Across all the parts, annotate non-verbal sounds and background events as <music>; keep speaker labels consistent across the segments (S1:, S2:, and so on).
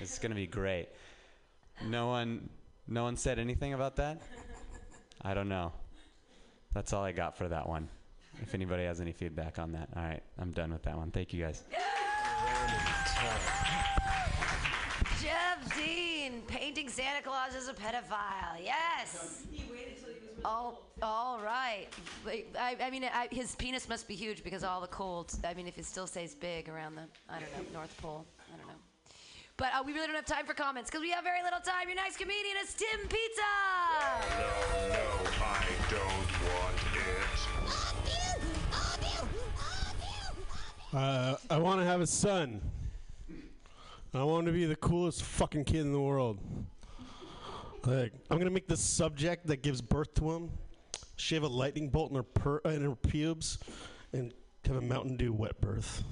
S1: It's gonna be great. No one, no one said anything about that. I don't know. That's all I got for that one. If anybody has any feedback on that, all right, I'm done with that one. Thank you guys.
S2: Jeff Dean painting Santa Claus as a pedophile. Yes.
S3: He waited till he was really
S2: All, all right. Wait, I, I mean, I, his penis must be huge because all the colds. I mean, if it still stays big around the, I don't know, North Pole. I don't know. But uh, we really don't have time for comments because we have very little time. Your next comedian is Tim Pizza.
S4: No, no, I don't want it.
S5: Uh, I want to have a son. I want to be the coolest fucking kid in the world. Like, I'm gonna make the subject that gives birth to him shave a lightning bolt in her per- in her pubes, and have a Mountain Dew wet birth.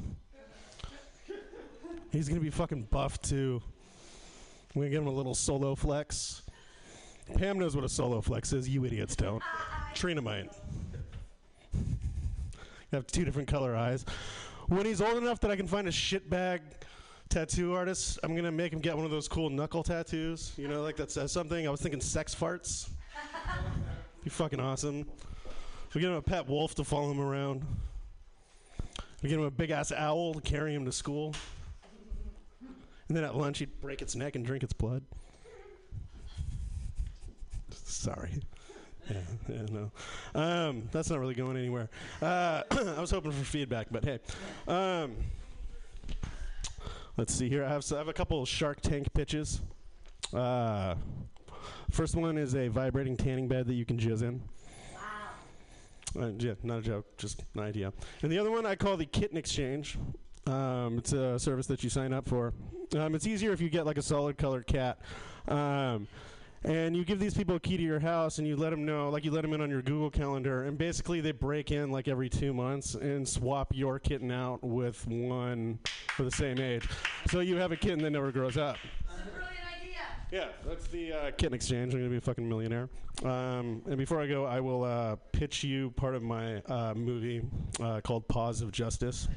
S5: He's gonna be fucking buff too. I'm gonna give him a little solo flex. Pam knows what a solo flex is. You idiots don't. Trina might have two different color eyes. When he's old enough that I can find a shitbag tattoo artist, I'm gonna make him get one of those cool knuckle tattoos. You know, like that says something. I was thinking sex farts. Be fucking awesome. We get him a pet wolf to follow him around. We get him a big ass owl to carry him to school. And then at lunch, he'd break its neck and drink its blood. Sorry. Yeah, yeah, no. Um, that's not really going anywhere. Uh, <clears throat> I was hoping for feedback, but hey. Um, let's see here. I have, so I have a couple of Shark Tank pitches. Uh, first one is a vibrating tanning bed that you can jizz in. Uh, yeah, not a joke, just an idea. And the other one I call the kitten exchange. Um, it's a service that you sign up for. Um, it's easier if you get like a solid colored cat. Um, and you give these people a key to your house and you let them know, like you let them in on your Google Calendar. And basically, they break in like every two months and swap your kitten out with one for the same age. So you have a kitten that never grows up.
S2: Brilliant idea.
S5: Yeah, that's the uh, kitten exchange. I'm going to be a fucking millionaire. Um, and before I go, I will uh, pitch you part of my uh, movie uh, called Paws of Justice.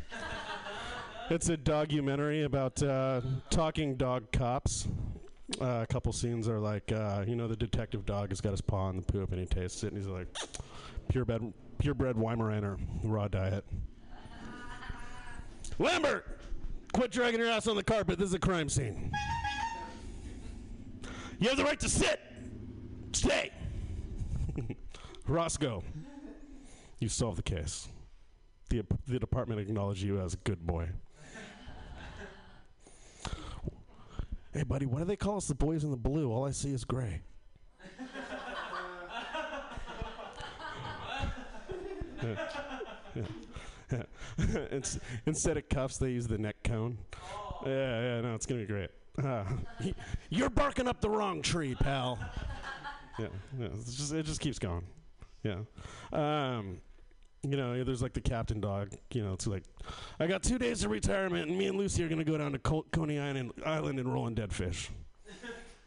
S5: it's a documentary about uh, talking dog cops. Uh, a couple scenes are like, uh, you know, the detective dog has got his paw in the poop and he tastes it and he's like, purebred, purebred Weimaraner, raw diet. Lambert! Quit dragging your ass on the carpet. This is a crime scene. You have the right to sit. Stay. <laughs> Roscoe, you solved the case. The, the department acknowledged you as a good boy. hey, buddy, why do they call us the boys in the blue? All I see is <laughs> gray. <laughs> Ins- Instead of cuffs, they use the neck cone. Yeah, yeah, no, it's gonna be great. Uh, y- you're barking up the wrong tree, pal. yeah, yeah it's just, it just keeps going. Yeah, um, you know, yeah, there's like the captain dog. You know, it's like, I got two days of retirement, and me and Lucy are gonna go down to Col- Coney Island, Island and roll on dead fish.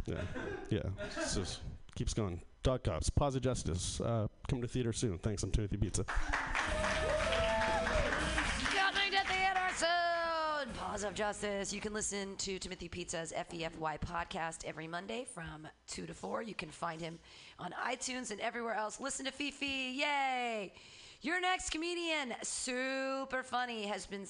S5: Yeah, yeah, it's just keeps going. Dog cops, pause of justice. Uh, come to theater soon. Thanks, I'm Timothy Pizza.
S2: Counting at the Anderson. Pause of Justice. You can listen to Timothy Pizza's FEFY podcast every Monday from 2 to 4. You can find him on iTunes and everywhere else. Listen to Fifi. Yay. Your next comedian, super funny, has been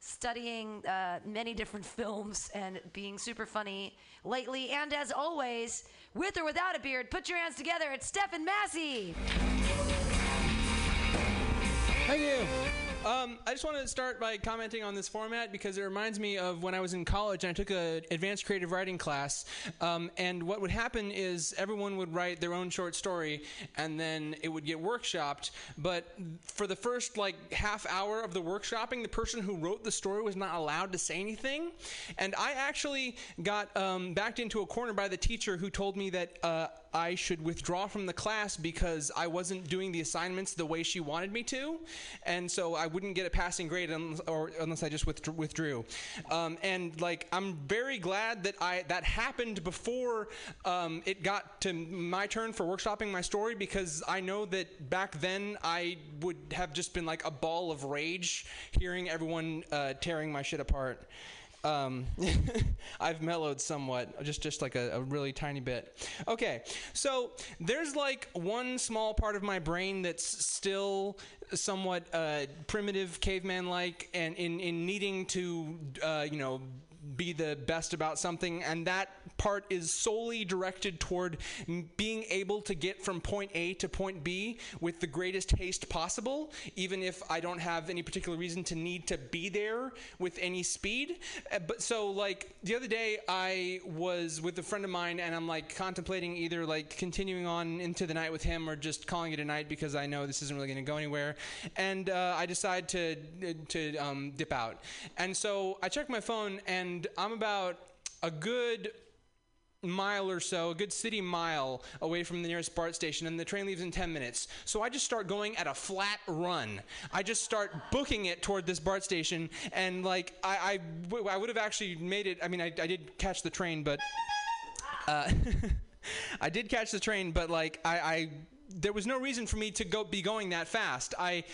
S2: studying uh, many different <laughs> films and being super funny lately. And as always, with or without a beard, put your hands together. It's Stefan Massey.
S6: Thank you. Um, I just want to start by commenting on this format because it reminds me of when I was in college and I took an advanced creative writing class. Um, and what would happen is everyone would write their own short story and then it would get workshopped. But for the first like half hour of the workshopping, the person who wrote the story was not allowed to say anything. And I actually got um, backed into a corner by the teacher who told me that. Uh, I should withdraw from the class because I wasn't doing the assignments the way she wanted me to, and so I wouldn't get a passing grade unless, or unless I just withdrew. withdrew. Um, and like, I'm very glad that I that happened before um, it got to my turn for workshopping my story because I know that back then I would have just been like a ball of rage hearing everyone uh, tearing my shit apart. Um, <laughs> I've mellowed somewhat, just just like a, a really tiny bit. Okay, so there's like one small part of my brain that's still somewhat uh, primitive, caveman-like, and in in needing to, uh, you know. Be the best about something, and that part is solely directed toward m- being able to get from point A to point B with the greatest haste possible, even if I don't have any particular reason to need to be there with any speed. Uh, But so, like, the other day I was with a friend of mine and I'm like contemplating either like continuing on into the night with him or just calling it a night because I know this isn't really going to go anywhere. And uh, I decide to, to um, dip out. And so I check my phone and I'm about a good mile or so, a good city mile away from the nearest BART station, and the train leaves in 10 minutes. So I just start going at a flat run. I just start booking it toward this BART station, and like, I, I, w- I would have actually made it. I mean, I, I did catch the train, but. Uh, <laughs> I did catch the train, but like I, I there was no reason for me to go be going that fast. I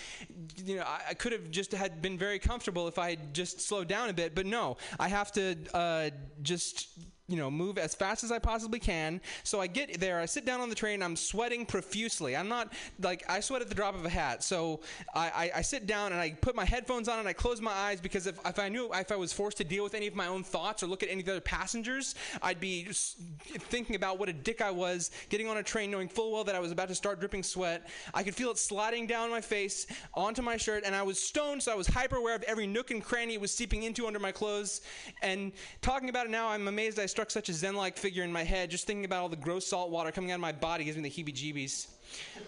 S6: you know I, I could have just had been very comfortable if I had just slowed down a bit, but no, I have to uh, just you know move as fast as i possibly can so i get there i sit down on the train i'm sweating profusely i'm not like i sweat at the drop of a hat so i, I, I sit down and i put my headphones on and i close my eyes because if, if i knew if i was forced to deal with any of my own thoughts or look at any of the other passengers i'd be s- thinking about what a dick i was getting on a train knowing full well that i was about to start dripping sweat i could feel it sliding down my face onto my shirt and i was stoned so i was hyper aware of every nook and cranny it was seeping into under my clothes and talking about it now i'm amazed i struck such a zen-like figure in my head just thinking about all the gross salt water coming out of my body gives me the heebie-jeebies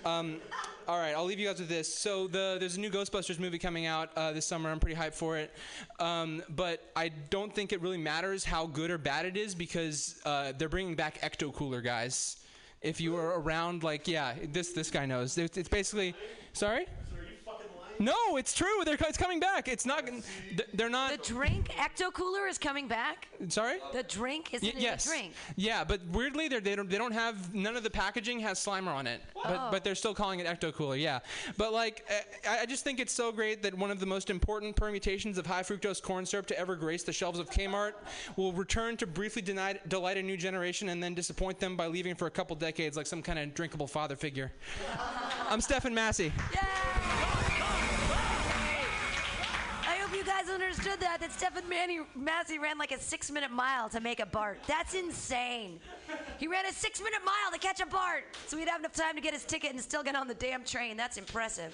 S6: um, all right, I'll leave you guys with this. So the there's a new Ghostbusters movie coming out uh, this summer. I'm pretty hyped for it, um, but I don't think it really matters how good or bad it is because uh, they're bringing back Ecto Cooler guys. If you were around, like yeah, this this guy knows. It's, it's basically, sorry. No, it's true. They're, it's coming back. It's not. th- They're not.
S2: The drink Ecto Cooler is coming back.
S6: Sorry.
S2: The drink isn't
S6: Y-
S2: it
S6: yes.
S2: a drink.
S6: Yeah, but weirdly, they're- they don't they don't have none of the packaging has Slimer on it. But but they're still calling it Ecto Cooler. Yeah, but like eh, I, I just think it's so great that one of the most important permutations of high fructose corn syrup to ever grace the shelves of Kmart will return to briefly deny, delight a new generation and then disappoint them by leaving for a couple decades like some kind of drinkable father
S2: <laughs>
S6: figure. I'm Stefan Massey.
S2: I hope you guys understood that that Stefan Manny Massey ran like a six minute mile to make a Bart. That's insane. He ran a six minute mile to catch a Bart, so he'd have enough time to get his ticket and still get on the damn train. That's impressive.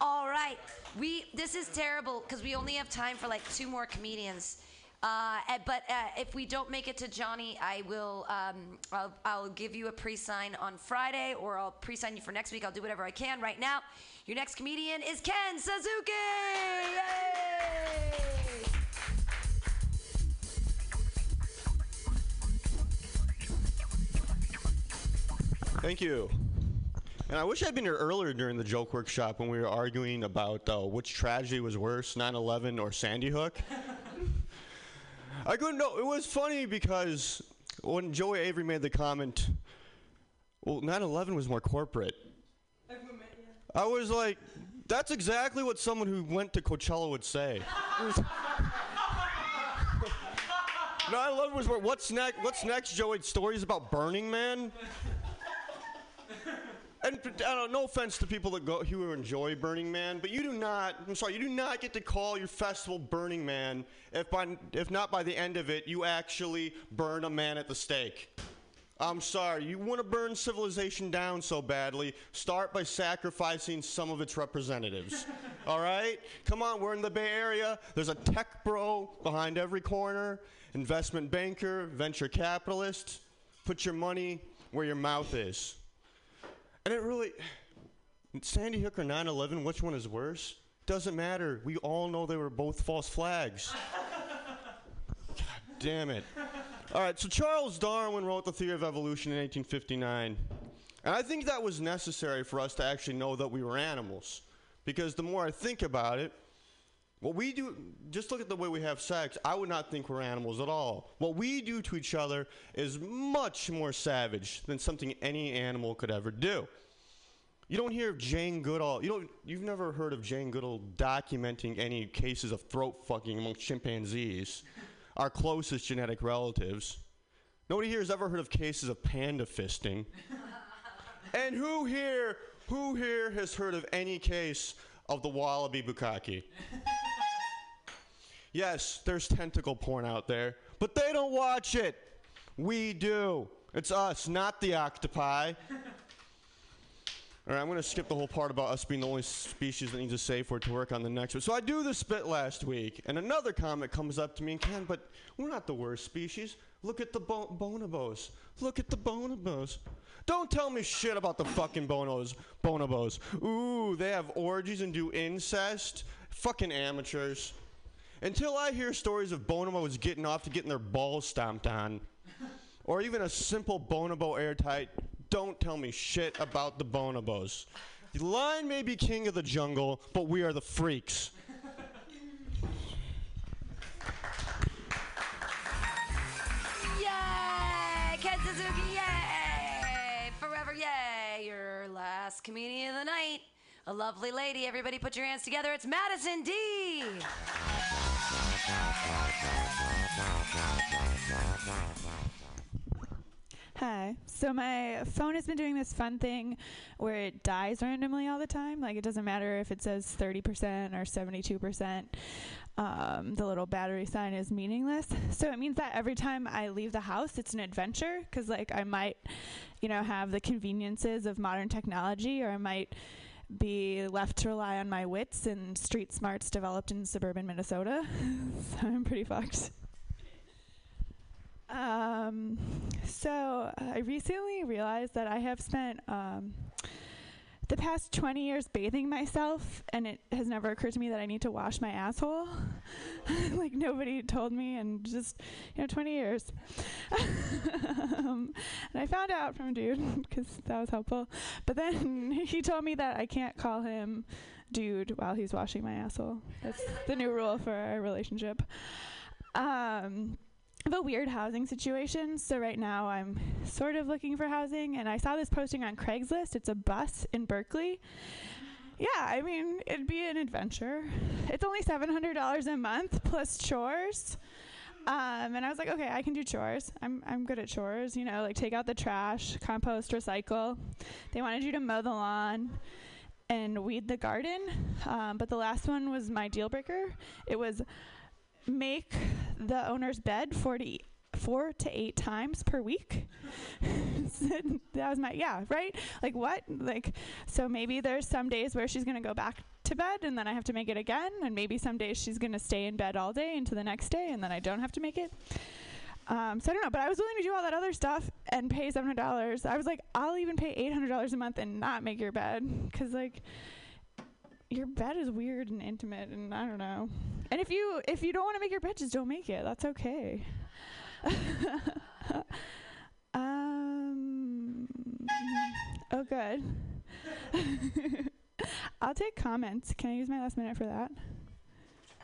S2: All right, we this is terrible because we only have time for like two more comedians. Uh, eh, but uh, if we don't make it to Johnny, I will. Um, I'll, I'll give you a pre-sign on Friday, or I'll pre-sign you for next week. I'll do whatever I can. Right now, your next comedian is Ken Suzuki. Yay!
S3: Thank you. And I wish I'd been here earlier during the joke workshop when we were arguing about uh, which tragedy was worse, 9 11 or Sandy Hook. <laughs> I couldn't know. It was funny because when Joey Avery made the comment, well, 9 11 was more corporate. I was like, that's exactly what someone who went to Coachella would say. <laughs> 9 11 was more. What's next? What's next, Joey? Stories about Burning Man? And I don't, no offense to people that go who enjoy Burning Man, but you do not. I'm sorry, you do not get to call your festival Burning Man if by if not by the end of it you actually burn a man at the stake. I'm sorry, you want to burn civilization down so badly. Start by sacrificing some of its representatives. <laughs> All right, come on, we're in the Bay Area. There's a tech bro behind every corner, investment banker, venture capitalist. Put your money where your mouth is. And it really, Sandy Hook or 9 11, which one is worse? Doesn't matter. We all know they were both false flags. God damn it. All right, so Charles Darwin wrote The Theory of Evolution in 1859. And I think that was necessary for us to actually know that we were animals. Because the more I think about it, what we do, just look at the way we have sex. I would not think we're animals at all. What we do to each other is much more savage than something any animal could ever do. You don't hear of Jane Goodall. You don't. You've never heard of Jane Goodall documenting any cases of throat fucking among chimpanzees. our closest genetic relatives. Nobody here has ever heard of cases of panda fisting. and who here, who here has heard of any case of the wallaby bukkake? yes, there's tentacle porn out there, but they don't watch it. We do. It's us, not the octopi. All right, I'm going to skip the whole part about us being the only species that needs a safe word to work on the next one. So I do this bit last week, and another comic comes up to me and Ken, but we're not the worst species. Look at the bo- bonobos. Look at the bonobos. Don't tell me shit about the fucking bonos, bonobos. Ooh, they have orgies and do incest. Fucking amateurs. Until I hear stories of bonobos getting off to getting their balls stomped on, or even a simple bonobo airtight, don't tell me shit about the bonobos. The lion may be king of the jungle, but we are the freaks.
S2: Yay! Ken Suzuki, yay! Forever, yay! Your last comedian of the night. A lovely lady. Everybody put your hands together. It's Madison D.
S7: Hi. So my phone has been doing this fun thing where it dies randomly all the time. Like it doesn't matter if it says 30% or 72%. Um, the little battery sign is meaningless. So it means that every time I leave the house, it's an adventure because like I might, you know, have the conveniences of modern technology or I might be left to rely on my wits and street smarts developed in suburban Minnesota. <laughs> so I'm pretty fucked. Um, so uh, I recently realized that I have spent um, the past 20 years bathing myself, and it has never occurred to me that I need to wash my asshole. <laughs> like nobody told me, and just you know, 20 years. <laughs> um, and I found out from a dude <laughs> because that was helpful. But then <laughs> he told me that I can't call him dude while he's washing my asshole. That's the new rule for our relationship. Um, I have a weird housing situation. So right now I'm sort of looking for housing and I saw this posting on Craigslist. It's a bus in Berkeley. Yeah, I mean, it'd be an adventure. It's only $700 a month plus chores. Um, and I was like, okay, I can do chores. I'm, I'm good at chores, you know, like take out the trash, compost, recycle. They wanted you to mow the lawn and weed the garden. Um, but the last one was my deal breaker. It was make the owner's bed 40 four to eight times per week <laughs> Said- that was my yeah right like what like so maybe there's some days where she's gonna go back to bed and then i have to make it again and maybe some days she's gonna stay in bed all day into the next day and then i don't have to make it um, so I don't know, but I was willing to do all that other stuff and pay seven hundred dollars. I was like, I'll even pay eight hundred dollars a month and not make your bed, because like, your bed is weird and intimate, and I don't know. And if you if you don't want to make your bed, just don't make it. That's okay. <laughs> um. Oh, good. <laughs> I'll take comments. Can I use my last minute for that?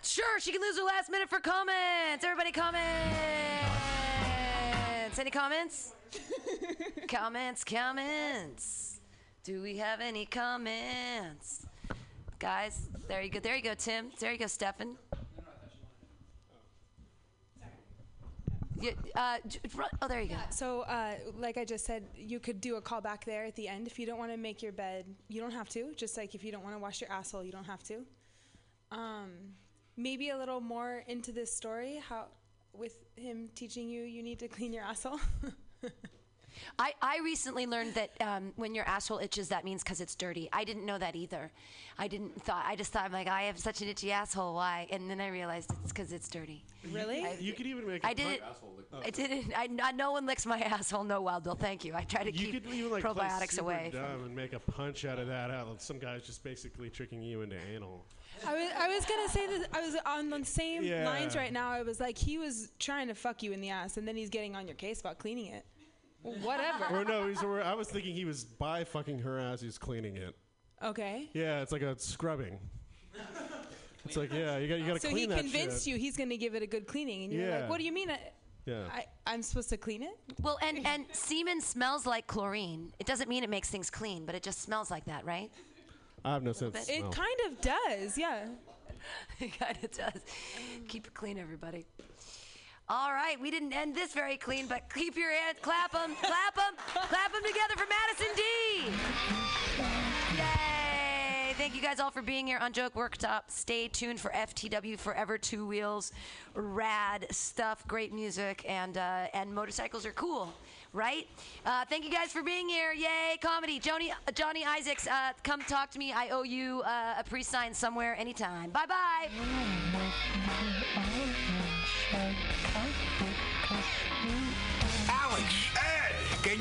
S2: Sure, she can lose her last minute for comments. Everybody, comments. Any comments? comments, comments. Do we have any comments? Guys, there you go. There you go, Tim. There you go, Stefan. Yeah, uh, j- run- oh, there you go.
S8: So, uh, like I just said, you could do a call back there at the end. If you don't want to make your bed, you don't have to. Just like if you don't want to wash your asshole, you don't have to. Um, maybe a little more into this story, how with him teaching you you need to clean your asshole. <laughs>
S2: I, I recently learned that um, when your asshole itches, that means because it's dirty. I didn't know that either. I didn't thought. I just thought I'm like I have such an itchy asshole. Why? And then I realized it's because it's dirty.
S8: really?
S2: I-
S5: You could even make.
S2: I
S5: a
S2: didn't.
S5: plant-
S2: I didn't. I, no- no one licks my <laughs> asshole. No, wild bill. Thank you. I try to
S5: You
S2: keep
S5: could even like play
S2: probiotics
S5: super
S2: away.
S5: Dumb and make a punch out of that. Out of some guy's just basically tricking you into anal.
S8: I was I was gonna say this. I was on the same
S5: Yeah.
S8: lines right now. I was like, he was trying to fuck you in the ass, and then he's getting on your case about cleaning it. Well,
S5: <laughs>
S8: whatever.
S5: Or no, he's, or I was thinking he was by fucking her as he's cleaning it.
S8: okay.
S5: Yeah, it's like a scrubbing. it's like yeah, you got you got to
S8: So he
S5: clean that
S8: convinced
S5: shit.
S8: you he's gonna give it a good cleaning, and you're
S5: Yeah.
S8: like, what do you mean? I,
S5: Yeah.
S8: I, I'm supposed to clean it?
S2: Well,
S8: <laughs>
S2: and and semen smells like chlorine. It doesn't mean it makes things clean, but it just smells like that, right?
S5: I have no sense.
S8: It
S5: no.
S8: kind of
S2: <laughs>
S8: does, yeah.
S2: it kind of does. Keep it clean, everybody. All right, we didn't end this very clean, but keep your hands, clap them, clap them, clap them together for Madison D. Yay! Thank you guys all for being here on Joke Worktop. Stay tuned for FTW Forever Two Wheels, rad stuff, great music, and uh, and motorcycles are cool, right? Uh, thank you guys for being here. Yay! Comedy, Johnny Johnny Isaacs, uh, come talk to me. I owe you uh, a pre sign somewhere, anytime. Bye bye.
S4: Alex, Ed, can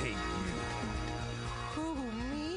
S9: Hey, you.
S10: Who, me?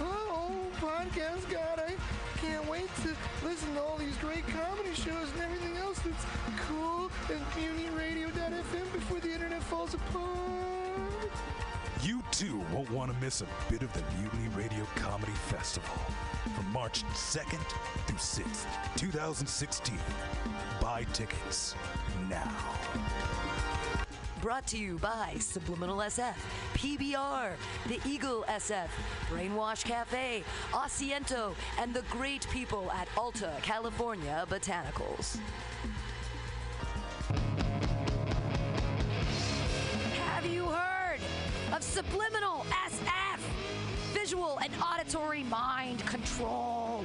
S10: Oh, podcast God, I can't wait to listen to all these great comedy shows and everything else that's cool at MutinyRadio.fm before the internet falls apart.
S9: You too won't want to miss a bit of the Mutiny Radio Comedy Festival from March 2nd through 6th, 2016. Buy tickets now.
S2: Brought to you by Subliminal SF, PBR, The Eagle SF, Brainwash Cafe, Asiento, and the great people at Alta California Botanicals. Have you heard of Subliminal SF? Visual and auditory mind control.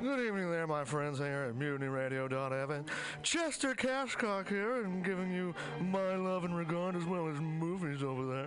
S11: Good evening there, my friends here at MutinyRadio.fm. Chester Cashcock here, and giving you my love and regard as well as movies over there.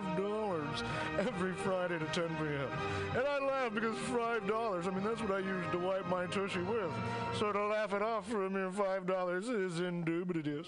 S11: dollars every Friday to 10 p.m. And I laugh because five dollars, I mean, that's what I use to wipe my tushy with. So to laugh it off for a mere five dollars is indubitious.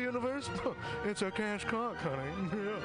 S11: universe? <laughs> it's a cash cock, honey. <laughs> Yeah.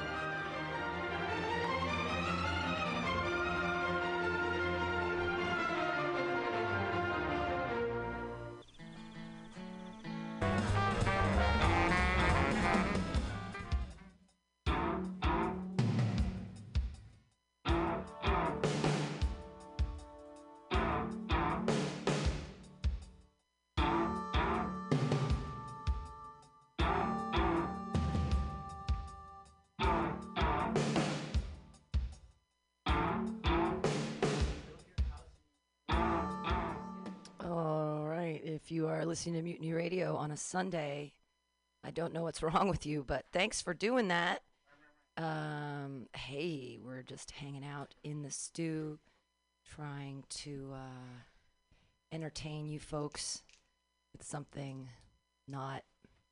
S2: All right. If you are listening to Mutiny Radio on a Sunday, I don't know what's <laughs> wrong with you, but thanks for doing that. Um, hey, we're just hanging out in the stew, trying to uh, entertain you folks with something not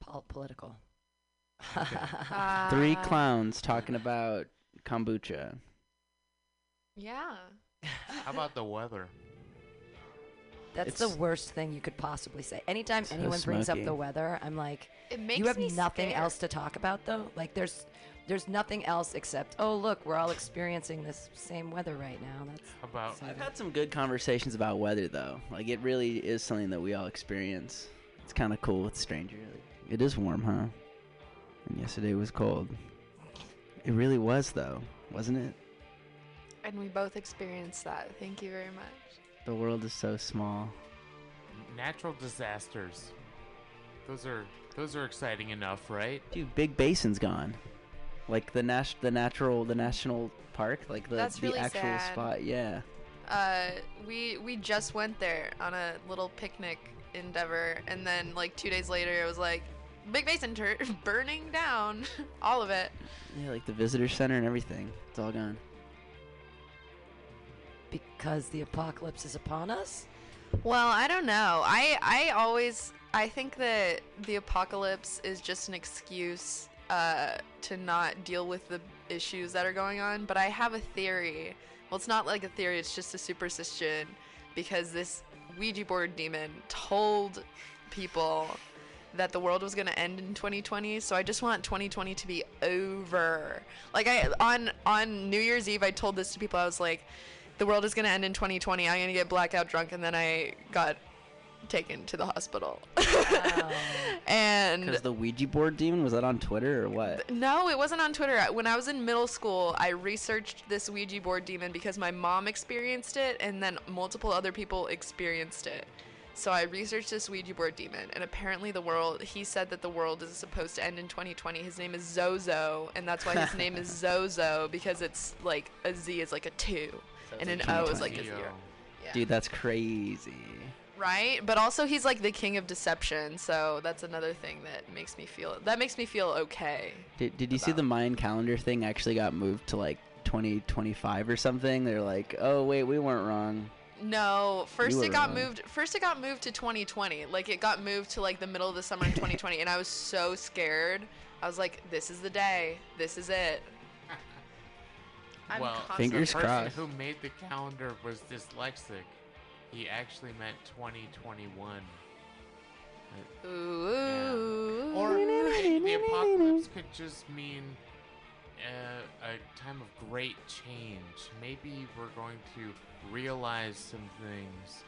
S2: pol- political. <laughs>
S12: Three clowns talking about kombucha.
S13: Yeah.
S14: How about the weather?
S2: That's the worst thing you could possibly say. Anytime
S14: So
S2: anyone brings up
S14: smoky.
S2: the weather, I'm like,
S13: It makes
S2: you have
S13: me
S2: nothing
S13: scared.
S2: else to talk about though. Like there's there's nothing else except, oh look, we're all experiencing this same weather right now. That's
S14: How about
S12: I've had some good conversations about weather though. Like it really is something that we all experience. It's kind of cool with strangers. Like, it is warm, huh? And yesterday was cold. It really was though, wasn't it?
S13: And we both experienced that. Thank you very much.
S12: The world is so small.
S14: natural disasters? Those are those are exciting enough, right?
S12: Dude, Big Basin's gone. Like the nas- the natural the national park, like the
S13: That's
S12: the
S13: really
S12: actual
S13: sad.
S12: spot. Yeah.
S13: Uh, we we just went there on a little picnic endeavor, and then like two days later, it was like Big Basin tur- <laughs> burning down, <laughs> all of it.
S12: Yeah, like the visitor center and everything. It's all gone.
S2: because the apocalypse is upon us.
S13: Well, I don't know. I I always I think that the apocalypse is just an excuse uh, to not deal with the issues that are going on. But I have a theory. Well, it's not like a theory. It's just a superstition because this Ouija board demon told people that the world was going to end in 2020 so i just want 2020 to be over like i on on new year's eve i told this to people i was like the world is going to end in 2020 i'm going to get blackout drunk and then i got taken to the hospital and
S12: Because the Ouija board demon was that on Twitter or what?
S13: no, it wasn't on Twitter. When I was in middle school, I researched this Ouija board demon because my mom experienced it and then multiple other people experienced it. So I researched this Ouija board demon, and apparently the world, he said that the world is supposed to end in 2020. His name is Zozo, and that's why his name is Zozo because it's like a Z is like a two, and an O is like a zero.
S12: Dude, that's crazy.
S13: Right? But also, he's like the king of deception, so that's another thing that makes me feel, that makes me feel okay.
S12: Did, did you see the Mayan calendar thing actually got moved to like 2025 or something? They're like, oh wait, we weren't
S13: <laughs>
S12: wrong.
S13: No, first
S12: were
S13: it got
S12: wrong.
S13: moved. First it got moved to 2020. Like it got moved to like the middle of the summer in 2020, and I was so scared. I was like, "This is the day. This is
S14: <laughs>
S13: it." I'm
S14: well,
S13: constantly-
S12: Fingers
S14: the person
S12: crossed.
S14: who made the calendar was dyslexic. He actually meant 2021. Uh,
S13: Ooh. <laughs>
S15: <laughs>
S14: Or the apocalypse could just mean uh, a time of great change. Maybe we're going to realize some things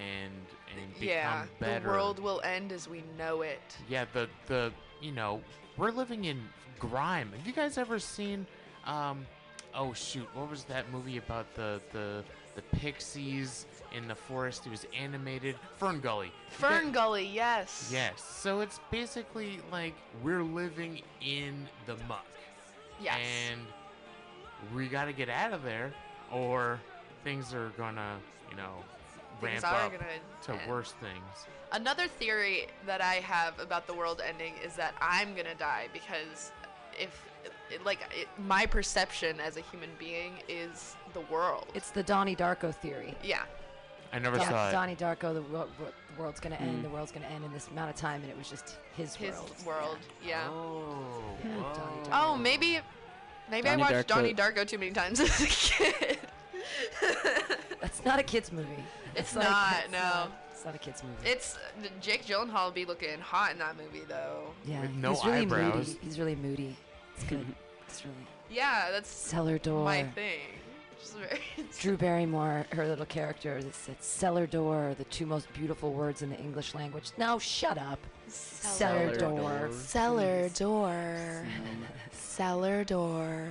S14: and and become
S13: yeah,
S14: better.
S13: the world will end as we know it.
S14: Yeah, the the you know we're living in grime. Have you guys ever seen? Um, oh shoot, what was that movie about the the the pixies in the forest? It was animated. Fern Gully.
S13: Fern Gully, yes.
S14: Yes. So it's basically like we're living in the muck.
S13: Yes.
S14: And we got to get out of there, or things are gonna, you know,
S13: Things
S14: ramp
S13: are
S14: up
S13: gonna
S14: to
S13: end.
S14: worse things.
S13: Another theory that I have about the world ending is that I'm gonna die because if, it, like, it, my perception as a human being is the world.
S2: It's the Donnie Darko theory.
S13: Yeah.
S14: I never
S2: Don-
S14: saw it.
S2: Donnie Darko, the wor- wor- world's gonna end.
S14: Mm.
S2: The world's gonna end in this amount of time, and it was just his,
S13: His
S2: world.
S13: world, yeah.
S14: Oh.
S13: Oh, maybe, maybe
S2: Donnie
S13: I
S2: Darko.
S13: watched Donnie Darko too many times <laughs> as a kid.
S2: That's not a kids movie.
S13: It's
S2: a-
S13: not,
S2: it's
S13: no.
S2: it's not a kids movie.
S13: It's Jake Gyllenhaal be looking hot in that movie though.
S2: yeah,
S14: With no
S2: he's really
S14: eyebrows.
S2: Moody. He's really moody. It's good.
S14: <laughs>
S2: it's really
S13: Yeah, that's
S2: Cellar Door.
S13: My thing. Which is very <laughs>
S2: Drew Barrymore, her little character, that said cellar door, the two most beautiful words in the English language. Now shut up. Cellar, door.
S13: Cellar door. Cellar <laughs> door.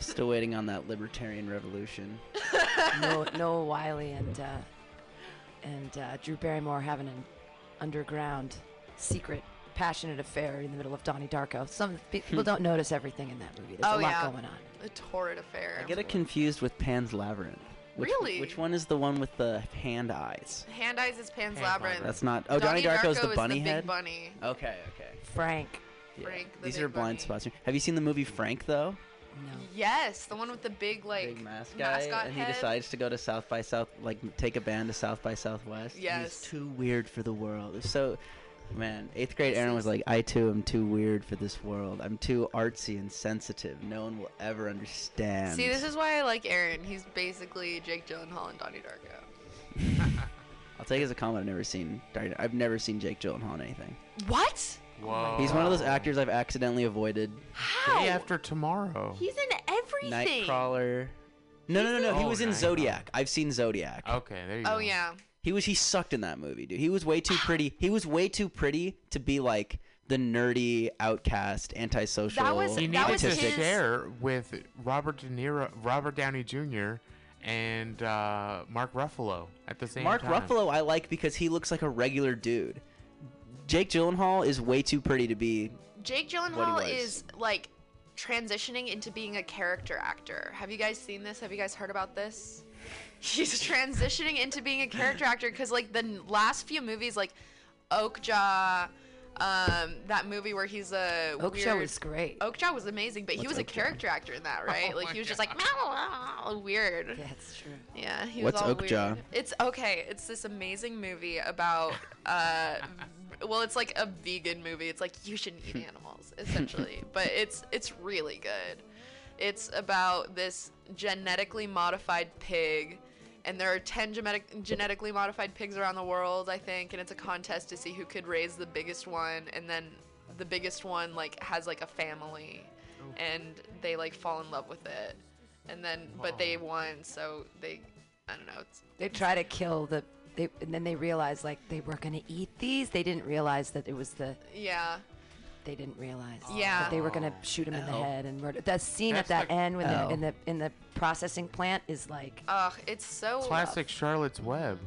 S12: Still waiting on that libertarian revolution.
S2: Noah, Noah Wiley and uh, and uh, Drew Barrymore having an underground, secret, passionate affair in the middle of Donnie Darko. Some pe-
S13: <laughs>
S2: people don't notice everything in that movie. There's a
S13: oh
S2: lot
S13: yeah.
S2: going on.
S13: A torrid affair.
S12: I get it confused with Pan's Labyrinth. Which,
S13: Really?
S12: Which one is the one with the hand eyes?
S13: Hand eyes is Pan's, Labyrinth.
S12: That's not. Oh, Donnie, Darko's
S13: Darko
S12: the
S13: is
S12: bunny
S13: big
S12: head.
S13: bunny.
S12: Okay, okay.
S2: Frank.
S12: Yeah.
S13: Frank, the
S12: These
S13: big
S12: are blind spots. here. Have you seen the movie Frank though?
S13: Yes, the one with the big like
S12: This guy,
S13: mascot
S12: and he
S13: head.
S12: decides to go to South by South, like take a band to South by Southwest. and
S13: Yes.
S12: He's too weird for the world. It's So, man, eighth grade Aaron was like, I too am too weird for this world. I'm too artsy and sensitive. No one will ever understand.
S13: See, this is why I like Aaron. He's basically Jake Gyllenhaal and Donnie Darko.
S12: I'll take it as a comment. I've never seen. Darn- I've never seen Jake Gyllenhaal in anything.
S13: What?
S14: Whoa.
S12: He's one of those actors I've accidentally avoided.
S13: How?
S14: Oh. Day after tomorrow.
S13: He's in everything.
S12: Nightcrawler. No, no, no, no. He
S14: Oh,
S12: was in
S14: Nightcrawler.
S12: Zodiac. I've seen Zodiac.
S14: Okay, there you
S13: Oh yeah.
S12: He was he sucked in that movie, dude. He was way too pretty. He was way too pretty to be like the nerdy outcast, antisocial.
S13: That was-
S14: He
S13: that
S14: needed
S13: was
S14: to
S13: his-
S14: share with Robert De Niro, Robert Downey Jr., and uh, Mark Ruffalo at the same
S12: Mark
S14: time.
S12: Ruffalo I like because he looks like a regular dude. Jake Gyllenhaal is way too pretty to be.
S13: Jake
S12: was.
S13: Gyllenhaal is like transitioning into being a character actor. Have you guys seen this? Have you guys heard about this? <laughs> He's transitioning into being a character actor because like the n- last few movies, like Oakjaw, um, that movie where he's a
S2: Oakjaw
S13: weird-
S2: was great.
S13: Oakjaw was amazing, but he
S2: What's
S13: was a
S2: Oakjaw?
S13: character actor in that, right?
S2: Oh
S13: like
S2: my
S13: he was just like "Meow, meow," weird.
S2: Yeah, it's true.
S13: Yeah, he
S12: What's
S13: was all
S12: Oakjaw?
S13: weird. It's okay. It's this amazing movie about uh well, it's like a vegan movie. It's like you shouldn't eat animals
S12: <laughs>
S13: essentially, but it's it's really good. It's about this genetically modified pig and there are 10 genetic, genetically modified pigs around the world, I think, and it's a contest to see who could raise the biggest one and then the biggest one like has like a family and they like fall in love with it. And then but they won, so they I don't know. It's
S2: They try to kill the. They, and then they realize like they were gonna eat these. They didn't realize that it was the.
S13: yeah.
S2: They didn't realize.
S13: Yeah.
S2: That they were gonna shoot him in the
S13: Ow.
S2: head and murder. That scene
S13: Oh. That's
S2: at that
S13: like- oh.
S2: end when the
S13: Ow.
S2: in the in the processing plant is like.
S13: Ugh, it's so uh,
S14: Classic Charlotte's Web.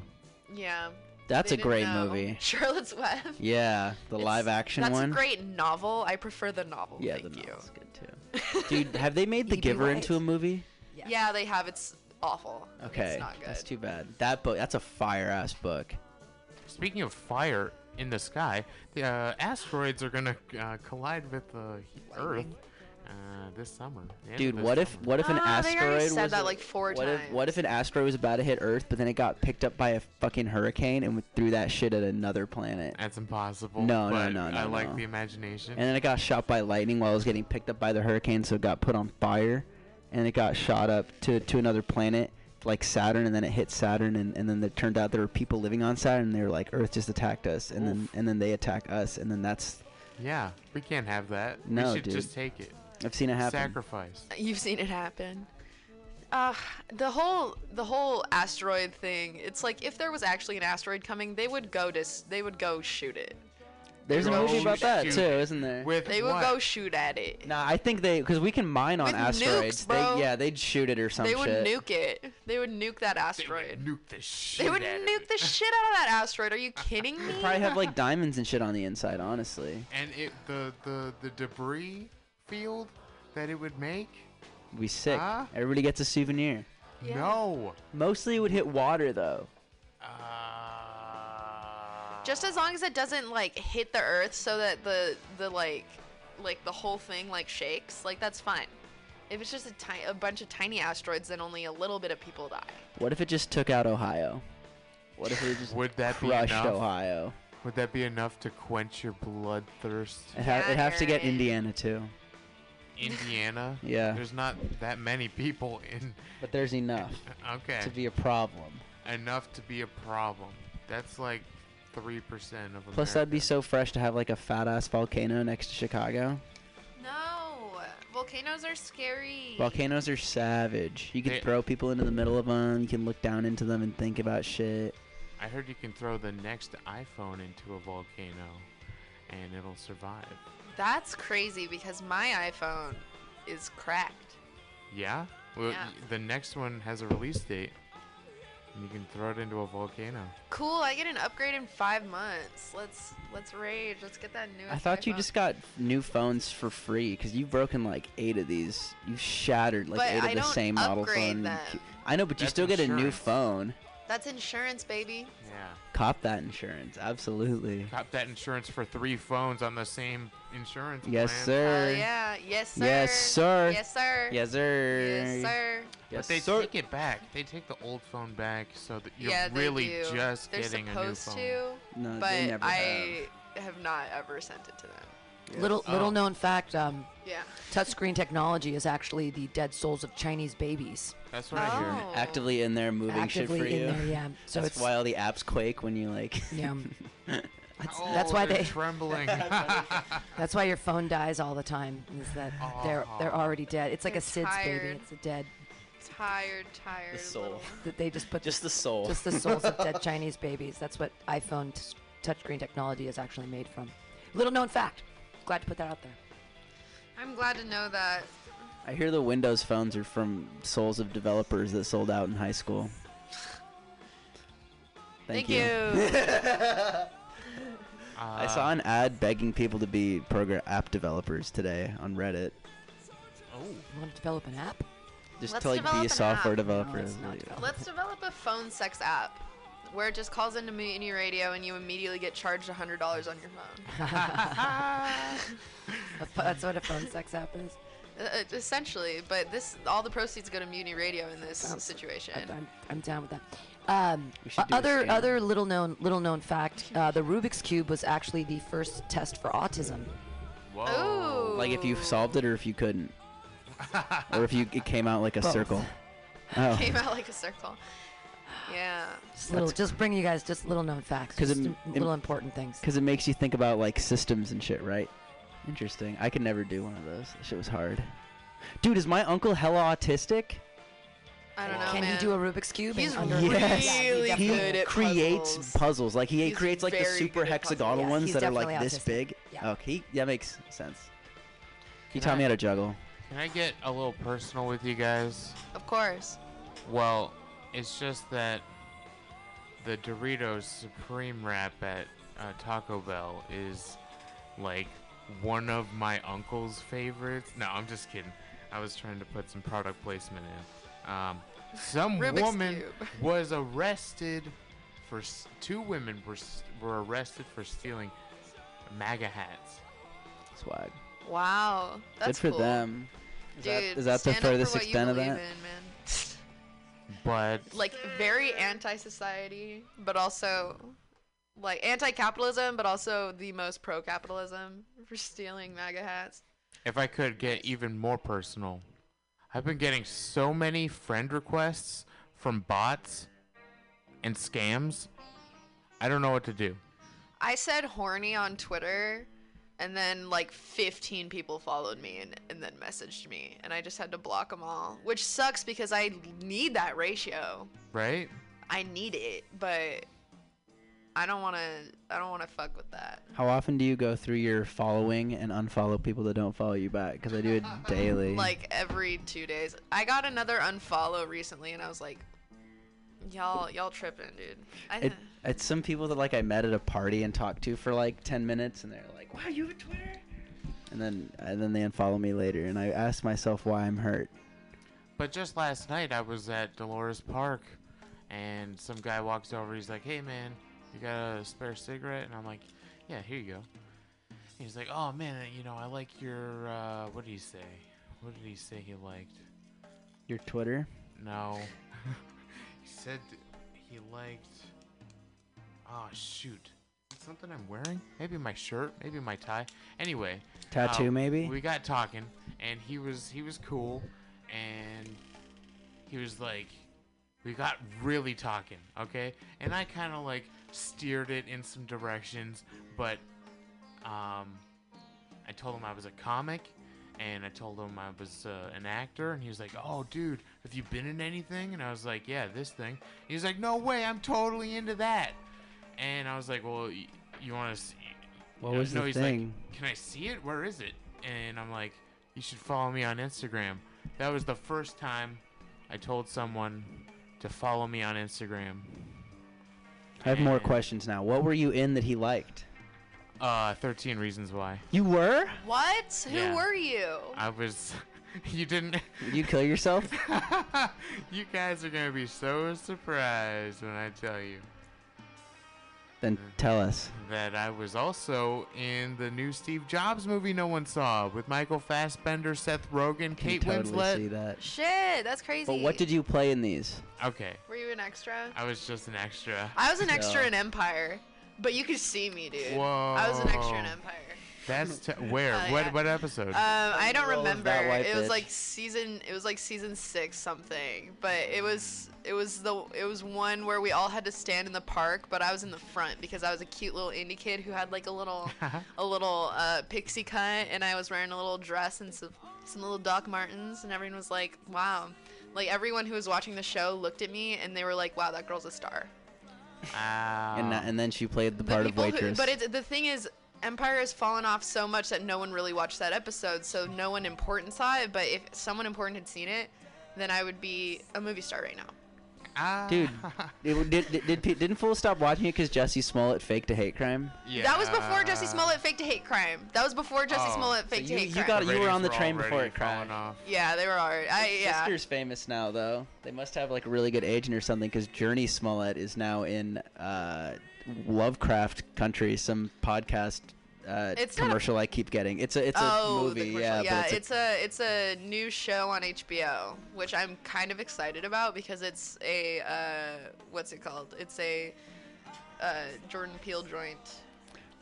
S13: Yeah.
S12: That's
S13: They
S12: a
S13: didn't
S12: great
S13: know. <laughs>
S12: movie.
S13: Charlotte's Web.
S12: Yeah, the live action
S13: That's
S12: one.
S13: a great novel. I prefer the novel.
S12: yeah,
S13: thank
S12: the
S13: you.
S12: novel's good
S13: <laughs>
S12: too. Dude, have they made The
S13: E.B.
S12: Giver
S13: White.
S12: into a movie?
S13: Yeah. they have. It's awful.
S12: Okay,
S13: It's not good.
S12: that's too bad. That book, that's a fire ass book.
S14: Speaking of fire in the sky, the uh, asteroids are gonna uh, collide with the Earth uh, this summer. the end
S12: Dude,
S14: of this
S12: what if
S14: summer.
S12: what if an
S13: Ah, they already
S12: asteroid
S13: said
S12: was
S13: that, like, four
S12: what If, what if an asteroid was about to hit Earth, but then it got picked up by a fucking hurricane and threw that shit at another planet?
S14: That's impossible.
S12: No, no,
S14: but
S12: no, no.
S14: I like
S12: no.
S14: the imagination.
S12: And then it got shot by lightning while it was getting picked up by the hurricane, so it got put on fire, and it got shot up to to another planet. like Saturn, and then it hit Saturn, and, and then it turned out there were people living on Saturn, and they were like, Earth just attacked us, and then and then they attack us, and then that's
S14: Yeah, we can't have that.
S12: No,
S14: we should
S12: dude.
S14: just take it.
S12: I've seen it happen.
S14: Sacrifice.
S13: <laughs> You've seen it happen. Uh, the whole the whole asteroid thing. It's like if there was actually an asteroid coming, they would go to s- they would go shoot it.
S12: There's a
S13: Go
S12: movie about that
S13: shoot
S12: too, isn't there?
S13: they would go shoot at it.
S12: Nah, I think they because we can mine on
S13: With nukes,
S12: asteroids.
S13: bro.
S12: They, yeah, they'd shoot it or some
S13: they would
S12: shit.
S13: nuke it. They would nuke that asteroid. They would nuke
S14: the
S13: They would nuke the shit out of that asteroid. Are you <laughs> kidding me?
S12: Probably have like diamonds and shit on the inside. Honestly,
S14: And it the the the debris field that it would make.
S12: we sick.
S14: Huh?
S12: Everybody gets a souvenir.
S14: Yeah. No.
S12: Mostly it would hit water though.
S13: Just as long as it doesn't like hit the earth so that the the like like the whole thing like shakes, like that's fine. If it's just a tiny a bunch of tiny asteroids, then only a little bit of people die.
S12: What if it just took out Ohio? What if it just
S14: Would that be
S12: crushed
S14: enough?
S12: Ohio?
S14: Would that be enough to quench your
S12: <laughs>
S14: bloodthirst?
S12: It ha- it'd have to get Indiana too.
S14: Indiana.
S12: Yeah.
S14: There's not that many people in.
S12: But there's enough.
S14: <laughs> Okay.
S12: To be a problem.
S14: Enough to be a problem. That's like three percent of. America.
S12: Plus, that'd be so fresh to have like a fat ass volcano next to Chicago.
S13: No, volcanoes are scary.
S12: Volcanoes are savage. You can throw people into the middle of them. You can look down into them and think about shit.
S14: I heard you can throw the next iPhone into a volcano, and it'll survive.
S13: That's crazy because my iPhone is cracked.
S14: Yeah. Well,
S13: Yeah.
S14: y- the next one has a release date, and you can throw it into a volcano.
S13: Cool, I get an upgrade in five months. Let's let's rage. Let's get that new.
S12: I thought you
S13: iPhone.
S12: just got new phones for free because you've broken like eight of these. You've shattered like
S13: But
S12: eight
S13: I
S12: of the
S13: don't
S12: same model
S13: upgrade
S12: phone.
S13: them.
S12: I know, but you
S14: That's
S12: still get a new
S14: insurance.
S12: phone.
S13: That's insurance, baby.
S14: Yeah.
S12: Cop that insurance, absolutely.
S14: Cop that insurance for three phones on the same insurance.
S12: Yes,
S14: plan.
S12: sir.
S13: Hell yeah. Yes, sir.
S12: Yes, sir.
S13: Yes, sir.
S12: Yes, sir.
S13: Yes, sir.
S12: Yes,
S14: but they
S12: sir.
S14: take it back. They take the old phone back, so that you're
S13: yeah, they
S14: really
S13: do.
S14: just
S13: They're
S14: getting a new
S13: supposed
S14: phone.
S13: to.
S12: No, they
S13: but
S12: never
S14: <laughs>
S13: I have. not ever sent it to them.
S2: Little
S14: Oh.
S13: Oh.
S2: little known fact. Um,
S13: Yeah.
S2: Touchscreen technology is actually the dead souls of Chinese babies.
S14: That's
S12: what I hear. Actively in there, moving shit for
S2: Actively
S12: you.
S2: in there, yeah. So
S12: that's
S2: it's-
S12: why all the apps quake when you like. <laughs>
S2: Yeah.
S12: that's,
S13: Oh,
S2: that's why
S14: they're
S2: they
S14: trembling.
S2: <laughs> That's why your phone dies all the time. Is that they're
S13: Ah.
S2: they're already dead? It's like a
S13: They're
S2: SIDS
S13: tired.
S2: baby. It's a dead.
S13: Tired, tired.
S12: The soul.
S2: That they just put
S12: Just the soul.
S2: Just the souls
S12: <laughs>
S2: of dead Chinese babies. That's what iPhone t- touchscreen technology is actually made from. Little known fact. Glad to put that out there.
S13: I'm glad to know that.
S12: I hear the Windows phones are from souls of developers that sold out in high school. Thank, <laughs>
S14: Uh,
S2: Ah.
S12: I saw an ad begging people to be program app developers today on Reddit. Oh.
S2: You want to develop an app?
S12: Just
S13: Let's
S12: to like
S13: develop
S12: be
S13: an
S12: a software
S13: app.
S12: developer.
S2: No, it's not
S12: Like,
S13: Let's develop a phone sex app where it just calls into Mutiny Radio and you immediately get charged $100 on your
S14: <laughs>
S13: Uh, phone.
S2: A pho- That's what a phone sex app is.
S13: Uh, essentially, but this all the proceeds go to Mutiny Radio in this
S2: Sounds-
S13: situation. <laughs>
S2: I- I'm, I'm down with that. Um,
S12: should
S2: o-
S12: do a
S2: other
S12: scan.
S2: other little known little known fact: uh, the Rubik's cube was actually the first test for autism.
S12: like if you solved it or if you couldn't, or if you it came out like a
S2: Both.
S12: circle.
S13: <laughs>
S12: Oh,
S13: Came out like a circle. Yeah.
S2: Just little, just bring you guys just little known facts,
S12: because
S2: just
S12: it,
S2: m- little important things.
S12: Because it makes you think about like systems and shit, right? Interesting. I could never do one of those. That shit was hard. Dude, is my uncle hella autistic?
S13: I don't know.
S2: Can
S13: man.
S2: he do a Rubik's cube?
S13: He's
S2: in under- Yeah, he
S13: really
S2: definitely-
S13: good
S12: he <laughs>
S13: at
S12: creates
S13: puzzles.
S12: puzzles. Like he
S13: He's
S12: creates like the
S13: very
S12: super
S13: good at puzzles.
S12: hexagonal
S13: Yeah,
S12: ones
S13: he's
S12: that are like
S13: definitely
S12: this
S13: autistic.
S12: big.
S13: Yeah.
S12: Okay, that makes sense. He
S14: Can
S12: taught
S14: I-
S12: me how to juggle.
S14: Can I get a little personal with you guys?
S13: Of course.
S14: Well, it's just that the Doritos Supreme wrap at uh, Taco Bell is like one of my uncle's favorites. No, I'm just kidding. I was trying to put some product placement in. Um, some
S13: Rubik's
S14: woman
S13: Cube. <laughs>
S14: was arrested for s- two women were s- were arrested for stealing MAGA hats.
S12: Swag.
S13: Wow. That's
S12: Good for
S13: cool.
S12: them. Is
S13: Dude,
S12: that- is that the
S13: stand up for
S12: furthest
S13: what you
S12: extent of
S13: believe
S12: that?
S13: in, man. <laughs>
S14: But
S13: like very anti-society, but also like anti-capitalism, but also the most pro-capitalism <laughs> for stealing MAGA hats.
S14: If I could get even more personal, I've been getting so many friend requests from bots and scams, I don't know what to do.
S13: I said horny on Twitter, and then like 15 people followed me and, and then messaged me, and I just had to block them all, which sucks because I need that ratio.
S14: Right?
S13: I need it, but I don't want to. I don't want to fuck with that.
S12: How often do you go through your following and unfollow people that don't follow you back? Because I
S13: <laughs>
S12: do it daily.
S13: Like every two days, I got another unfollow recently, and I was like, "Y'all, y'all tripping, dude." I, <laughs>
S12: it, it's some people that like I met at a party and talked to for like ten minutes, and they're like,
S13: wow, you have a Twitter?
S12: and then and then they unfollow me later, and I ask myself why I'm hurt.
S14: But just last night, I was at Dolores Park, and some guy walks over. He's like, "Hey, man, you got a spare cigarette?" And I'm like, "Yeah, here you go." He's like, "Oh man, you know, I like your uh, what did he say? What did he say he liked?"
S12: Your Twitter?
S14: No, <laughs> he said he liked. Oh shoot, something I'm wearing? Maybe my shirt? Maybe my tie? Anyway, um,
S12: Tattoo, maybe?
S14: We got talking, and he was he was cool, and he was like, we got really talking, okay? And I kind of like steered it in some directions, but um, I told him I was a comic, and I told him I was uh, an actor, and he was like, "Oh, dude, have you been in anything?" And I was like, "Yeah, this thing." He was like, "No way, I'm totally into that." And I was like, "Well, y- you want to see?"
S12: What
S14: no,
S12: was the
S14: no, he's
S12: thing?
S14: Like, Can I see it? Where is it? And I'm like, "You should follow me on Instagram." That was the first time I told someone to follow me on Instagram.
S12: I have more questions now. What were you in that he liked?
S14: Uh, 13 reasons why.
S12: You were?
S13: What? Who
S14: Yeah.
S13: were you?
S14: I was. <laughs> You didn't.
S12: You kill yourself?
S14: you guys are gonna be so surprised when I tell you
S12: then tell us.
S14: that I was also in the new Steve Jobs movie no one saw with Michael Fassbender, Seth Rogen, Kate
S12: totally
S14: Winslet.
S12: see that.
S13: Shit, that's crazy.
S12: But what did you play in these?
S14: Okay,
S13: Were you an extra?
S14: I was just an extra.
S13: I was an
S14: So-
S13: extra in Empire, but you could see me, dude. I was an extra in
S14: Whoa.
S13: Empire.
S14: That's t- where?
S13: Oh,
S14: what?
S13: yeah.
S14: What episode?
S13: Um, I don't
S14: Roll of
S13: remember.
S14: that white
S13: It was
S14: bitch.
S13: like season. It was like season six something. But it was it was the it was one where we all had to stand in the park, but I was in the front because I was a cute little indie kid who had like a
S14: <laughs>
S13: little a little uh, pixie cut, and I was wearing a little dress and some some little Doc Martens, and everyone was like, "Wow!" Like everyone who was watching the show looked at me, and they were like, "Wow, that girl's a star."
S14: Uh,
S12: And, tha- and then she played the part of
S13: people who-
S12: waitress.
S13: but it's, the thing is, Empire has fallen off so much that no one really watched that episode, so no one important saw it. But if someone important had seen it, then I would be a movie star right now.
S14: Ah.
S12: <laughs> Dude, it, w- did, did, did, pe- didn't fools stop watching it because Jesse Smollett faked a hate crime?
S13: That was before Jesse Smollett faked a hate crime. That was before Jesse
S12: Oh.
S14: Oh.
S13: Smollett faked
S12: you,
S13: a hate
S12: you
S13: crime.
S12: got you were on the train before it
S14: crashed.
S13: Yeah, they were already. I, yeah.
S12: Sister's famous now though. They must have like a really good agent or something because Journey Smollett is now in uh, Lovecraft Country, some podcast uh,
S13: It's not a-
S12: commercial I keep getting. It's a it's a
S13: oh, the
S12: movie,
S13: commercial.
S12: yeah,
S13: yeah.
S12: but
S13: it's, a, it's a new show on HBO, which I'm kind of excited about because it's a uh, what's it called? It's a uh, Jordan Peele joint.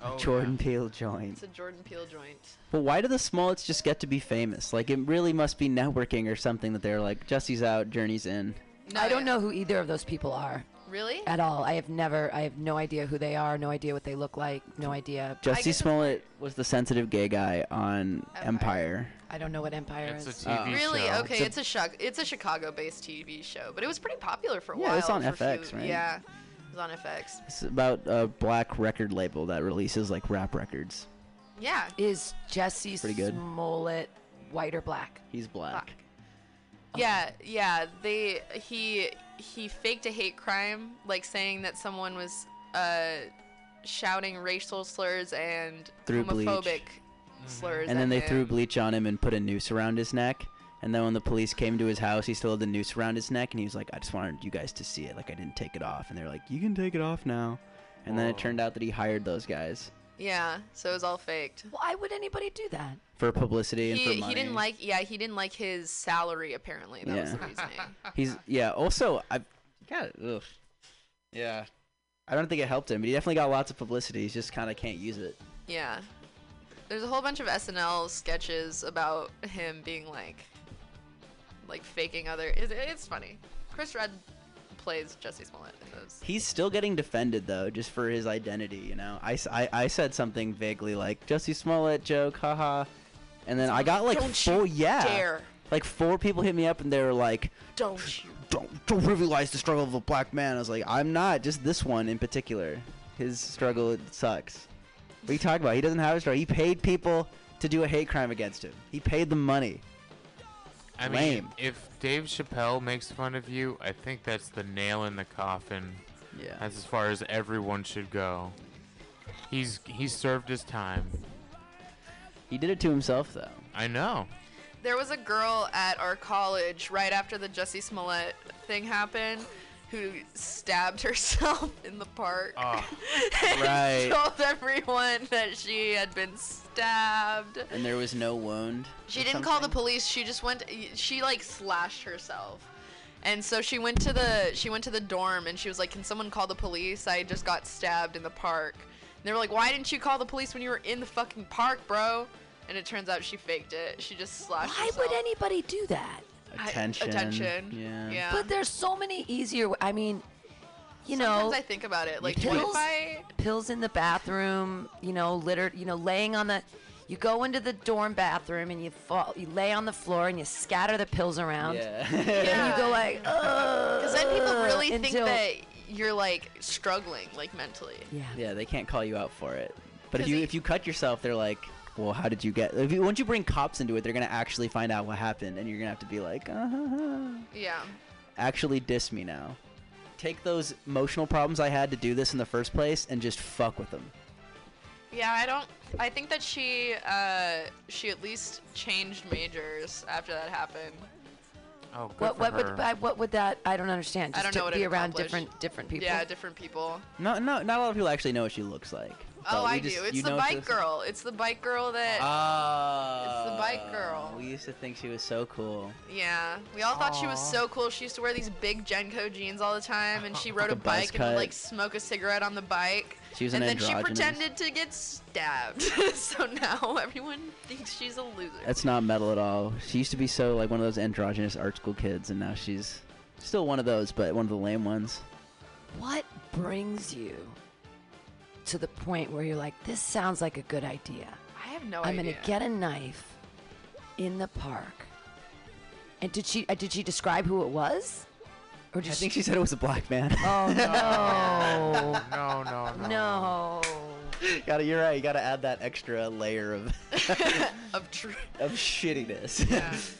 S12: a Jordan Peele joint.
S13: It's a Jordan Peele joint.
S12: But why do the Smollets just get to be famous? Like it really must be networking or something that they're like Jesse's out, Journey's in.
S2: I don't know who either of those people are.
S13: Really?
S2: At all. I have never, I have no idea who they are, no idea what they look like, no idea.
S12: Jesse Smollett was the sensitive gay guy on Empire.
S2: I don't know what Empire
S12: It's a
S2: is.
S12: TV Oh.
S13: Really?
S12: show.
S13: Okay,
S12: It's a-
S13: it's a Chic- it's a Chicago-based TV show, but it was pretty popular for a while.
S12: Yeah, it's on
S13: for a
S12: FX,
S13: few-
S12: right?
S13: Yeah, it was on FX.
S12: It's about a black record label that releases like rap records.
S13: Yeah.
S2: Is Jesse
S12: Pretty good.
S2: Smollett white or black?
S12: He's black.
S13: Yeah, yeah. They he he faked a hate crime, like saying that someone was uh, shouting racial slurs and
S12: Through bleach.
S13: homophobic slurs.
S12: And then
S13: at
S12: they
S13: him.
S12: threw bleach on him and put a noose around his neck. And then when the police came to his house, he still had the noose around his neck, and he was like, "I just wanted you guys to see it. Like I didn't take it off." And they're like, "You can take it off now." And then it turned out that he hired those guys
S13: Yeah, so it was all faked.
S2: Why would anybody do that?
S12: for publicity and
S13: He,
S12: for money.
S13: he didn't like yeah he didn't like his salary apparently. That was
S12: Yeah.
S13: the reasoning.
S12: <laughs> He's yeah. Also, I got ugh. Yeah. I don't think it helped him, but he definitely got lots of publicity. He just kind of can't use it.
S13: Yeah. There's a whole bunch of SNL sketches about him being like, like faking other. It's, it's funny. Chris Red plays Jesse Smollett in those.
S12: He's still getting defended though, just for his identity. You know, I, s- I- I said something vaguely like Jesse Smollett joke, haha, and then I got like
S13: Don't you
S12: four yeah,
S13: dare.
S12: like four people hit me up and they were like,
S13: Don't you?
S12: don't don't trivialize the struggle of a black man. I was like, I'm not just this one in particular. His struggle it sucks. What are you talking about? He doesn't have a struggle. He paid people to do a hate crime against him. He paid them money.
S14: I
S12: Lame.
S14: mean, if Dave Chappelle makes fun of you, I think that's the nail in the coffin.
S12: Yeah.
S14: That's as far as everyone should go. He's he served his time.
S12: He did it to himself though.
S14: I know.
S13: There was a girl at our college right after the Jesse Smollett thing happened who stabbed <laughs> herself in the park.
S12: Oh,
S13: <laughs> and
S12: right.
S13: told everyone that she had been stabbed.
S12: And there was no wound.
S13: She
S12: or
S13: didn't call the police. She just went. She like slashed herself, and so she went to the she went to the dorm and she was like, "Can someone call the police? I just got stabbed in the park." And they were like, "Why didn't you call the police when you were in the fucking park, bro?" And it turns out she faked it. She just slashed.
S2: Why would anybody do that?
S13: I- Attention. attention. Yeah. Yeah.
S2: But there's so many easier. w- I mean, you know.
S13: Sometimes I think about it. Like, what if
S2: pills,
S13: I-
S2: pills in the bathroom. You know, littered. You know, laying on the. You go into the dorm bathroom and you fall. You lay on the floor and you scatter the pills around.
S12: Yeah.
S2: And you go
S13: <laughs>
S2: like,
S13: Because then people really
S2: Ugh,
S13: think
S2: until-
S13: that you're like struggling, like mentally. <laughs>
S2: Yeah.
S12: Yeah, they can't call you out for it. But if
S13: 'Cause
S12: you if you cut yourself, they're like, "Well, how did you get?" If you, once you bring cops into it, they're gonna actually find out what happened, and you're gonna have to be like, uh,
S13: Yeah.
S12: "Actually, diss me now." Take those emotional problems I had to do this in the first place, and just fuck with them.
S13: Yeah, I don't. I think that she uh, she at least changed majors after that happened.
S14: Oh, good
S2: What,
S14: for
S2: what
S14: her.
S2: would I, what would that? I don't understand.
S13: I
S2: Just
S13: don't know
S2: to
S13: what
S2: be
S13: it
S2: around
S13: accomplished.
S2: different different people.
S13: Yeah, different people.
S12: No, no, not a lot of people actually know what she looks like. but
S13: oh,
S12: we
S13: I
S12: just-
S13: do. It's
S12: you
S13: the
S12: know it's
S13: bike
S12: this- Ah.
S13: girl. It's the bike girl that. it's the bike girl.
S12: Oh, We used to think she was so cool.
S13: Yeah, we all thought she was
S12: Aw.
S13: so cool. She used to wear these big Genko jeans all the time,
S12: <laughs>
S13: and she rode a
S12: a buzz
S13: bike and would,
S12: cut.
S13: like smoke a cigarette on the bike.
S12: She was
S13: and
S12: an
S13: then she
S12: androgynous.
S13: pretended to get stabbed, <laughs> so now everyone thinks she's a loser.
S12: That's not metal at all. She used to be so like one of those androgynous art school kids, and now she's still one of those, but one of the lame ones.
S2: What brings you to the point where you're like, this sounds like a good idea?
S13: I have no
S2: I'm
S13: idea.
S2: gonna get a knife in the park. And did she uh, did she describe who it was? Or did
S12: I think she said it was a black man.
S2: Oh
S12: <laughs>
S2: no.
S14: no,
S2: no.
S14: no,
S2: No.
S12: gotta, you're right. You gotta add that extra layer
S2: <laughs>
S12: of
S13: of truth
S12: of shittiness.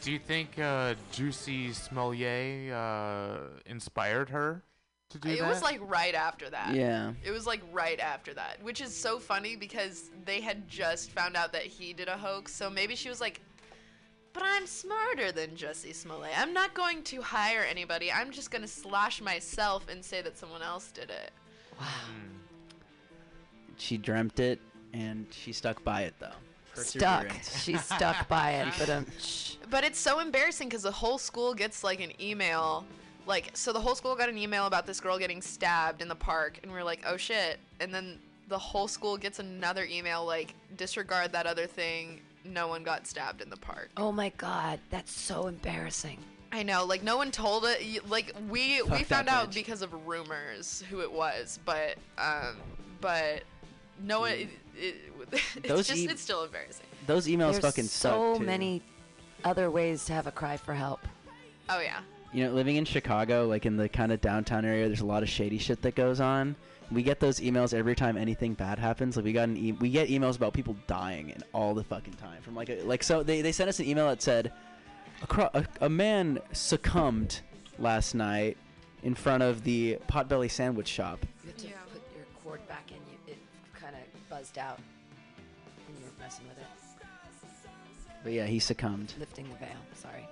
S12: <laughs>
S14: Do you think uh, Juicy Smollett uh, inspired her to do
S13: it
S14: that?
S13: was like right after that.
S14: Yeah.
S13: It was like right after that, which is so funny because they had just found out that he did a hoax. So maybe she was like, but I'm smarter than Jesse Smollett. I'm not going to hire anybody. I'm just going to slash myself and say that someone else did it.
S12: she dreamt it, and she stuck by it though.
S2: Stuck.
S12: Perseverance.
S2: She's stuck by it,
S12: <laughs>
S2: but um
S13: But it's so embarrassing because the whole school gets like an email. Like, so the whole school got an email about this girl getting stabbed in the park, and we are like, oh shit. And then the whole school gets another email, like, disregard that other thing. No one got stabbed in the park.
S2: Oh my god, that's so embarrassing.
S13: I know, like, no one told it. y- Like, we
S2: Fuck
S13: we
S2: that
S13: found out
S2: bitch.
S13: because of rumors who it was, but, um, but no one, it, it, <laughs> it's
S12: Those
S13: just,
S12: e-
S13: it's still embarrassing.
S12: Those emails
S2: There's
S12: fucking
S2: so
S12: suck, too.
S2: many other ways to have a cry for help.
S13: Oh, yeah.
S12: You know, living in Chicago, like in the kind of downtown area, there's a lot of shady shit that goes on. We get those emails every time anything bad happens. Like we got an e- we get emails about people dying and all the fucking time from like a, like so they, they sent us an email that said a, cro- a, a man succumbed last night in front of the Potbelly sandwich shop.
S2: You have to put your cord back in. You, it kind of buzzed out when you were messing with it.
S12: But yeah, he succumbed.
S2: Lifting the veil. Sorry.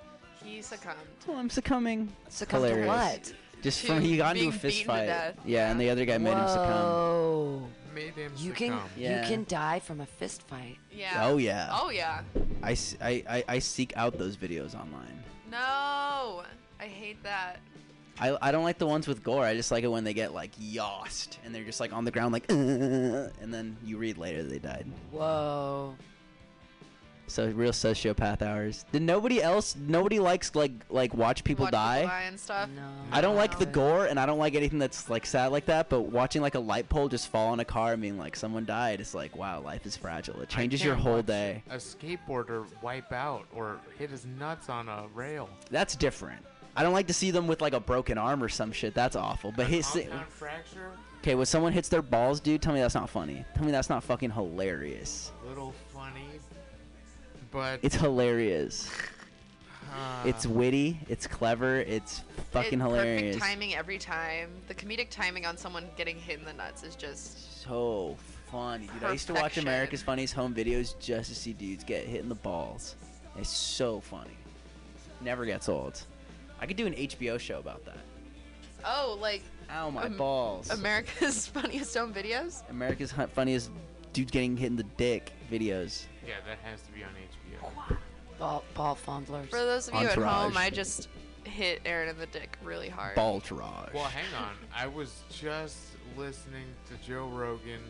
S13: He succumbed.
S12: Well, I'm succumbing.
S2: Succumbed
S12: Hilarious.
S2: to what?
S12: Just from he got into a
S2: being
S12: fist
S2: beaten to
S12: fight.
S2: death.
S12: Yeah, and the other guy made him succumb.
S2: Whoa.
S14: Made him
S2: You can
S12: succumb. Yeah.
S2: you can die from a fist fight.
S13: Yeah.
S12: Oh yeah.
S13: Oh, yeah.
S12: I, s- I- I- I seek out those videos online.
S13: No, I hate that.
S12: I, I don't like the ones with gore. I just like it when they get like yossed and they're just like on the ground like "Uh," and then you read later they died.
S2: Whoa.
S12: So real sociopath hours. Did nobody else? Nobody likes like like watch people die.
S13: Why and stuff. No.
S12: I don't like the gore, and I don't like anything that's like sad like that. But watching like a light pole just fall on a car, and being like someone died, is like wow, life is fragile. It
S14: I
S12: changes your
S14: can't
S12: whole
S14: watch
S12: day.
S14: A skateboarder wipe out or hit his nuts on a rail.
S12: That's different. I don't like to see them with like a broken arm or some shit. That's awful. But his
S14: Compound fracture,
S12: okay, when someone hits their balls, dude, tell me that's not funny. Tell me that's not fucking hilarious.
S14: little funny, but
S12: It's hilarious.
S14: uh,
S12: it's witty. It's clever. It's fucking
S13: It's
S12: hilarious.
S13: Perfect timing every time. The comedic timing on someone getting hit in the nuts is just
S12: so funny, dude. I used to watch
S13: Perfection.
S12: America's Funniest Home Videos just to see dudes get hit in the balls. It's so funny. Never gets old. I could do an HBO show about that.
S13: oh like.
S12: Ow, my balls.
S13: America's <laughs> funniest home videos.
S12: America's Hu- Funniest Dudes Getting Hit in the Dick videos.
S14: yeah, that has to be on HBO.
S2: Ball, ball fondlers.
S13: For those of you at
S12: Entourage.
S13: home, I just hit Aaron in the dick really hard.
S12: Baltourage.
S14: Well, hang on. I was just listening to Joe Rogan.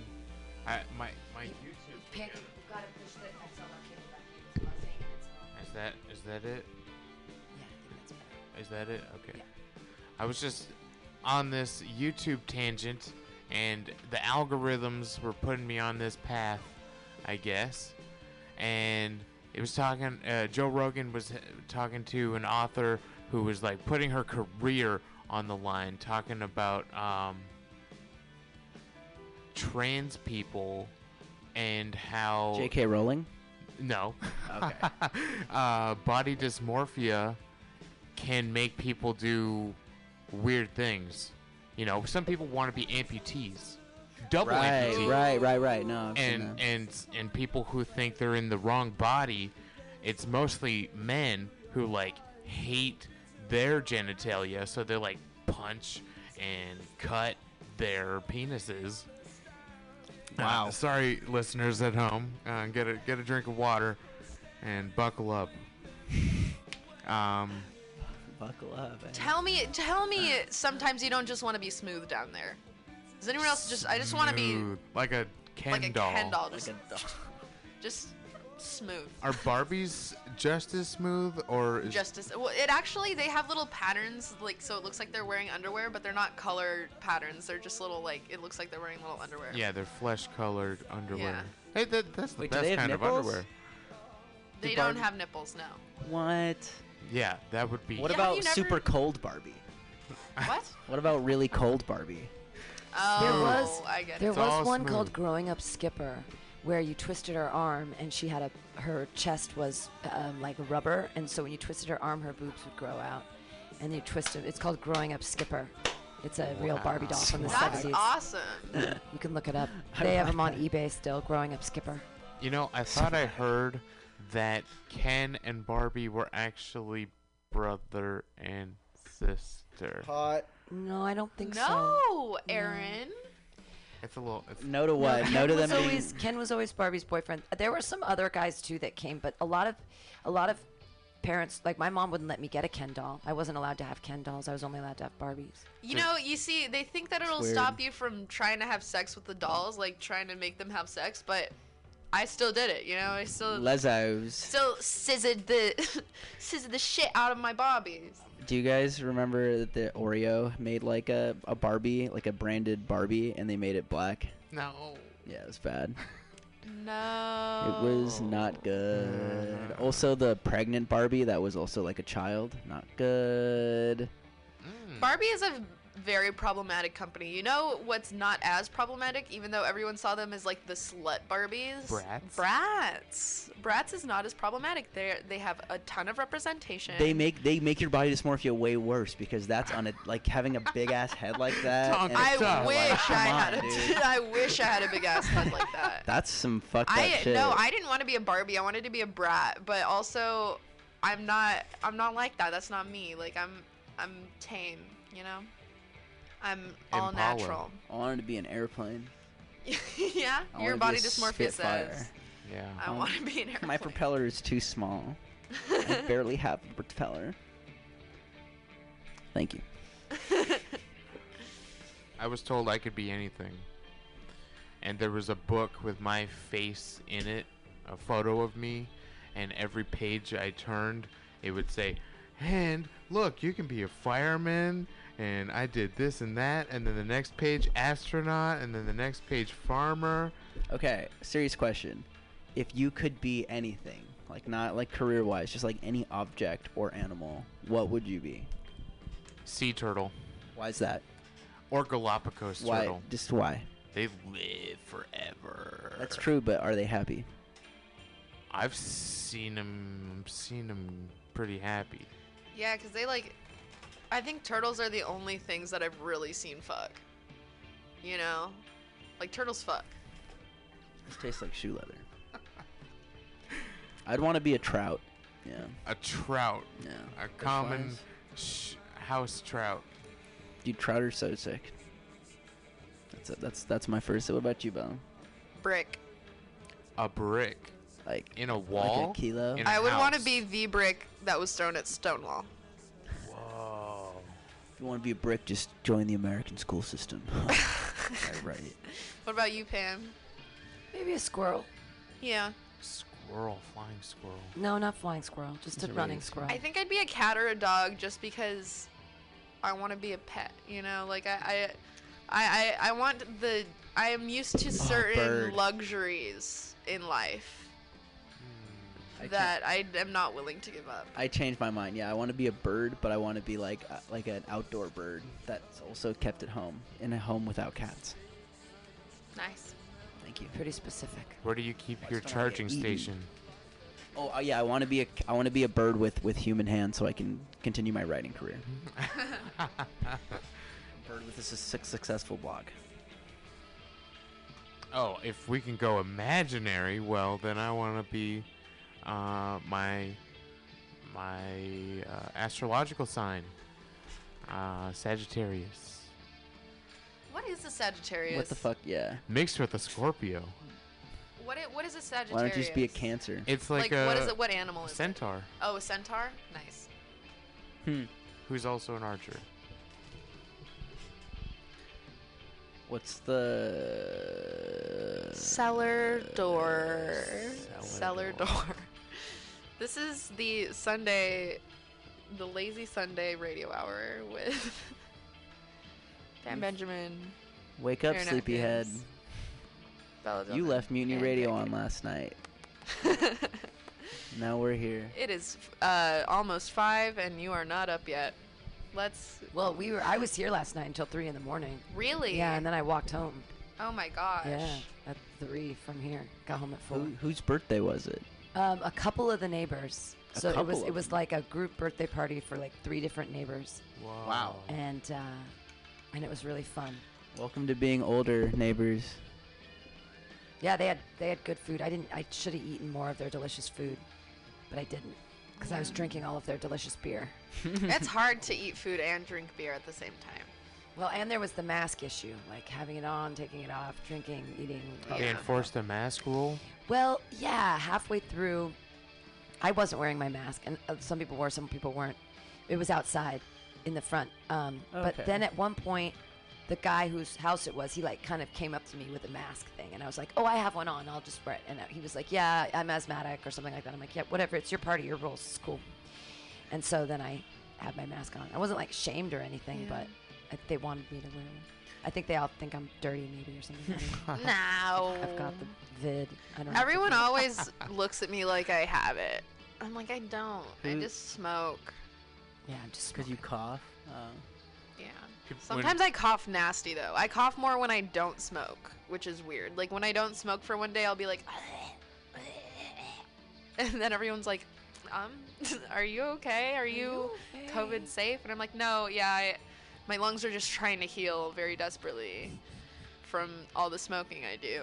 S14: I, my my YouTube.
S2: Pick. Gotta push the XLR cable back. I was saying it's
S14: Is that is that it? Is that it? Okay. I was just on this YouTube tangent, and the algorithms were putting me on this path, I guess. And it was talking. Uh, Joe Rogan was uh, talking to an author who was like putting her career on the line, talking about um, trans people and how
S12: J.K. Rowling?
S14: no.
S12: Okay.
S14: <laughs> uh, body dysmorphia can make people do weird things. You know, some people want to be amputees, double
S12: right,
S14: amputees
S12: right, right, right. No, I've seen
S14: and and and people who think they're in the wrong body it's mostly men who like hate their genitalia so they like punch and cut their penises wow Uh, sorry listeners at home uh, get a get a drink of water and buckle up um
S12: buckle up eh?
S13: Tell me, tell me. Sometimes you don't just want to be smooth down there. Does anyone else just? I just want to be
S14: like a Ken
S13: like a
S14: doll
S13: Ken doll, just, <laughs> just smooth.
S14: are Barbies just as smooth or is
S13: Justice. Well, it actually they have little patterns, like so it looks like they're wearing underwear, but they're not color patterns. They're just little like it looks like they're wearing little underwear.
S14: Yeah, they're flesh colored underwear.
S13: Yeah.
S14: Hey, that, that's the
S12: Wait, do
S14: best
S12: they have
S14: kind
S12: nipples?
S14: of underwear.
S13: They
S14: The
S13: don't
S14: Barbie-
S13: have nipples
S12: <laughs>
S13: now.
S12: What?
S14: Yeah, that would be.
S12: What
S13: Yeah,
S12: about
S13: you never-
S12: super cold Barbie?
S13: What?
S12: What about really cold Barbie?
S13: Oh,
S2: There was
S13: I get it.
S2: there was one called "Growing Up Skipper," where you twisted her arm and she had a her chest was um, like rubber, and so when you twisted her arm, her boobs would grow out, and you twist it. It's called "Growing Up Skipper." It's a real Barbie doll from the
S13: That's
S2: 70s.
S13: awesome.
S2: You can look it up.
S14: <laughs> I
S2: They have
S14: like
S2: them on eBay still. Growing Up Skipper.
S14: You know, I thought I heard that Ken and Barbie were actually brother and sister.
S13: Uh,
S2: Hot. No, I don't think so.
S13: No, Aaron.
S14: It's a little. It's
S12: no to
S2: Ken was always Ken was always Barbie's boyfriend. There were some other guys too that came, but a lot of a lot of parents like my mom wouldn't let me get a Ken doll. I wasn't allowed to have Ken dolls. I was only allowed to have Barbies.
S13: You know, you see, they think that it'll
S2: weird.
S13: stop you from trying to have sex with the dolls, like trying to make them have sex, but I still did it, you know? I still
S12: Lezos.
S13: still scissored the <laughs> scissored the shit out of my bobbies.
S12: Do you guys remember that the Oreo made like a, a Barbie, like a branded Barbie, and they made it black?
S14: No.
S12: Yeah, it was bad. <laughs>
S13: No.
S12: It was
S13: Oh.
S12: not good.
S13: Mm-hmm.
S12: Also, the pregnant Barbie that was also like a child, not good.
S13: Barbie is a very problematic company. You know what's not as problematic, even though everyone saw them as like the slut Barbies?
S12: Bratz?
S13: Brats. Brats is not as problematic. They they have a ton of representation.
S12: They make they make your body dysmorphia way worse because that's on it like having a big ass head
S13: <laughs>
S12: like that. and
S13: I
S12: it's kinda
S13: wish
S12: like,
S13: <laughs> I
S12: come
S13: had
S12: on,
S13: a
S12: dude.
S13: <laughs> I wish I had a big ass head like that.
S12: That's some fuck that
S13: I
S12: shit.
S13: no, I didn't want to be a Barbie. I wanted to be a brat, but also I'm not I'm not like that. That's not me. Like I'm I'm tame, you know? I'm all
S12: Impala.
S13: natural. <laughs>
S12: I wanted to be an airplane.
S13: yeah,
S12: I wanted to
S13: your
S12: be
S13: body
S12: a
S13: dysmorphia
S12: Spitfire.
S13: says.
S14: Yeah.
S13: I
S12: Um,
S13: want to be an
S12: My
S13: airplane.
S12: propeller is too small.
S13: <laughs>
S12: I barely have a propeller. Thank you.
S14: I was told I could be anything. And there was a book with my face in it, a photo of me, and every page I turned, it would say, and look, you can be a fireman, and I did this and that, and then the next page, astronaut, and then the next page, farmer.
S12: Okay, serious question. If you could be anything, like not like career wise, just like any object or animal, what would you be?
S14: Sea turtle.
S12: Why is that?
S14: Or Galapagos
S12: Why-
S14: turtle.
S12: just why?
S14: They live forever.
S12: That's true, but are they happy?
S14: I've seen them. Seen them pretty happy.
S13: Yeah, because they like. I think turtles are the only things that I've really seen fuck. You know? Like, turtles fuck.
S12: This tastes like shoe leather.
S14: <laughs>
S12: I'd want to be a trout. Yeah.
S14: A trout.
S12: Yeah.
S14: A common sh- house trout.
S12: Dude, trout are so sick. That's it. That's that's my first. So what about you, Bella?
S13: Brick.
S14: A brick.
S12: Like
S14: in a wall.
S12: kilo?
S14: In a
S13: I would want to
S14: house.
S13: be the brick that was thrown at Stonewall.
S14: Whoa.
S12: If you want to be a brick, just join the American school
S14: <laughs>
S12: system. I write it.
S13: What about you, Pam?
S2: Maybe a squirrel.
S13: Yeah.
S14: Squirrel, flying squirrel.
S2: No, not flying squirrel. Just
S14: It's
S2: a
S14: a
S2: running
S14: race.
S2: squirrel.
S13: I think I'd be a cat or a dog just because I want to be a pet. You know, like I, I, I, I, I want the. I am used to certain
S12: bird.
S13: luxuries in life
S14: Hmm.
S13: that I am not willing to give up.
S12: I changed my mind. Yeah, I want to be a bird, but I want to be like uh, like an outdoor bird that's also kept at home in a home without cats.
S13: Nice.
S12: Thank you.
S2: Pretty specific.
S14: Where do you keep
S12: Why
S14: your
S12: don't I get
S14: charging
S12: eaten?
S14: station?
S12: Oh uh, yeah, I want to be a c- I want to be a bird with with human hands so I can continue my writing
S13: <laughs>
S12: career. bird with a su- successful blog.
S14: Oh, if we can go imaginary, well, then I want to be uh, my my uh, astrological sign, uh, Sagittarius,
S13: What is a Sagittarius?
S12: What the fuck? Yeah.
S14: mixed with a Scorpio.
S13: What i- what is a Sagittarius?
S12: Why don't you just be a cancer?
S14: It's like, a
S13: what is it? What animal is it?
S14: centaur,
S13: Oh, a centaur. Nice.
S12: Hmm.
S14: who's also an archer.
S12: What's the
S13: Cellar door. Cellar door. <laughs> This is the Sunday, the Lazy Sunday radio hour with <laughs> Dan Benjamin.
S12: Wake up,
S13: Aaron
S12: sleepyhead.
S13: Atkins, Bella
S12: You
S13: Dillon,
S12: left Mutiny
S13: and
S12: Radio
S13: Becky.
S12: on last
S13: <laughs>
S12: night. now we're here.
S13: It is uh, almost five, and you are not up yet. Let's.
S2: Well, we were. I was here last night until three in the morning.
S13: Really?
S2: Yeah, and then I walked home.
S13: Oh my gosh.
S2: Yeah, at three from here. Got home at four.
S12: Who, whose birthday was it?
S2: Um, a couple of the neighbors.
S12: A
S2: So it
S12: couple
S2: was
S12: of
S2: it was like a group birthday party for like three different neighbors.
S14: Wow.
S12: Wow.
S2: And uh, and it was really fun.
S12: Welcome to being older, neighbors.
S2: Yeah, they had they had good food. I didn't. I should have eaten more of their delicious food, but I didn't because I was
S12: Mm.
S2: drinking all of their delicious beer.
S12: <laughs>
S13: it's hard to eat food and drink beer at the same time.
S2: <laughs> Well, and there was the mask issue, like having it on, taking it off, drinking, eating.
S14: They enforced a mask rule.
S2: Well, yeah, halfway through, I wasn't wearing my mask, and uh, some people were, some people weren't. It was outside in the front. Um,
S12: Okay.
S2: But then at one point, the guy whose house it was, he like kind of came up to me with a mask thing, and I was like, "Oh, I have one on. I'll just wear it." And uh, he was like, "Yeah, I'm asthmatic or something like that." I'm like, "Yeah, whatever. It's your party, your rules. It's cool." And so then I had my mask on. I wasn't like shamed or anything,
S13: Yeah.
S2: but I, they wanted me to wear one. I think they all think I'm dirty, maybe or something. I don't know.
S13: No.
S2: I've got the vid. I don't know. <laughs>
S13: Everyone always looks at me like I have it. I'm like, I don't. I
S12: Who-
S13: just smoke.
S2: Yeah, I'm just
S12: because you cough. Oh.
S13: Yeah.
S12: Could- when-
S13: Sometimes I cough nasty though. I cough more when I don't smoke, which is weird. Like when I don't smoke for one day, I'll be like, <laughs> and then everyone's like, um, <laughs> are you okay? Are you COVID safe? And I'm like, no, yeah, I, my lungs are just trying to heal very desperately from all the smoking I do.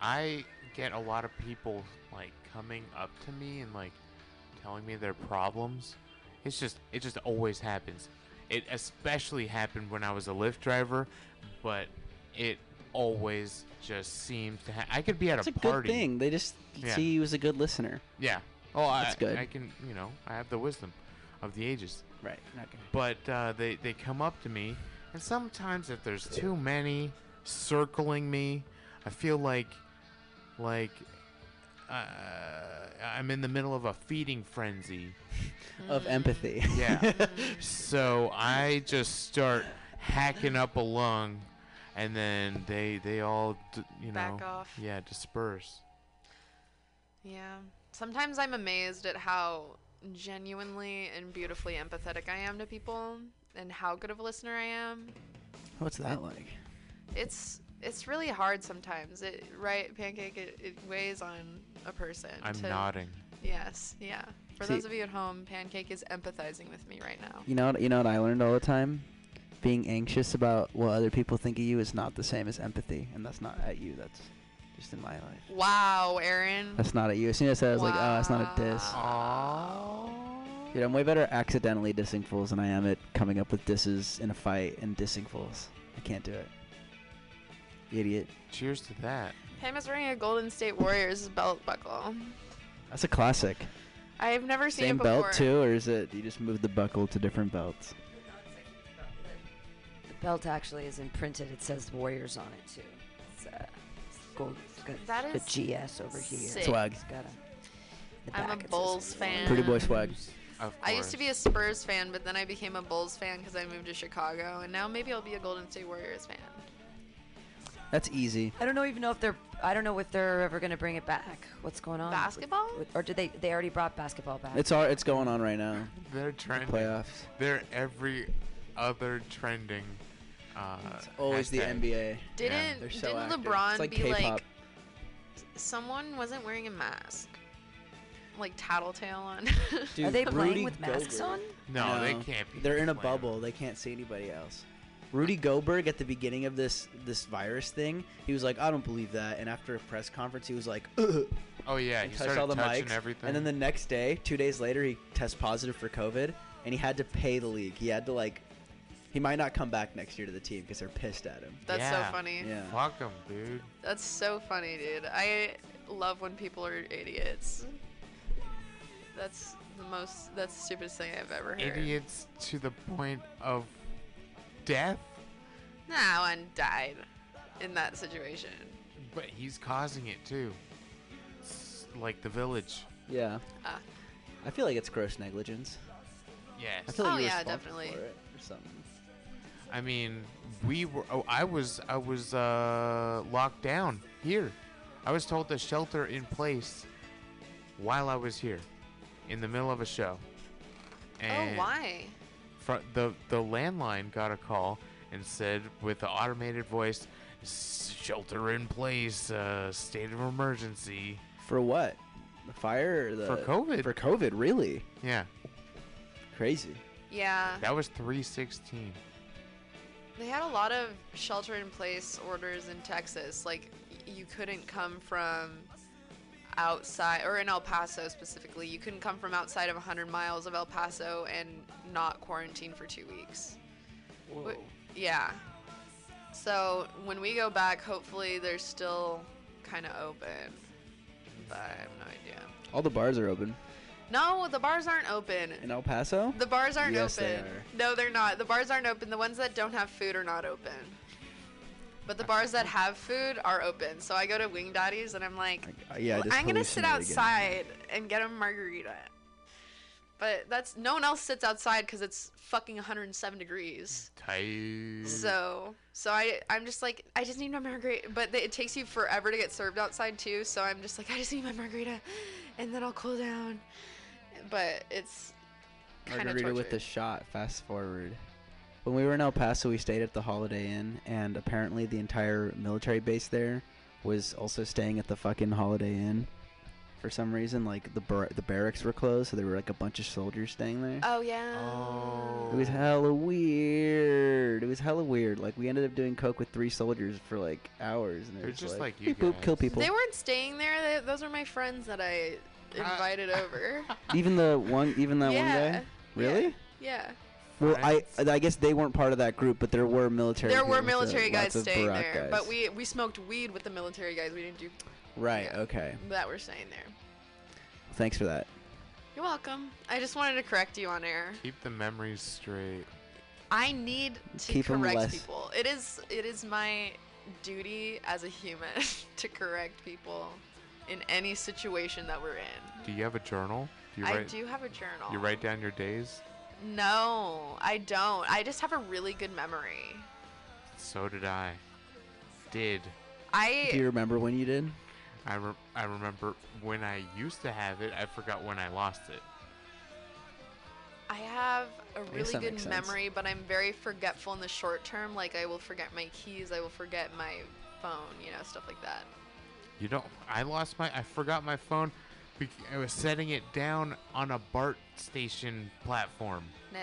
S14: I get a lot of people like coming up to me and like telling me their problems. It's just it just always happens. It especially happened when I was a Lyft driver, but it always just seems to. Ha- I could be at
S12: That's
S14: a,
S12: a good
S14: party.
S12: thing. They just
S14: Yeah.
S12: see you as a good listener.
S14: Yeah. Oh, I,
S12: That's good.
S14: I can, you know, I have the wisdom of the ages.
S12: Right. Okay.
S14: But uh, they they come up to me, and sometimes if there's too many circling me, I feel like like uh, I'm in the middle of a feeding frenzy
S12: <laughs> Of
S13: Mm-hmm.
S12: empathy. <laughs>
S14: Yeah. so I just start hacking up a lung, and then they they all d- you know
S13: Back off.
S14: yeah disperse.
S13: Yeah. Sometimes I'm amazed at how genuinely and beautifully empathetic I am to people and how good of a listener I am.
S12: What's that like?
S13: It's it's really hard sometimes. It right pancake it, it weighs on a person.
S14: I'm
S13: to-
S14: nodding.
S13: Yes, yeah. For
S12: See-
S13: those of you at home, pancake is empathizing with me right now.
S12: You know, what, you know what I learned all the time? Being anxious about what other people think of you is not the same as empathy, and that's not at you. That's just in my life.
S13: Wow, Aaron.
S12: That's not at you. As soon as I said, it, I was like, oh, that's not a diss. Dude, I'm way better at accidentally dissing fools than I am at coming up with disses in a fight and dissing fools. I can't do it. Idiot.
S14: Cheers to that.
S13: Pam is wearing a Golden State Warriors belt buckle.
S12: That's a classic.
S13: I have never seen
S12: Same
S13: it before.
S12: belt too, or is it you just move the buckle to different belts?
S2: The belt actually is imprinted. It says Warriors on it too. It's, uh, it's gold. It's got
S13: That is
S2: the GS over here.
S13: sick. Swag.
S2: It's got a. The
S13: I'm a
S2: back it says
S13: Bulls fan.
S12: Pretty boy swag.
S14: Of
S13: I used to be a Spurs fan, but then I became a Bulls fan because I moved to Chicago, and now maybe I'll be a Golden State Warriors fan.
S12: That's easy.
S2: I don't know even know if they're. I don't know if they're ever going to bring it back. What's going on?
S13: Basketball?
S2: With- or did they? They already brought basketball back.
S12: It's all it's going on right now.
S14: They're trending.
S12: Playoffs.
S14: They're every other trending. Uh, it's
S12: always the NBA.
S13: Didn't
S12: They're so
S13: didn't
S12: active.
S13: LeBron
S12: It's like
S13: be
S12: K-pop.
S13: like someone wasn't wearing a mask, like tattletale on?
S12: <laughs> Dude, Rudy Gobert.
S14: No, they can't be
S12: They're in a bubble. They can't see anybody else. Rudy Goldberg at the beginning of this this virus thing, he was like, "I don't believe that," and after a press conference, he was like, <laughs> Ugh,
S14: Oh yeah,
S12: and
S14: he
S12: touched
S14: started
S12: all the
S14: touching
S12: mics.
S14: everything.
S12: And then the next day, two days later, he tests positive for COVID, and he had to pay the league. He had to like, he might not come back next year to the team because they're pissed at him.
S13: That's so Yeah. funny.
S12: Yeah,
S14: fuck him, dude.
S13: That's so funny, dude. I love when people are idiots. That's the most. That's the stupidest thing I've ever heard.
S14: Idiots to the point of death,
S13: Nah, one died in that situation.
S14: but he's causing it too. It's like the village.
S12: Yeah.
S13: Ah.
S12: I feel like it's gross negligence.
S14: Yes.
S12: I feel like
S13: oh
S12: you're
S13: yeah,
S12: responsible
S13: definitely.
S12: for it or something.
S14: I mean, we were. Oh, I was. I was uh, locked down here. I was told to shelter in place while I was here, in the middle of a show.
S13: Oh
S14: And
S13: why?
S14: Fr- the the landline got a call and said with the automated voice, "S- "Shelter in place, uh, state of emergency."
S12: For what? The fire or the
S14: For COVID.
S12: For COVID, really?
S14: Yeah.
S12: Crazy.
S13: Yeah.
S14: That was three sixteen.
S13: They had a lot of shelter in place orders in Texas. Like, y- you couldn't come from outside, or in El Paso specifically, you couldn't come from outside of 100 miles of El Paso and not quarantine for two weeks. Wh-
S14: Whoa.
S13: yeah. So, when we go back, hopefully they're still kind of open. But I have no idea.
S12: All the bars are open
S13: No, the bars aren't open.
S12: in El Paso.
S13: The bars aren't
S12: Yes,
S13: open.
S12: they are.
S13: No, they're not. The bars aren't open. The ones that don't have food are not open. But the bars that have food are open. So I go to Wing Daddies and I'm like,
S12: Uh, yeah, I just
S13: I'm gonna sit
S12: hallucinated again.
S13: outside and get a margarita. But that's no one else sits outside because it's fucking 107 degrees. So, so I, I'm just like, I just need my margarita. But they, it takes you forever to get served outside too. So I'm just like, I just need my margarita, and then I'll cool down. But it's kind of
S12: Margarita with the shot. Fast forward. When we were in El Paso, we stayed at the Holiday Inn, and apparently the entire military base there was also staying at the fucking Holiday Inn. For some reason, like the bar- the barracks were closed, so there were like a bunch of soldiers staying there.
S13: Oh yeah.
S12: It was hella weird. It was hella weird. Like we ended up doing coke with three soldiers for like hours, and they
S14: They're
S12: were just,
S14: just like you
S12: "Beep, boop,
S14: guys."
S12: kill people.
S13: They weren't staying there. They, those are my friends that I invited over.
S12: even the one, even that one
S13: Yeah.
S12: guy. Really?
S13: Yeah.
S12: Well, I I guess they weren't part of that group, but there were military.
S13: there were
S12: people, so
S13: military guys
S12: lots of
S13: staying
S12: Barak
S13: there,
S12: guys.
S13: but we we smoked weed with the military guys. We didn't do
S12: right. Okay.
S13: that. We're staying there.
S12: Thanks for that.
S13: You're welcome. I just wanted to correct you on air.
S14: Keep the memories straight.
S13: I need to
S14: Keep 'em
S13: correct
S14: less-
S13: people. It <laughs> is it is my duty as a human to correct people in any situation that we're in.
S14: Do you have a journal? Do you
S13: I
S14: write,
S13: do have a journal.
S14: You write down your days.
S13: No, I don't. I just have a really good memory.
S14: So did I. Did.
S13: I
S12: Do you remember when you did?
S14: I, re- I remember when I used to have it. I forgot when I lost it.
S13: I have a
S14: guess
S13: really
S14: that
S13: good
S14: makes sense.
S13: memory, but I'm very forgetful in the short term. Like I will forget my keys, I will forget my phone, you know, stuff like that.
S14: You don't. I lost my. I forgot my phone. bec- I was setting it down on a BART station platform,
S13: No.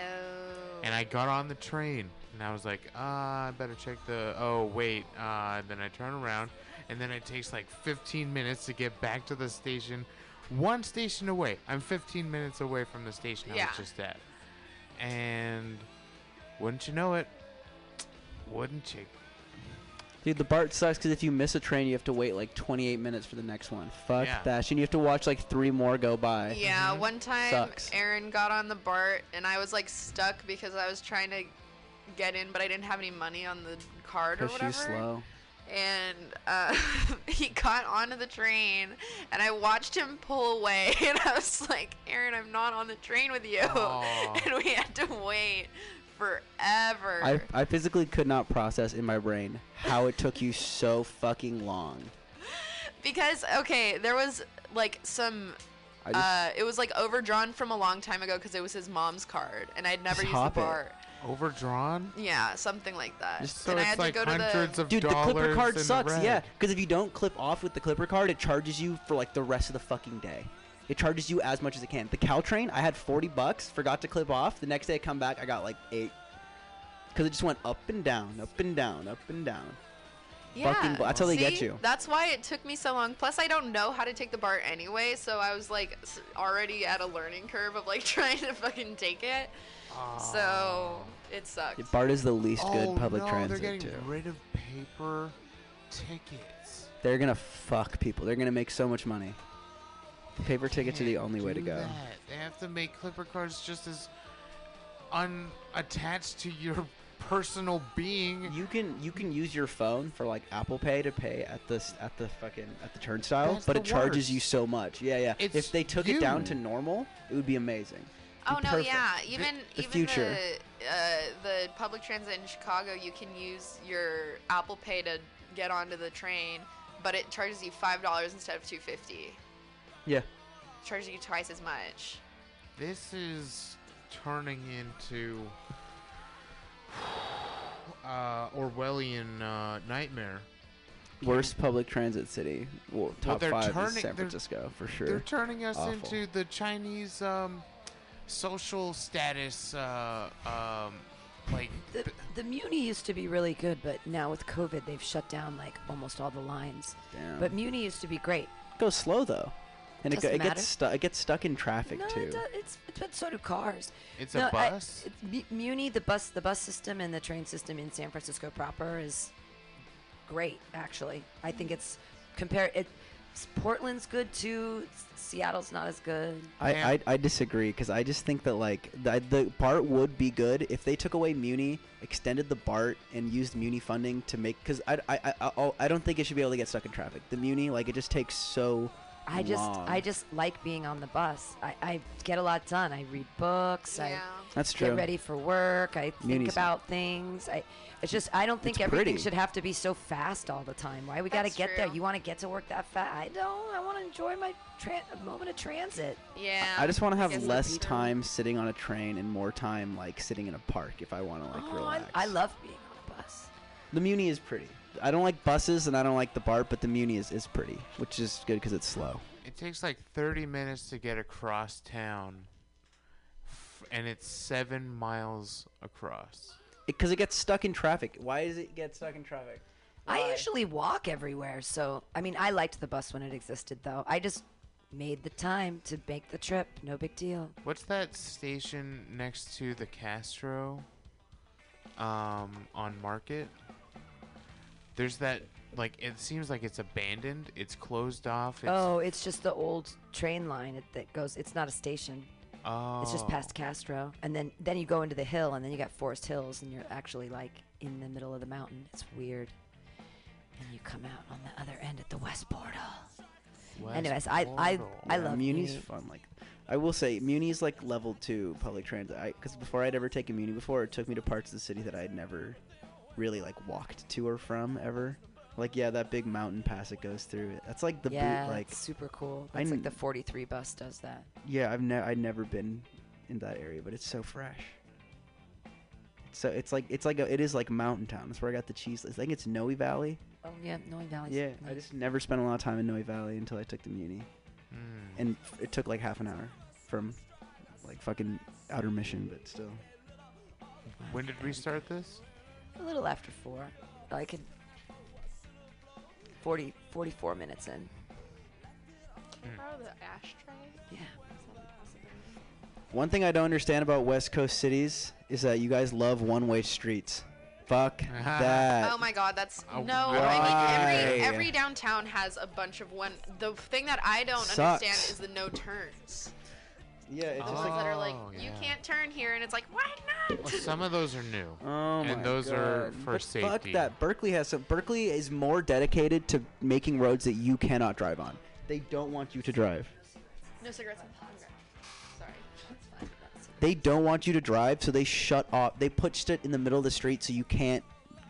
S14: and I got on the train, and I was like, uh, I better check the. Oh wait. Uh, then I turn around, and then it takes like 15 minutes to get back to the station, one station away. I'm 15 minutes away from the station I
S13: Yeah.
S14: was just at, and wouldn't you know it? Wouldn't you?
S12: Dude, the BART sucks because if you miss a train, you have to wait like 28 minutes for the next one. Fuck
S13: Yeah.
S12: that. shit. And you have to watch like three more go by.
S13: Yeah, one time
S12: mm-hmm. Sucks.
S13: Aaron got on the BART and I was like stuck because I was trying to get in, but I didn't have any money on the card or
S12: Because
S13: whatever.
S12: she's slow.
S13: And uh, <laughs> he got onto the train and I watched him pull away <laughs> and I was like, Aaron, I'm not on the train with you.
S12: Aw.
S13: <laughs> And we had to wait forever.
S12: I, I physically could not process in my brain how it took you so fucking long.
S13: Because okay, there was like some.
S12: I just-
S13: uh, it was like overdrawn from a long time ago because it was his mom's card, and I'd never
S14: Just
S13: used the
S14: hop it.
S13: bar.
S14: Overdrawn.
S13: Yeah, something like that.
S14: Just so
S13: and Uh, I
S14: it's
S13: had
S14: like
S13: to go
S14: hundreds
S13: to the.
S14: of
S12: Dude, the clipper
S14: dollars
S12: card
S14: in the
S12: sucks.
S14: red.
S12: Yeah, because if you don't clip off with the clipper card, it charges you for like the rest of the fucking day. It charges you as much as it can. The Caltrain, I had 40 bucks, forgot to clip off. The next day I come back, I got like eight. Because it just went up and down, up and down, up and down.
S13: yeah,
S12: Fucking, bu- that's how they get
S13: see?
S12: you.
S13: That's why it took me so long. Plus, I don't know how to take the BART anyway, so I was like s- already at a learning curve of like <laughs> trying to fucking take it. So it sucked.
S12: BART is the least
S14: Oh,
S12: good public
S14: no,
S12: transit
S14: They're getting
S12: too.
S14: rid of paper tickets.
S12: They're gonna fuck people. They're gonna make so much money. Paper tickets are the only way to
S14: do
S12: go.
S14: that. They have to make clipper cards just as unattached to your personal being.
S12: You can you can use your phone for like Apple Pay to pay at the s- at the fucking at the turnstile,
S14: That's
S12: but
S14: the
S12: it charges you so much. Yeah, yeah.
S14: It's
S12: if they took it down
S14: you.
S12: to normal, it would be amazing.
S13: Oh
S12: Be
S13: no,
S12: perfect.
S13: yeah. Even
S12: the
S13: even
S12: future.
S13: the uh, the public transit in Chicago, you can use your Apple Pay to get onto the train, but it charges you five dollars instead of two fifty.
S12: Yeah.
S13: Charges you twice as much.
S14: This is turning into <sighs> uh, Orwellian uh, nightmare.
S12: Worst public transit city. Well, top
S14: they're
S12: five
S14: turning-
S12: is San
S14: they're-
S12: Francisco for sure.
S14: They're turning us
S12: Awful.
S14: into the Chinese um, social status, uh, um, like
S2: The, the Muni used to be really good, but now with COVID, they've shut down like almost all the lines.
S12: Damn.
S2: But Muni used to be great.
S12: Go slow though, and it, go,
S2: Doesn't
S12: it
S2: matter.
S12: gets stuck. It gets stuck in traffic
S2: No,
S12: too.
S2: it does, it's it's but so do cars.
S12: It's a
S2: no, I-
S12: bus?
S2: it's Mu- Muni, the bus, the bus system and the train system in San Francisco proper is great. Actually, I think it's compare it. s- Portland's good too. S- Seattle's not as good.
S12: I, I, I disagree because I just think that like the, the BART would be good if they took away Muni, extended the BART, and used Muni funding to make because I, I, I, I, I don't think it should be able to get stuck in traffic. The Muni like it just takes so.
S2: I just
S12: long.
S2: I just like being on the bus. I, I get a lot done. I read books. I
S12: That's
S2: Get
S12: true.
S2: ready for work. I think
S12: Muni's-
S2: about things. I it's just I don't think
S12: It's
S2: everything
S12: pretty.
S2: should have to be so fast all the time. Why we got to
S13: That's
S2: get there?
S13: true.
S2: You want to get to work that fast? I don't. I want to enjoy my tra- moment of transit.
S13: Yeah.
S12: I just want to
S2: guess
S12: have
S2: the
S12: less
S2: beater.
S12: time sitting on a train and more time like sitting in a park if I want to like
S2: Oh, I,
S12: relax.
S2: I love being on a bus.
S12: The Muni is pretty. I don't like buses and I don't like the BART, but the Muni is, is pretty, which is good because it's slow.
S14: It takes like 30 minutes to get across town, f- and it's seven miles across.
S12: Because it, gets stuck in traffic. Why does it get stuck in traffic?
S2: I usually walk everywhere, so I mean, I liked the bus when it existed, though. I just made the time to make the trip. No big deal.
S14: What's that station next to the Castro um, on Market? There's that, like, it seems like it's abandoned. It's closed off. It's,
S2: oh, it's just the old train line it- that goes. It's not a station. It's just
S14: Oh.
S2: past Castro, and then then you go into the hill, and then you got Forest Hills, and you're actually like in the middle of the mountain. It's weird. And you come out on the other end at the west portal. Anyways, I I, I
S12: Oh, Yeah,
S2: love
S12: Muni's
S2: Muni.
S12: fun. Like, I will say, Muni's like level two public transit. Because before I'd ever taken Muni before, it took me to parts of the city that I had never really like walked to or from ever. Like, yeah, that big mountain pass it goes through. That's like the
S2: yeah,
S12: boot. Like,
S2: that's super cool.
S12: I
S2: That's like
S12: kn-
S2: the 43 bus does that.
S12: yeah, I've never I'd never been in that area, but it's so fresh. So it's like it's like a, it is like mountain town. That's where I got the cheese. I think it's Noe Valley.
S2: Oh yeah, Noy Valley.
S12: Yeah, I just never spent a lot of time in Noe Valley until I took the Muni,
S14: Hmm.
S12: and f- it took like half an hour from like fucking outer mission, but still.
S14: When did we start this?
S2: a little after four. I can 40 44 minutes in.
S13: Are the ashtray? Yeah. Is that a possibility?
S12: One thing I don't understand about West Coast cities is that you guys love one-way streets.
S14: <laughs>
S12: Fuck that.
S13: Oh my god, that's
S12: Oh,
S13: no. I mean, every
S12: why?
S13: every downtown has a bunch of one. The thing that I don't understand
S12: Sucks.
S13: is the no turns.
S12: Yeah,
S13: the
S14: it's
S13: ones
S14: like-
S13: that are like
S14: Oh,
S13: you
S14: yeah.
S13: can't turn here, and it's like why not?
S12: <laughs>
S14: Well, some of those are new.
S12: Oh my
S14: and those are
S12: God.
S14: for
S12: But
S14: safety.
S12: Fuck that. Berkeley has some. Berkeley is more dedicated to making roads that you cannot drive on. They don't want you to drive.
S13: No cigarettes in the hunger. Sorry, that's fine.
S12: They don't want you to drive, so they shut off. They pushed it in the middle of the street, so you can't.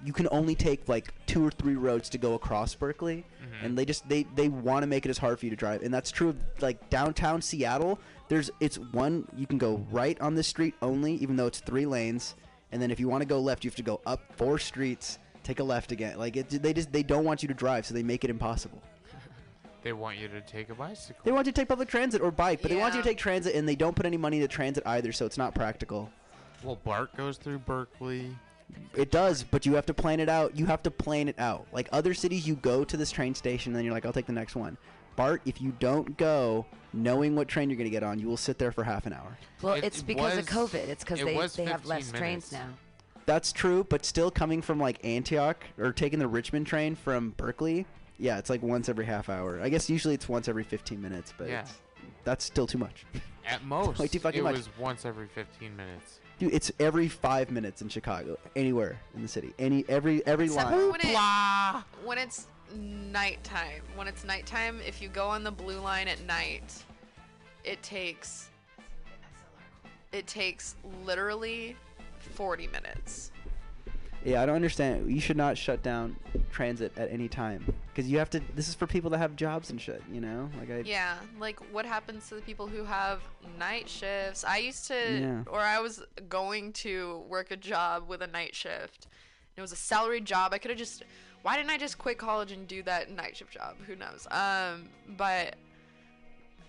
S12: You can only take like two or three roads to go across Berkeley, and they just they they want to make it as hard for you to drive, and that's true of like downtown Seattle. There's it's one you can go right on this street only, even though it's three lanes, and then if you want to go left, you have to go up four streets, take a left again. Like it, they just they don't want you to drive, so they make it impossible.
S14: They want you to take a bicycle.
S12: They want you to take public transit or bike, but they want you to
S14: Yeah.
S12: take transit, and they don't put any money into transit either, so it's not practical.
S14: Well, Bart goes through Berkeley.
S12: It does, but you have to plan it out. You have to plan it out. Like other cities, you go to this train station, and then you're like, I'll take the next one. Bart, if you don't go knowing what train you're going to get on, you will sit there for half an hour.
S2: Well,
S14: It-
S2: it's
S14: it
S2: because
S14: was-
S2: of COVID. It's cuz
S14: it
S2: they,
S14: was
S2: they have
S14: 15
S2: less trains
S14: minutes.
S2: now.
S12: That's true, but still coming from like Antioch or taking the Richmond train from Berkeley, yeah, it's like once every half hour. I guess usually it's once every 15 minutes, but
S14: Yeah.
S12: it's- that's still too much. <laughs>
S14: At most,
S12: Way too fucking
S14: it
S12: much.
S14: was once every 15 minutes.
S12: Dude, it's every five minutes in Chicago, anywhere in the city, any every every
S13: Except
S12: line.
S13: when, it- when it's nighttime. When it's nighttime, if you go on the blue line at night, it takes it takes literally 40 minutes.
S12: Yeah, I don't understand. You should not shut down transit at any time because you have to. This is for people that have jobs and shit. You know, like I.
S13: Yeah, like what happens to the people who have night shifts? I used to,
S12: Yeah.
S13: or I was going to work a job with a night shift. It was a salaried job. I could have just, why didn't I just quit college and do that night shift job? Who knows? Um, but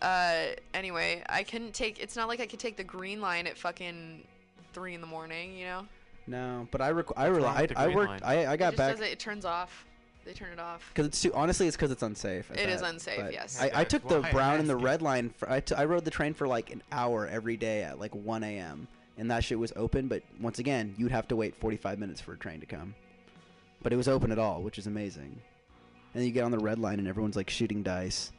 S13: uh, anyway, I couldn't take. It's not like I could take the green line at fucking three in the morning, you know.
S12: No, but I rec- I
S14: wrong
S12: rely.
S14: with the
S12: I
S14: green
S12: worked.
S14: line?
S12: I, I
S13: it
S12: got
S13: just
S12: back
S13: Doesn't, it turns off. They turn it off.
S12: because it's too. Honestly, it's because it's unsafe. at
S13: It is
S12: that,
S13: unsafe,
S12: but
S13: yes.
S12: I, I
S13: That's
S12: took the
S13: why I'm
S12: brown and the red line. For, I, t- I rode the train for like an hour every day at like 1 a.m. and that shit was open. But once again, you'd have to wait 45 minutes for a train to come. But it was open at all, which is amazing. And then you get on the red line and everyone's like shooting dice,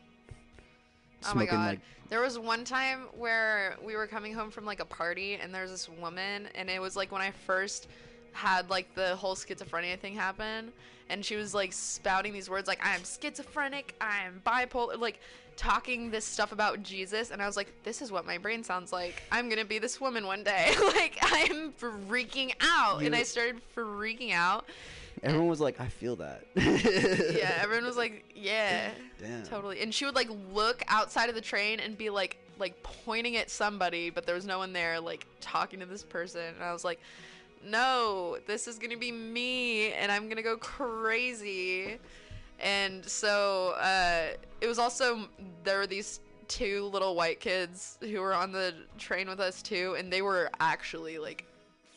S13: Oh my
S12: smoking
S13: god.
S12: like
S13: There was one time where we were coming home from like a party and there's this woman and it was like when I first had like the whole schizophrenia thing happen and she was like spouting these words like I'm schizophrenic, I'm bipolar, like talking this stuff about Jesus and I was like this is what my brain sounds like. I'm going to be this woman one day. <laughs> like I'm freaking out and
S12: You-
S13: I started freaking out.
S12: Everyone was like, I feel that. <laughs>
S13: yeah, everyone was like, yeah,
S12: Damn.
S13: totally. And she would like look outside of the train and be like, like pointing at somebody, but there was no one there, like talking to this person. And I was like, no, this is gonna be me, and I'm gonna go crazy. And so uh, it was also there were these two little white kids who were on the train with us too, and they were actually like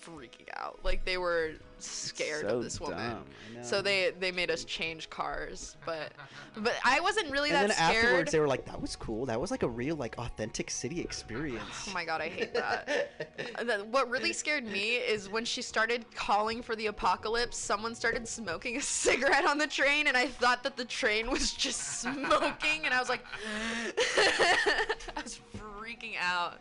S13: freaking out, like they were scared
S12: so
S13: of this woman.
S12: dumb, I
S13: So
S12: know.
S13: they they made us change cars, but but I wasn't really
S12: and
S13: that
S12: then
S13: scared.
S12: afterwards, they were like, "That was cool. That was like a real, like, authentic city experience."
S13: Oh my god, I hate
S12: <laughs>
S13: that. And then what really scared me is when she started calling for the apocalypse, someone started smoking a cigarette on the train, and I thought that the train
S12: <laughs>
S13: was just smoking, and I
S2: <gasps>
S13: was like, I was freaking out.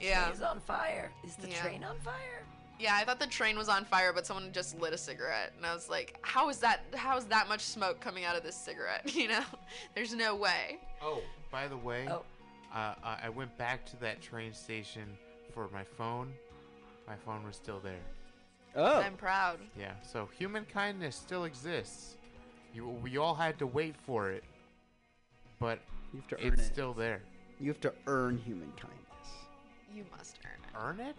S13: yeah.
S2: Train's on fire. Is the
S13: Yeah.
S2: train on fire?
S13: Yeah, I thought the train was on fire, but someone just lit a cigarette, and I was like, "How is that? How is that much smoke coming out of this cigarette? <laughs> You know, there's no way."
S14: Oh, by the way, uh, I I went back to that train station for my phone. My phone was still there.
S12: Oh.
S13: I'm proud.
S14: Yeah, so human kindness still exists. You, we all had to wait for it, but
S12: you have to earn
S14: <sighs> it's
S12: it.
S14: still there.
S12: You have to earn human kindness.
S13: You must earn it.
S14: Earn it?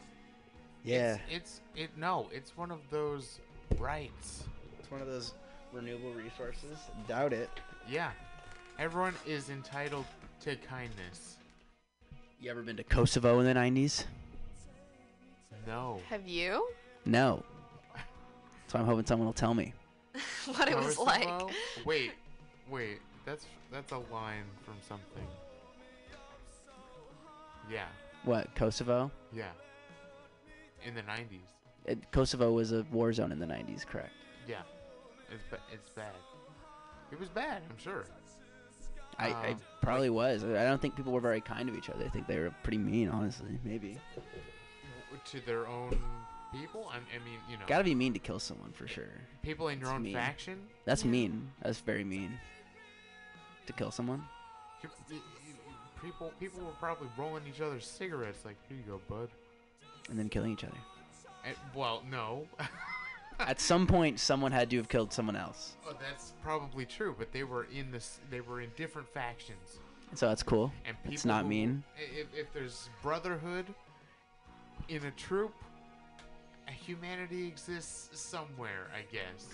S12: Yeah.
S14: It's, it's it. No, it's one of those rights.
S12: It's one of those renewable resources. Doubt it.
S14: Yeah, everyone is entitled to kindness.
S12: You ever been to Kosovo in the 90s?
S14: No.
S13: Have you?
S12: No. So I'm hoping someone will tell me.
S13: <laughs> what it
S12: <laughs>
S13: was like?
S14: Kosovo? Wait, wait. That's that's a line from something. Yeah,
S12: What, Kosovo?
S14: yeah. In the '90s.
S12: Uh, Kosovo was a war zone in the 90s, correct?
S14: Yeah, it's ba- it's bad. It was bad, I'm sure.
S12: I, I
S14: Um,
S12: probably was. I don't think people were very kind to each other. I think they were pretty mean, honestly. Maybe.
S14: w- to their own people. I, I mean, you know,
S12: Gotta be mean to kill someone for sure.
S14: people in your
S12: That's
S14: own
S12: mean.
S14: faction.
S12: That's mean. That's very mean. To kill someone?
S14: You- you- you- People, people were probably rolling each other's cigarettes. Like, here you go, bud.
S12: And then killing each
S14: <laughs>
S12: other.
S14: And, well, no, <laughs>
S12: At some point, someone had to have killed someone else.
S14: Oh, that's probably true. But they were in this. They were in different factions.
S12: So that's cool.
S14: And people
S12: It's not
S14: who-
S12: mean.
S14: i- If, if there's brotherhood in a troop, uh, humanity exists somewhere. I guess.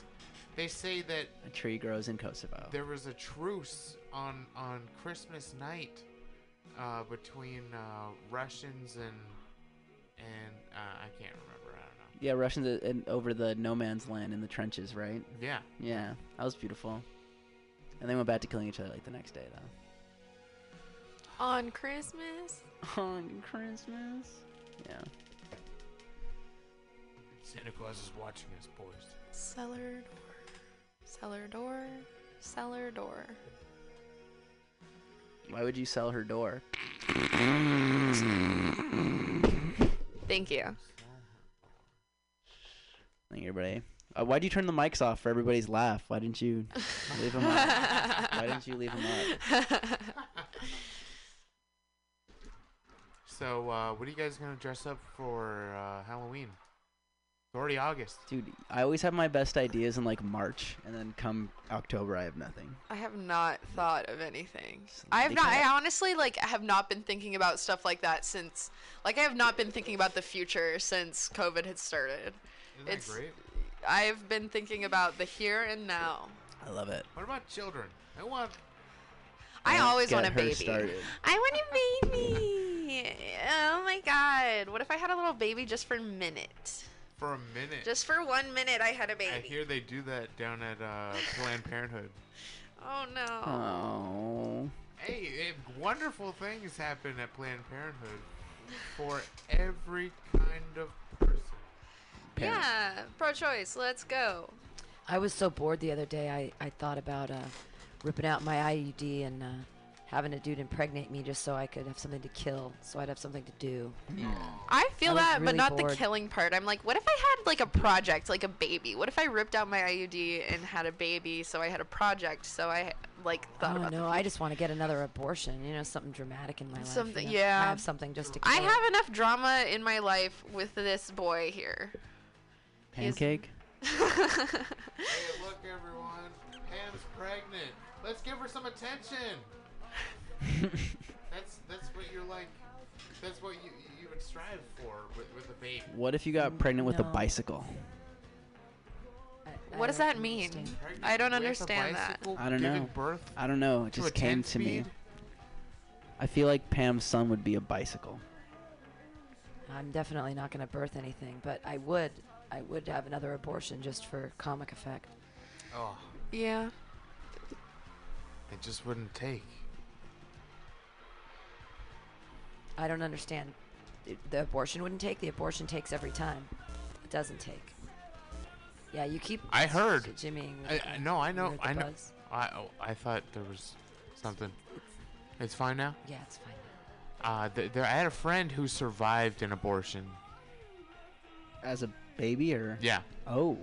S14: They say that
S12: A tree grows in Kosovo.
S14: There was a truce on on Christmas night uh, between uh, Russians and and uh, I can't remember. I don't
S12: Yeah, Russians uh, and over the no man's land in the trenches, right?
S14: Yeah.
S12: Yeah, that was beautiful. And they went back to killing each other like the next day, though.
S13: On Christmas.
S12: On Christmas. Yeah.
S14: know. Santa Claus is watching us, boys.
S13: Cellar door. Cellar door. Cellar door.
S12: Why would you sell her
S14: <laughs>
S12: door?
S13: Thank you.
S12: Thank you, everybody. Uh, why'd you turn the mics off for everybody's laugh? Why didn't you leave them up?
S13: <laughs>
S12: Why didn't you leave them up?
S14: So, uh, what are you guys gonna dress up for uh, Halloween? It's already August.
S12: Dude, I always have my best ideas in like March, and then come October, I have nothing.
S13: I have not thought of anything. I have
S12: they
S13: not. I
S12: can't-
S13: honestly like have not been thinking about stuff like that since, like, I have not been thinking about the future since COVID had started.
S14: Isn't that great?
S13: I've been thinking about the here and now.
S12: I love it.
S14: What about children? I want.
S13: I
S12: Don't
S13: always
S12: get
S13: want a
S12: her
S13: baby.
S12: started.
S13: I want a baby. oh my god! What if I had a little baby just for a minute?
S14: For a minute.
S13: Just for one minute, I had a
S14: Eh. I
S13: baby.
S14: hear they do that down at uh, Planned Parenthood.
S13: Oh no.
S12: Oh.
S14: Hey, eh, wonderful things happen at Planned Parenthood for every kind of person.
S13: Yeah, pro-choice. Let's go.
S2: I was so bored the other day. I, I thought about uh, ripping out my IUD and uh, having a dude impregnate me just so I could have something to kill, so I'd have something to do.
S13: Hmm. I feel
S2: I was
S13: that, but
S2: really
S13: not the
S2: bored.
S13: killing part. I'm like, what if I had like a project, like a baby? What if I ripped out my IUD and had a baby, so I had a project, so I like
S2: I
S13: thought
S2: don't
S13: about
S2: know. I just want to get another abortion. You know, something dramatic in my life. you
S13: Something-
S2: know?
S13: yeah.
S2: I have something just to. Kill
S13: I have enough drama in my life with this boy here. <laughs>
S12: Pancake?
S14: Hey, look, everyone. Pam's pregnant. Let's give her some attention. that's that's what you're like. That's what you you would strive for with, with a baby.
S12: What if you got pregnant with a
S14: No.
S12: bicycle?
S13: What does that mean? I don't understand that.
S12: I don't know. I don't know. It
S13: to a
S12: just came to me.
S13: 10-speed?
S12: I feel like Pam's son would be a bicycle.
S2: I'm definitely not going to birth anything, but I would. I would have another abortion just for comic effect.
S14: Oh,
S13: Yeah.
S14: it just wouldn't take.
S2: I don't understand. The- The abortion wouldn't take. The abortion takes every time. It doesn't take. Yeah, you keep.
S14: I heard.
S2: Jimmy.
S14: I, I, no, I know.
S2: heard the
S14: I know.
S2: buzz?
S14: I oh, I thought there was something. It's fine now.
S2: Yeah, it's fine.
S14: Uh, th- there, I had a friend who survived an abortion.
S12: as a baby or?
S14: Yeah.
S12: Oh.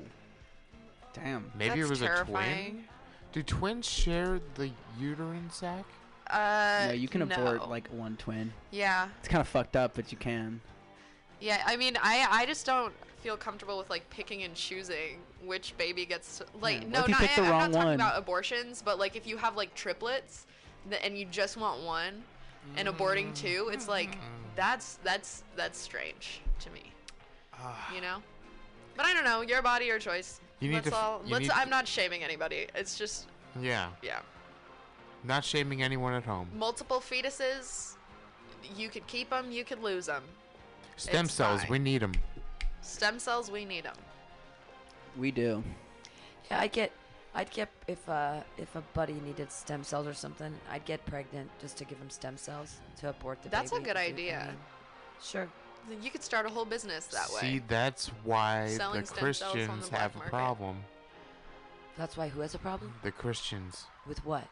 S12: Damn.
S14: Maybe it
S13: That's
S14: was a twin.
S13: terrifying.
S14: Do twins share the uterine sac?
S13: Uh,
S12: no, you can
S13: no.
S12: abort like one twin.
S13: Yeah.
S12: It's kind of fucked up, but you can.
S13: Yeah, I mean, I I just don't feel comfortable with like picking and choosing which baby gets to- like
S12: Yeah, what
S13: no,
S12: if you
S13: not,
S12: pick the
S13: I, am
S12: wrong
S13: not talking
S12: one?
S13: about abortions, but like if you have like triplets th- and you just want one and aborting two, it's like that's that's that's strange to me. you know? But I don't know, your body your choice.
S14: You need
S13: let's
S14: to f-
S13: all
S14: you
S13: let's
S14: need to-
S13: I'm not shaming anybody. It's just
S14: Yeah.
S13: yeah.
S14: Not shaming anyone at home.
S13: Multiple fetuses, you could keep them, you could lose them.
S14: Stem cells, we need them.
S13: Stem cells, we need them.
S12: We do.
S2: Yeah, I'd get, I'd get if uh, if a buddy needed stem cells or something, I'd get pregnant just to give him stem cells to abort the
S13: That's a
S2: baby.
S13: good
S2: I mean,
S13: idea.
S2: Sure.
S13: You could start a whole business that way.
S14: See, that's why
S13: Selling
S14: the
S13: stem cells on the
S14: Christians
S13: black
S14: have a
S13: market.
S14: problem.
S2: That's why who has a problem
S14: The Christians
S2: with what?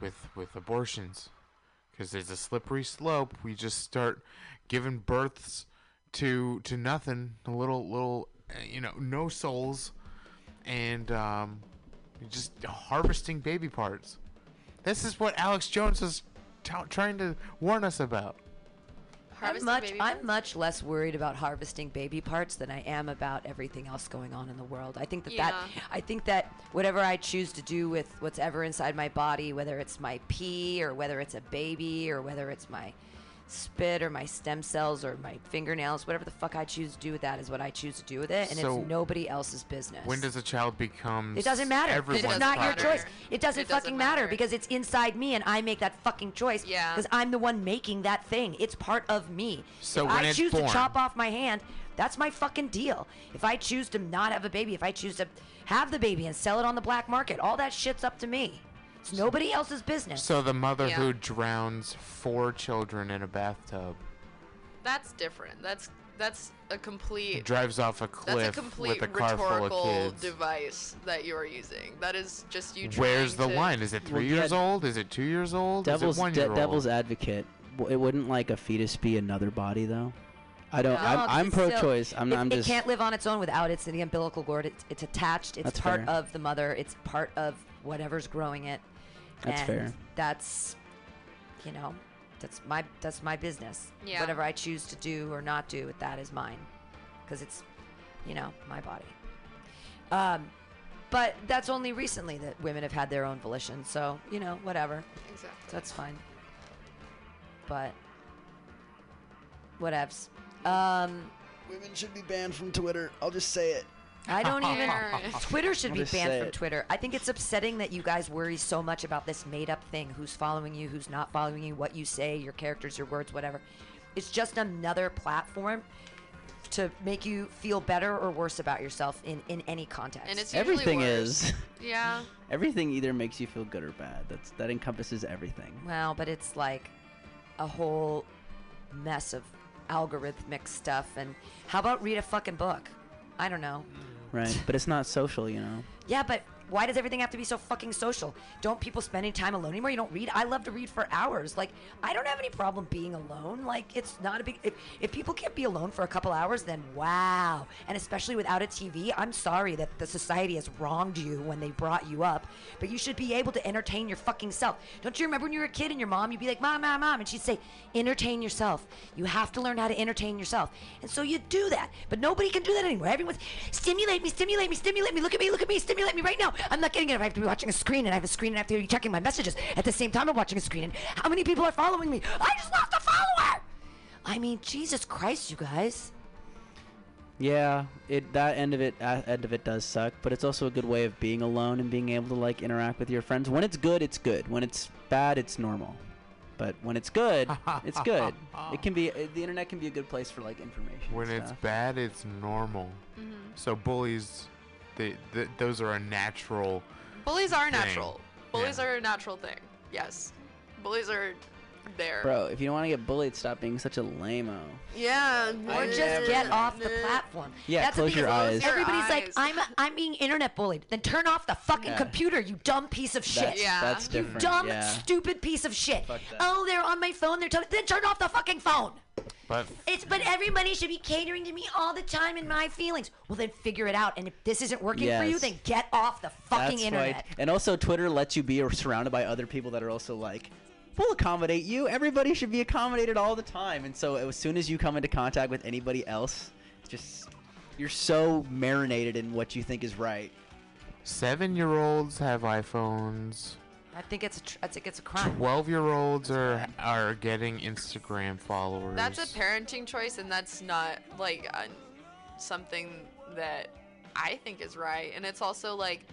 S14: with with abortions, because there's a slippery slope. We just start giving births to to nothing, a little little, uh, you know, no souls, and um, just harvesting baby parts. This is what Alex Jones is t- trying to warn us about.
S2: I'm much, I'm much less worried about harvesting baby parts than I am about everything else going on in the world. I think that that,
S13: Yeah.
S2: I think that whatever I choose to do with what's ever inside my body, whether it's my pee or whether it's a baby or whether it's my spit or my stem cells or my fingernails, whatever the fuck I choose to do with that is what I choose to do with it, and
S14: So,
S2: it's nobody else's business.
S14: When does a child become?
S2: It doesn't matter.
S14: Everyone's
S2: it's not
S14: property?
S2: your choice. It doesn't, fucking matter. because it's inside me and I make that fucking choice.
S13: Yeah.
S2: Because I'm the one making that thing. It's part of me.
S14: So
S2: if
S14: when
S2: I
S14: it's
S2: choose
S14: born-
S2: to chop off my hand, that's my fucking deal. If I choose to not have a baby, if I choose to have the baby and sell it on the black market, all that shit's up to me. It's nobody else's business.
S14: So the mother who drowns four children in a bathtub
S13: That's different. That's that's a complete
S14: drives off a
S13: that's
S14: cliff
S13: a complete
S14: with a car full
S13: rhetorical
S14: of kids.
S13: device that you're using. That is just you.
S14: Where's the
S13: trying to-
S14: line? Is it three
S12: Well,
S14: years
S12: yeah.
S14: old? Is it two years old?
S12: Devil's
S14: Is it one
S12: de-
S14: year old?
S12: devil's advocate. W- It wouldn't like a fetus be another body though. I don't. I'm,
S2: No, 'cause
S12: I'm
S2: it's still-
S12: pro-choice. I'm,
S2: it,
S12: not I'm
S2: it
S12: just.
S2: can't live on its own without its the umbilical cord. It's, it's attached. It's
S12: That's
S2: part
S12: fair.
S2: of the mother. It's part of whatever's growing it.
S12: That's
S2: and
S12: fair.
S2: That's, you know, that's my that's my business.
S13: Yeah.
S2: Whatever I choose to do or not do with that is mine, because it's, you know, my body. Um, but that's only recently that women have had their own volition. So you know, whatever.
S13: Exactly.
S2: That's fine. But whatevs. Um,
S16: Women should be banned from Twitter. I'll just say it. <laughs>
S2: I
S13: <laughs>
S2: don't even. uh, Twitter should
S16: I'll
S2: be
S16: just
S2: banned
S16: say
S2: from
S16: it.
S2: Twitter. I think it's upsetting that you guys worry so much about this made up thing who's following you, who's not following you, what you say, your characters, your words, whatever. It's just another platform to make you feel better or worse about yourself in, in any context.
S13: And it's usually
S12: everything
S13: worse.
S12: is. <laughs>
S13: Yeah.
S12: everything either makes you feel good or bad. That's that encompasses everything.
S2: Well, but it's like a whole mess of algorithmic stuff. And how about read a fucking book? I don't know.
S12: Right.
S2: <laughs>
S12: But it's not social, you know.
S2: Yeah, but why does everything have to be so fucking social? Don't people spend any time alone anymore? You don't read? I love to read for hours. Like, I don't have any problem being alone. Like, it's not a big. If, if people can't be alone for a couple hours, then wow. And especially without a TV, I'm sorry that the society has wronged you when they brought you up, but you should be able to entertain your fucking self. Don't you remember when you were a kid and your mom, you'd be like, Mom, Mom, Mom, and she'd say, Entertain yourself. You have to learn how to entertain yourself. And so you do that, but nobody can do that anymore. Everyone's stimulate me, stimulate me, stimulate me. Look at me, look at me, stimulate me right now. I'm not getting it. If I have to be watching a screen and I have a screen and I have to be checking my messages at the same time I'm watching a screen. And how many people are following me? I just lost a follower. I mean, Jesus Christ, you guys.
S12: Yeah, it that end of it uh, end of it does suck, but it's also a good way of being alone and being able to like interact with your friends. When it's good, it's good. When it's bad, it's normal. But when it's good, it's good. It can be uh, the internet can be a good place for like information.
S14: When
S12: and
S14: it's
S12: stuff.
S14: bad, it's normal.
S13: Mhm.
S14: So bullies, they, th those are a natural.
S13: Bullies are
S14: thing.
S13: natural. Bullies
S14: Yeah.
S13: are a natural thing. Yes. Bullies are there.
S12: Bro, if you don't want to get bullied, stop being such a lame-o.
S13: Yeah.
S2: Or just get off the platform.
S12: Yeah,
S2: That's the
S12: close
S2: thing,
S12: your
S2: is
S12: eyes.
S2: Everybody's like, I'm I'm being internet bullied. Then turn off the fucking
S12: Yeah.
S2: computer, you dumb piece of shit.
S12: That's- Yeah. that's
S2: You
S12: different,
S2: dumb,
S12: yeah.
S2: stupid piece of shit.
S12: Fuck that.
S2: Oh, they're on my phone. They're telling. Then turn off the fucking phone.
S14: But
S2: It's but everybody should be catering to me all the time and my feelings. Well, then figure it out. And if this isn't working for you,
S12: Yes.
S2: then get off the fucking
S12: That's
S2: internet.
S12: right. And also, Twitter lets you be surrounded by other people that are also like, we'll accommodate you. Everybody should be accommodated all the time. And so, as soon as you come into contact with anybody else, it's just you're so marinated in what you think is right.
S14: seven-year-olds have iPhones.
S2: I think it's a tr- I think it's a crime.
S14: Twelve-year-olds are are getting Instagram followers.
S13: That's a parenting choice, and that's not like uh, something that I think is right. And it's also like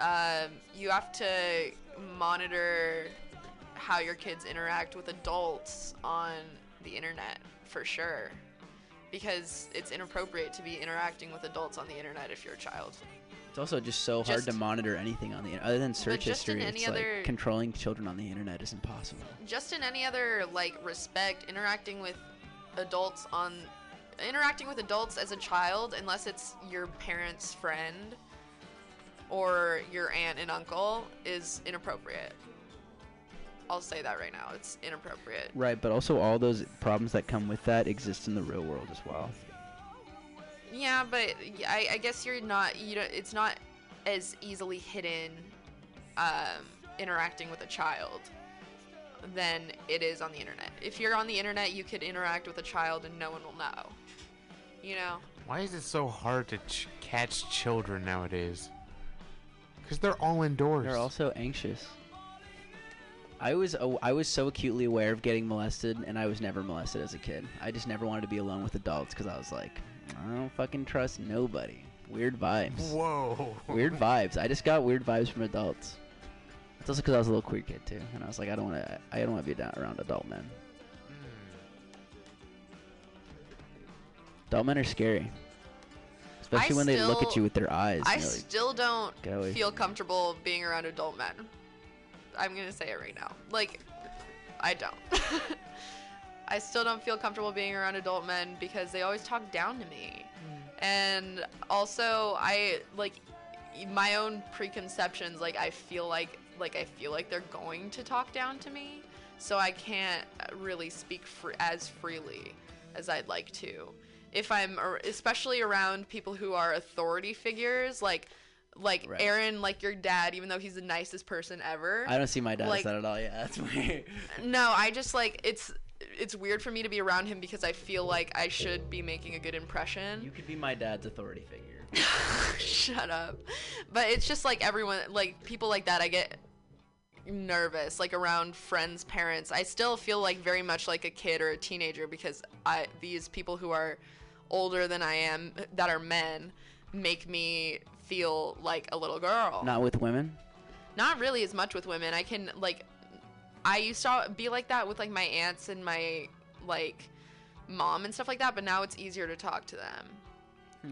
S13: um, you have to monitor how your kids interact with adults on the internet for sure, because it's inappropriate to be interacting with adults on the internet if you're a child.
S12: It's also just so hard
S13: Just-
S12: to monitor anything on the internet. Other than search
S13: just in
S12: history,
S13: any
S12: it's
S13: other-
S12: like controlling children on the internet is impossible.
S13: just in any other like respect interacting with adults on interacting with adults as a child unless it's your parents friend or your aunt and uncle is inappropriate i'll say that right now it's inappropriate
S12: Right, but also all those problems that come with that exist in the real world as well.
S13: yeah but i, I guess you're not you know it's not as easily hidden um, interacting with a child than it is on the internet if you're on the internet you could interact with a child and no one will know you know
S14: Why is it so hard to ch- catch children nowadays? Because they're all indoors.
S12: They're also anxious. I was aw- I was so acutely aware of getting molested, and I was never molested as a kid. I just never wanted to be alone with adults because I was like, I don't fucking trust nobody. Weird vibes.
S14: Whoa.
S12: Weird vibes. I just got weird vibes from adults. It's also because I was a little queer kid too, and I was like, I don't want to. I don't want to be da- around adult men. Adult men are scary, especially when they look at
S13: still-
S12: you with their eyes.
S13: I
S12: and they're like,
S13: still don't
S12: "Get away
S13: feel comfortable being around adult men. I'm gonna say it right now. Like, I don't. <laughs> I still don't feel comfortable being around adult men because they always talk down to me.
S12: Hmm.
S13: And also, I like my own preconceptions. Like, I feel like like I feel like they're going to talk down to me, so I can't really speak fr- as freely as I'd like to. If I'm ar- especially around people who are authority figures, like like
S12: Right.
S13: Aaron, like your dad, even though he's the nicest person ever.
S12: I don't see my dad
S13: like,
S12: as that at all. <laughs> Yeah, that's weird.
S13: no, I just like it's it's weird for me to be around him because I feel like I should be making a good impression. You
S12: could be my dad's authority figure.
S13: Shut up. But it's just like everyone like people like that I get nervous like around friends, parents. I still feel like very much like a kid or a teenager because I these people who are older than I am that are men make me feel like a little girl.
S12: Not with women.
S13: not really as much with women. I can like I used to be like that with like my aunts and my like mom and stuff like that, but now it's easier to talk to them.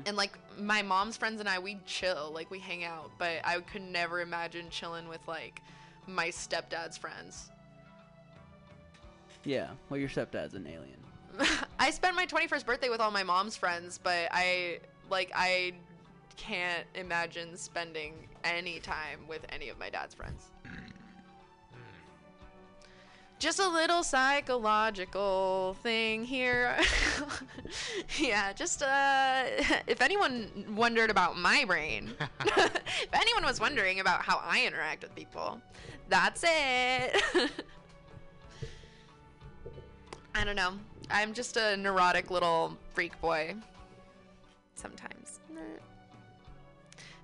S13: And like my mom's friends and I, we chill, like we hang out, but I could never imagine chilling with like my stepdad's friends.
S12: Yeah. Well, your stepdad's an alien.
S13: I spent my 21st birthday with all my mom's friends, but I like I can't imagine spending any time with any of my dad's friends. Just a little psychological thing here. <laughs> yeah, just uh <laughs> if anyone wondered about my brain, <laughs> if anyone was wondering about how I interact with people, that's it. <laughs> I don't know. I'm just a neurotic little freak boy. Sometimes.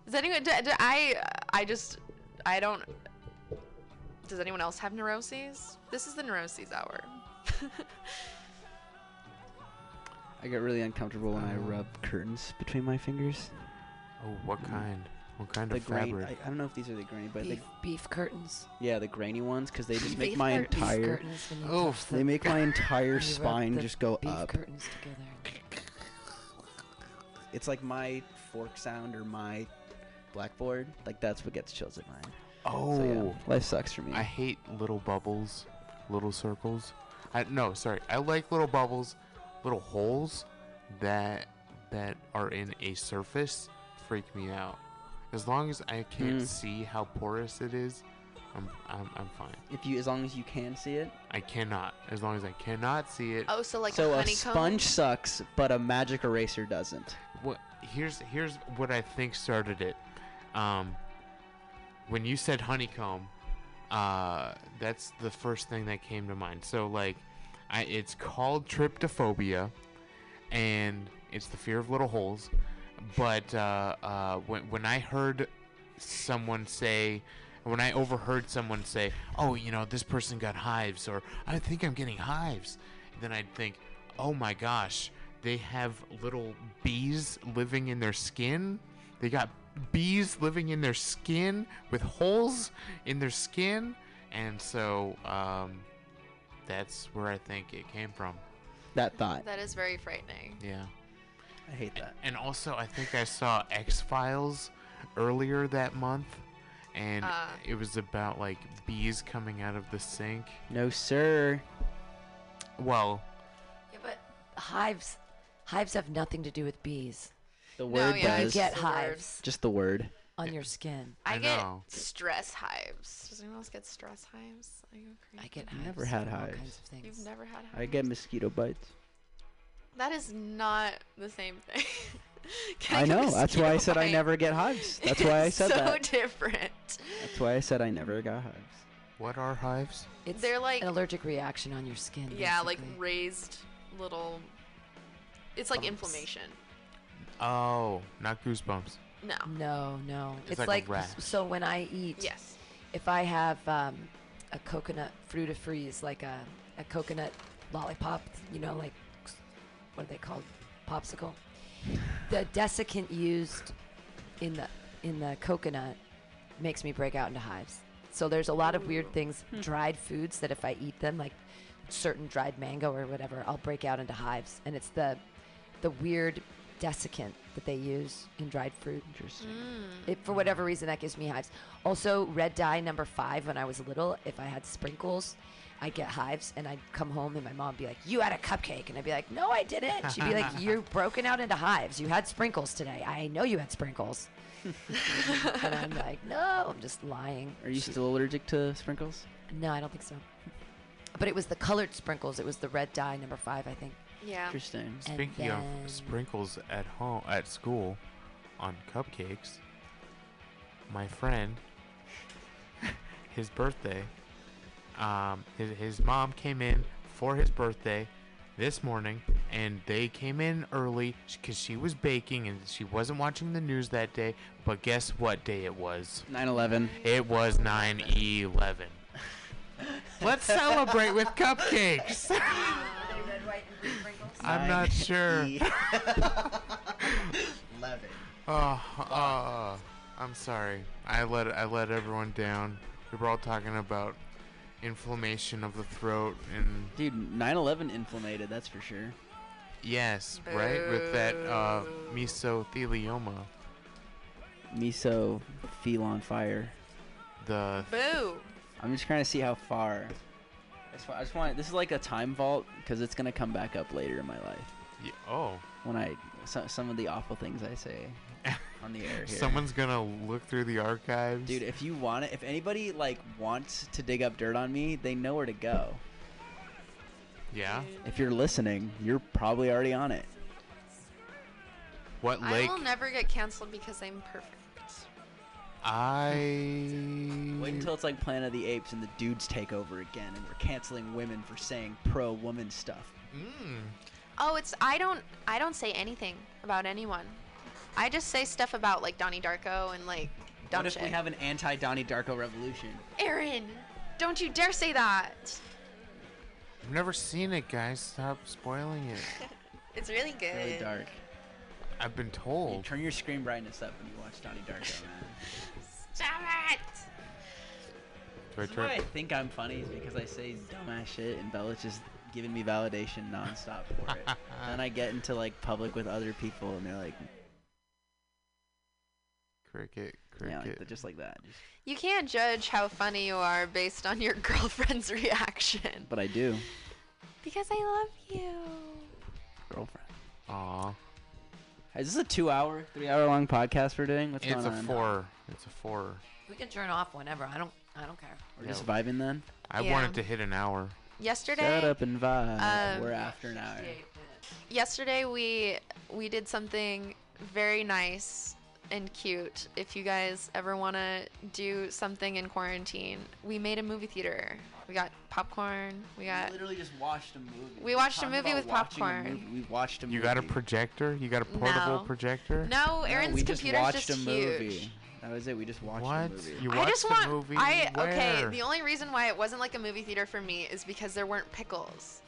S13: Does anyone? Do, do I? I just. I don't. Does anyone else have neuroses? This is the neuroses hour. <laughs>
S12: I get really uncomfortable when I
S2: Oh.
S12: rub curtains between my fingers. Mm.
S14: Oh, what kind? What kind
S12: the
S14: of
S12: grain-
S14: fabric?
S12: I, I don't know if these are the grainy, but
S2: beef,
S12: the,
S2: beef curtains.
S12: yeah, the grainy ones because they just make
S2: Beef
S12: my
S2: cur- beef
S12: entire
S2: curtains when you Oh, touch
S12: they
S2: the-
S12: make
S2: <laughs>
S12: my
S2: you
S12: entire
S2: rub
S12: spine
S2: the
S12: just go
S2: beef
S12: up.
S2: curtains together.
S12: It's like my fork sound or my blackboard. Like that's what gets chills at mine.
S14: Oh,
S12: life sucks for me.
S14: I hate little bubbles, little circles. I no, sorry. I like little bubbles, little holes that that are in a surface freak me out. As long as I can't
S12: Mm.
S14: see how porous it is, I'm, I'm, I'm fine.
S12: If you, as long as you can see it.
S14: I cannot. As long as I cannot see it.
S13: Oh, so like
S12: so a
S13: honeycomb?
S12: sponge sucks, but a magic eraser doesn't.
S14: What? Here's here's what I think started it. Um, when you said honeycomb, uh, that's the first thing that came to mind. So like, I it's called tryptophobia, and it's the fear of little holes. But uh, uh, when when I heard someone say. When I overheard someone say, "Oh, you know, this person got hives," or "I think I'm getting hives," then I'd think, oh my gosh, they have little bees living in their skin. They got bees living in their skin with holes in their skin. And so um, that's where I think it came from.
S12: That thought.
S13: That is very frightening.
S14: Yeah.
S12: I hate
S14: that. And also, I think I saw X Files earlier that month. And
S13: Ah.
S14: it was about like bees coming out of the sink.
S12: No, sir.
S14: Well,
S2: Yeah, but hives, hives have nothing to do with bees.
S12: The word
S13: yeah,
S12: does.
S2: You get hives
S12: Just the word.
S2: on your skin.
S13: I, get stress hives. Does anyone else get stress hives? I go crazy. I
S2: get
S12: I've never had hives.
S13: You've never had hives.
S12: I get mosquito bites.
S13: That is not the same thing.
S12: I
S13: Getting a
S12: know. That's why I
S13: mosquito
S12: said I
S13: bite
S12: never get
S13: <laughs>
S12: hives. <laughs> That's why I
S13: is
S12: said
S13: so
S12: that.
S13: different.
S12: That's why I said I never got hives.
S14: What are hives?
S2: It's
S13: They're like
S2: an allergic reaction on your skin.
S13: Yeah, like
S2: basically.
S13: raised little. It's like inflammation.
S14: oh, not goosebumps.
S13: No.
S2: No, no.
S14: It's
S2: It's,
S14: like a
S2: like,
S14: rash.
S2: so when I eat.
S13: Yes.
S2: If I have um, a coconut fruit of freeze, like a, a coconut lollipop, you know, like what are they called? Popsicle. The desiccant used in the in the coconut makes me break out into hives. So there's a lot of weird things, dried foods that if I eat them, like certain dried mango or whatever, I'll break out into hives, and it's the the weird desiccant that they use in dried fruit. Interesting. It, for whatever reason, that gives me hives. Also, red dye number five. When I was little, if I had sprinkles, I'd get hives, and I'd come home and my mom would be like, "You had a cupcake," and I'd be like, "No, I didn't." She'd be like,
S14: <laughs>
S2: "You're broken out into hives. You had sprinkles today. I know you had sprinkles." and I'm like, "No, I'm just lying."
S12: Are you still allergic to sprinkles?
S2: No, I don't think so. But it was the colored sprinkles. It was the red dye number five, I think.
S13: Yeah.
S12: Interesting.
S2: And <laughs>
S14: Speaking of
S2: then-
S14: sprinkles at home at school on cupcakes, my friend, <laughs> his birthday, um, his, his mom came in for his birthday this morning, and they came in early because she was baking and she wasn't watching the news that day. But guess what day it was?
S12: 9/11.
S14: It was 9/11.
S2: <laughs>
S14: Let's celebrate with
S2: <laughs>
S14: cupcakes. <laughs>
S2: red, white, and green sprinkles.
S14: I'm not sure. <laughs>
S12: Love it.
S14: Oh, oh, I'm sorry. I let I let everyone down. We were all talking about inflammation of the throat and
S12: dude, 9/11 inflamed. That's for sure.
S14: yes, right with that uh, mesothelioma,
S12: Miso, feel on fire.
S14: The.
S13: Boo.
S12: I'm just trying to see how far. I just, wa- I just want. This is like a time vault because it's gonna come back up later in my life.
S14: Yeah, oh.
S12: When I so, some of the awful things I say
S14: <laughs>
S12: on the air. Here.
S14: Someone's gonna look through the archives.
S12: Dude, if you want it, if anybody like wants to dig up dirt on me, they know where to go.
S14: Yeah.
S12: If you're listening, you're probably already on it.
S14: What
S13: I will never get canceled because I'm perfect.
S14: I
S12: wait until it's like Planet of the Apes and the dudes take over again, and we're canceling women for saying pro woman stuff.
S14: Mm. Hmm,
S13: Oh, it's I don't I don't say anything about anyone. I just say stuff about like Donnie Darko and like dumb
S12: what if
S13: shit.
S12: we have an anti Donnie Darko revolution?
S13: Aaron, don't you dare say that.
S14: I've never seen it, guys. Stop spoiling it.
S13: It's really good.
S12: Really dark.
S14: I've been told.
S12: You turn your screen brightness up when you watch Donnie Darko,
S14: <laughs>
S12: man.
S13: Stop it.
S14: Do I
S12: That's why I think I'm funny is because I say dumbass shit and Bella's just giving me validation nonstop for
S14: <laughs>
S12: it. then I get into like public with other people and they're like,
S14: cricket,
S12: yeah, like, just like that. Just-
S13: You can't judge how funny you are based on your <laughs> girlfriend's reaction.
S12: But I do.
S13: Because I love you.
S12: Girlfriend.
S14: Aw.
S12: Is this a two-hour, three-hour long podcast we're doing? What's
S14: it's
S12: going
S14: a
S12: on?
S14: four. It's a four.
S2: We can turn off whenever. I don't. I don't care.
S12: We're just vibing then.
S14: I
S13: Yeah.
S14: wanted to hit an hour.
S13: Yesterday.
S12: Shut up and vibe.
S13: um,
S12: We're after an hour.
S13: yesterday we we did something very nice and cute. If you guys ever want to do something in quarantine, we made a movie theater. We got popcorn. We got
S12: literally just watched a movie.
S13: We watched a
S12: Talk
S13: movie
S12: about
S13: with
S12: watching a
S13: popcorn.
S12: movie. We watched a movie.
S14: You got a projector? You got a portable
S13: No.
S14: projector?
S13: No, Aaron's
S12: we just
S13: computer's
S12: watched
S13: just,
S12: a
S13: huge.
S12: movie. That was it. We just watched a
S14: What?
S12: movie.
S14: You
S13: I just want. I okay.
S14: Where?
S13: The only reason why it wasn't like a movie theater for me is because there weren't pickles.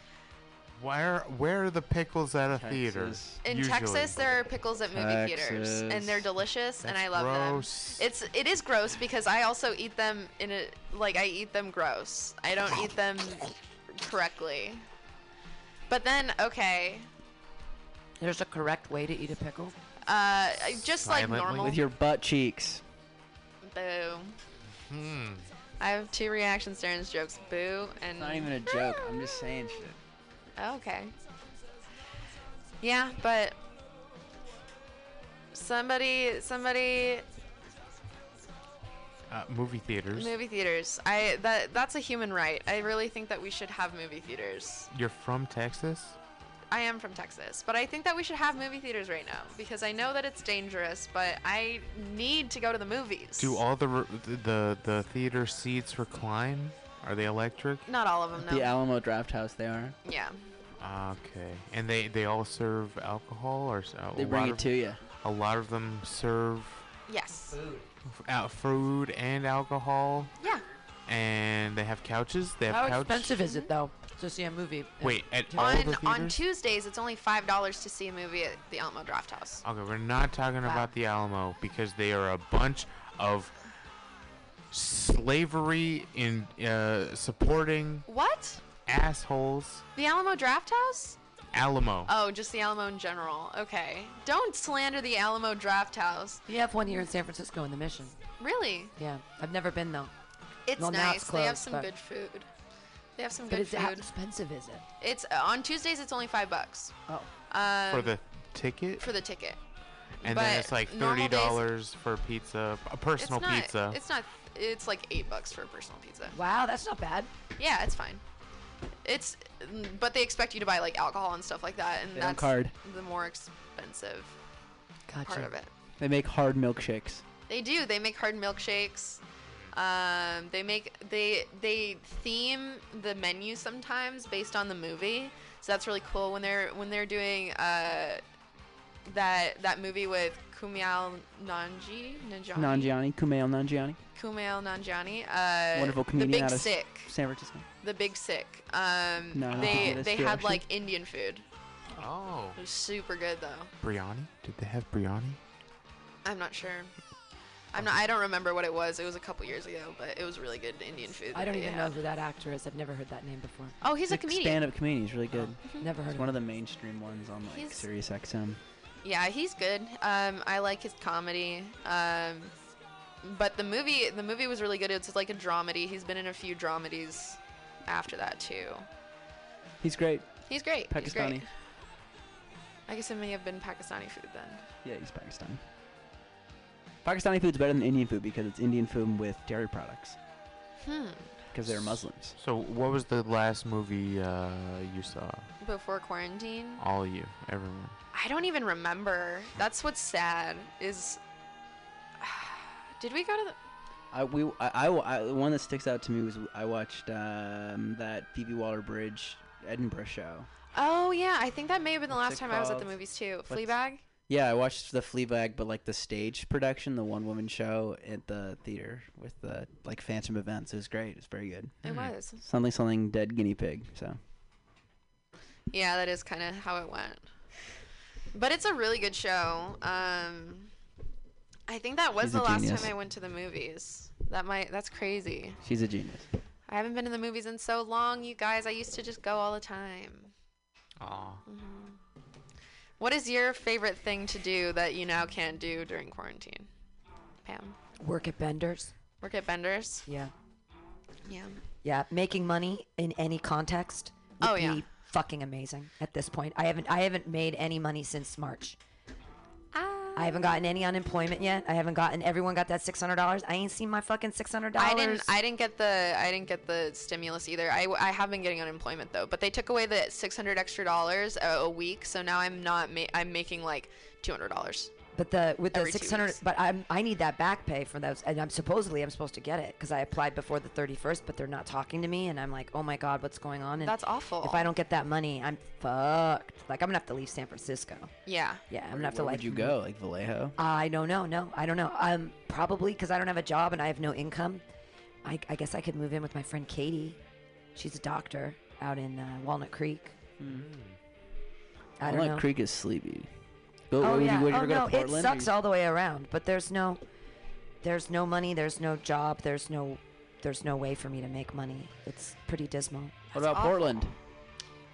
S14: Where where are the pickles at a theater?
S12: Texas.
S13: In
S14: Usually.
S13: Texas, there are pickles at movie theaters, and they're
S14: Texas.
S13: delicious, and
S14: That's
S13: I love
S14: gross.
S13: them. It's it is gross because I also eat them in a like I eat them gross. I don't eat them correctly. But then okay,
S2: There's a correct way to eat a pickle.
S13: uh, just like normal.
S12: With your butt cheeks.
S13: Boo. I have two reactions to Aaron's jokes. Boo and
S12: Not even a joke. I'm just saying shit.
S13: Oh, Okay. Yeah, but somebody somebody
S14: Uh, movie theaters.
S13: movie theaters. I that that's a human right. I really think that we should have movie theaters.
S14: You're from Texas?
S13: I am from Texas, but I think that we should have movie theaters right now because I know that it's dangerous, but I need to go to the movies.
S14: Do all the re- the the theater seats recline? Are they electric?
S13: Not all of them, no.
S12: The Alamo Draft House. They are.
S13: yeah.
S14: Okay. And they they all serve alcohol or s- uh, a
S12: They
S14: lot
S12: bring it
S14: of-
S12: to ya.
S14: A lot of them serve
S13: Yes.
S14: f- al- food and alcohol.
S13: Yeah.
S14: And they have couches. They have
S2: How
S14: couch-
S2: expensive is it though to see a movie?
S14: Wait, at all
S13: On
S14: the
S13: on
S14: theaters?
S13: Tuesdays, it's only five dollars to see a movie at the Alamo Draft House.
S14: Okay, we're not talking
S13: Wow.
S14: about the Alamo because they are a bunch of slavery in uh, supporting
S13: What?
S14: assholes.
S13: The Alamo Draft House?
S14: Alamo.
S13: Oh, just the Alamo in general. Okay. Don't slander the Alamo Draft House.
S2: You have one year in San Francisco in the Mission.
S13: Really?
S2: Yeah, I've never been though.
S13: It's
S2: Well, now
S13: nice.
S2: it's
S13: they have
S2: closed,
S13: some
S2: but-
S13: good food. They have some
S2: But
S13: good
S2: is it, how
S13: food.
S2: expensive is it?
S13: It's on Tuesdays. It's only five bucks.
S2: Oh.
S13: Um,
S14: for the ticket.
S13: for the ticket.
S14: and then
S13: but
S14: it's like
S13: normal
S14: thirty
S13: days-
S14: dollars for pizza, a personal
S13: it's not,
S14: pizza.
S13: It's not. It's like eight bucks for a personal pizza.
S2: Wow, that's not bad.
S13: Yeah, it's fine. It's, mm, but they expect you to buy like alcohol and stuff like that, and
S12: They don't
S13: that's
S12: card.
S13: the more expensive part
S12: Gotcha.
S13: of it.
S12: They make hard milkshakes.
S13: They do. They make hard milkshakes. Um, they make they they theme the menu sometimes based on the movie. So that's really cool when they're when they're doing uh, that that movie with Kumail Nanji Nanjiani
S12: Nanjiani, Kumail Nanjiani.
S13: Kumail Nanjiani. Uh,
S12: Wonderful comedian
S13: The Big
S12: out of
S13: Sick.
S12: San Francisco.
S13: The Big Sick. Um,
S12: No, I don't think
S13: they
S12: it is
S13: they
S12: true,
S13: had
S12: actually.
S13: like Indian food.
S14: Oh.
S13: It was super good though.
S14: biryani? Did they have biryani?
S13: I'm not sure. I'm not. I don't remember what it was. It was a couple years ago, but it was really good Indian food.
S2: I
S13: that
S2: don't
S13: they
S2: even know
S13: had.
S2: who that actor is. I've never heard that name before.
S13: Oh, he's a
S12: Like,
S13: comedian. Mm-hmm.
S12: Stand-up comedian. He's really good.
S2: Never heard
S12: It's
S2: of
S12: one of the mainstream ones on like
S13: He's-
S12: Sirius XM.
S13: Yeah, he's good. Um, I like his comedy. Um, but the movie, the movie was really good. It's like a dramedy. He's been in a few dramedies after that too.
S12: He's great.
S13: He's great.
S12: Pakistani.
S13: He's great. I guess it may have been Pakistani food then.
S12: Yeah, he's Pakistani. Pakistani food's better than Indian food because it's Indian food with dairy products
S13: Hmm.
S12: because they're Muslims.
S14: So what was the last movie uh, you saw?
S13: Before quarantine,
S14: All of you, everyone.
S13: I don't even remember. That's what's sad. Is <sighs> did we go to the?
S12: I we I, I, I- the one that sticks out to me was I watched um, that Phoebe Waller-Bridge Edinburgh show.
S13: Oh yeah, I think that may have been the
S12: What's
S13: last
S12: it
S13: time I was at the
S12: called?
S13: movies too.
S12: What's-
S13: Fleabag.
S12: Yeah, I watched the Fleabag, but like the stage production, the one woman show at the theater with the like Phantom events. It was great. It was very good.
S13: It Hmm.
S14: Mm-hmm.
S13: was.
S12: something something dead guinea pig. So
S13: Yeah, that is kind of how it went. But it's a really good show. Um, I think that was
S12: She's
S13: the
S12: a
S13: last
S12: genius.
S13: time I went to the movies. That might that's crazy.
S12: she's a genius.
S13: I haven't been to the movies in so long, you guys. I used to just go all the time.
S14: Aw.
S13: Mhm. What is your favorite thing to do that you now can't do during quarantine? Pam,
S2: Work at Bender's.
S13: work at Bender's.
S2: Yeah.
S13: Yeah.
S2: Yeah, making money in any context would
S13: Oh,
S2: be
S13: yeah.
S2: fucking amazing at this point. I haven't I haven't made any money since March. I haven't gotten any unemployment yet. I haven't gotten. Everyone got that six hundred dollars. I ain't seen my fucking six hundred dollars.
S13: I didn't. I didn't get the. I didn't get the stimulus either. I, w- I have been getting unemployment though, but they took away the 600 extra dollars a, a week, so now I'm not. Ma- I'm making like 200 dollars.
S2: But the with the
S13: Every two
S2: six hundred,
S13: weeks.
S2: but I'm I need that back pay for those, and I'm supposedly I'm supposed to get it because I applied before the thirty first, but they're not talking to me, and I'm like, oh my god, what's going on? And
S13: That's awful.
S2: If I don't get that money, I'm fucked. Like I'm gonna have to leave San Francisco.
S13: Yeah.
S2: Yeah, I'm gonna have to
S12: Where
S2: like.
S12: would you go? Like Vallejo?
S2: I don't know. No, I don't know. Um, probably because I don't have a job and I have no income. I, I guess I could move in with my friend Katie. She's a doctor out in uh, Walnut Creek.
S10: Mm.
S2: I don't
S12: Walnut
S2: know.
S12: Creek is sleepy. Go,
S2: oh
S12: would
S2: yeah.
S12: you, would you
S2: oh
S12: ever go
S2: no,
S12: to Portland?
S2: it sucks all the way around. But there's no, there's no money. There's no job. There's no, there's no way for me to make money. It's pretty dismal.
S12: What about Portland?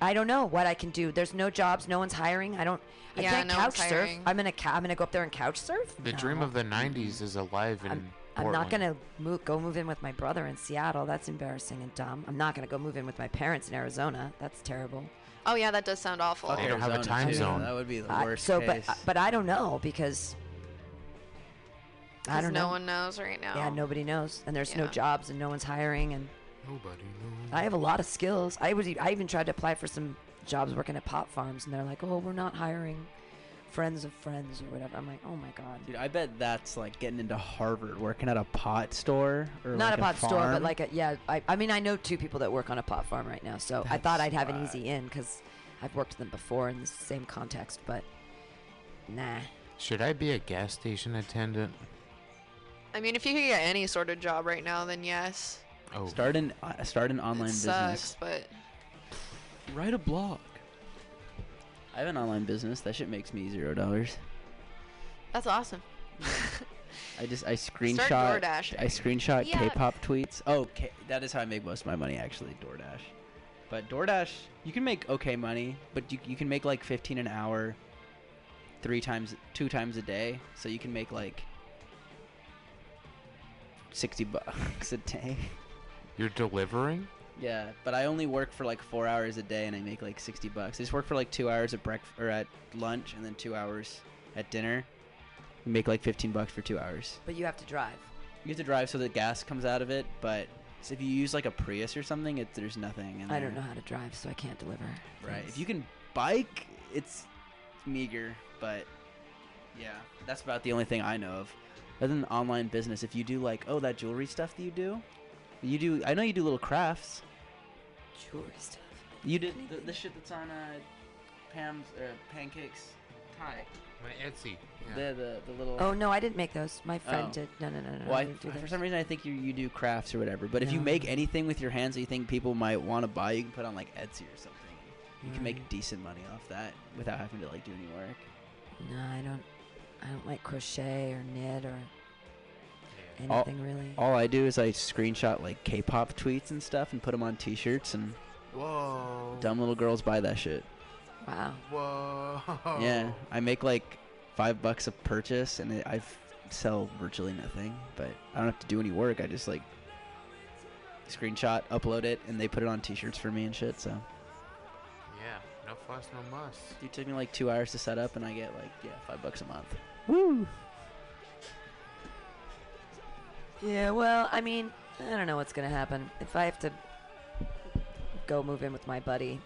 S2: I don't know what I can do. There's no jobs. No one's hiring. I don't. I
S13: Yeah,
S2: can't
S13: no one's
S2: couch surf.
S13: hiring.
S2: I'm gonna. Ca- I'm gonna go up there and couch surf.
S14: The
S2: No.
S14: dream of the '90s is alive in
S2: I'm
S14: Portland.
S2: not gonna move, go move in with my brother in Seattle. That's embarrassing and dumb. I'm not gonna go move in with my parents in Arizona. That's terrible.
S13: Oh yeah, that does sound awful.
S14: They don't have a time zone.
S12: That would be the
S2: I-
S12: worst
S2: so,
S12: case.
S2: but but I don't know because I
S13: 'Cause
S2: don't
S13: no
S2: know.
S13: one knows right now.
S2: Yeah, nobody knows, and there's no
S13: Yeah.
S2: jobs, and no one's hiring, and
S14: Nobody knows.
S2: I have a lot of skills. I was e- I even tried to apply for some jobs working at pot farms, and they're like, oh, we're not hiring friends of friends or whatever. I'm like, oh my god.
S12: Dude, I bet that's like getting into Harvard, working at a pot store or
S2: Not
S12: like
S2: a pot store, but
S12: farm.
S2: like a yeah. I, I mean, I know two people that work on a pot farm right now, so I thought I'd have an easy in because I've worked with them before in the same context. But nah,
S14: Should I be a gas station attendant?
S13: I mean, if you could get any sort of job right now, then yes.
S14: Oh.
S12: start an uh, start an
S13: It
S12: online business.
S13: sucks, but
S12: Write a blog. I have an online business. That shit makes me zero dollars.
S13: that's awesome.
S12: I just I screenshot
S13: DoorDashing.
S12: I screenshot
S13: Yeah.
S12: K-pop tweets. Oh, K- that is how I make most of my money actually, DoorDash. But DoorDash, you can make okay money, but you you can make like 15 an hour, three times, two times a day, so you can make like 60 bucks a day.
S14: You're delivering?
S12: Yeah, but I only work for like four hours a day, and I make like sixty bucks. I just work for like two hours at breakfast or at lunch, and then two hours at dinner. You make like fifteen bucks for two hours.
S2: but you have to drive.
S12: You have to drive so the gas comes out of it, but so if you use like a Prius or something, it, there's nothing. In
S2: I don't know
S12: there.
S2: how to drive, so I can't deliver.
S12: Right? If you can bike, it's meager, but yeah, that's about the only thing I know of. Other than online business, if you do like oh that jewelry stuff that you do, you do. I know you do little crafts.
S2: Jewelry stuff.
S12: You did the, the shit that's on uh, Pam's uh, pancakes tie.
S14: My Etsy.
S12: The, the the little.
S2: Oh no, I didn't make those. My friend
S12: Oh.
S2: did. No, no, no, no.
S12: Well, I,
S2: I didn't do
S12: for
S2: those.
S12: some reason I think you you do crafts or whatever. But if you
S2: No.
S12: make anything with your hands that you think people might want to buy, you can put on like Etsy or something. You can
S2: Mm.
S12: make decent money off that without having to like do any work.
S2: No, I don't. I don't like crochet or knit or
S12: All-
S2: anything really.
S12: All I do is I screenshot like K-pop tweets and stuff and put them on T-shirts and
S11: Whoa.
S12: dumb little girls buy that shit.
S2: Wow.
S14: <laughs>
S11: Whoa.
S12: Yeah, I make like five bucks a purchase, and it, I f- sell virtually nothing. But I don't have to do any work. I just like screenshot, upload it, and they put it on T-shirts for me and shit. So
S14: Yeah. No fuss, no muss.
S12: it took me like two hours to set up, and I get like yeah, five bucks a month.
S2: Woo. Yeah, well, I mean, I don't know what's gonna happen. If I have to go move in with my buddy,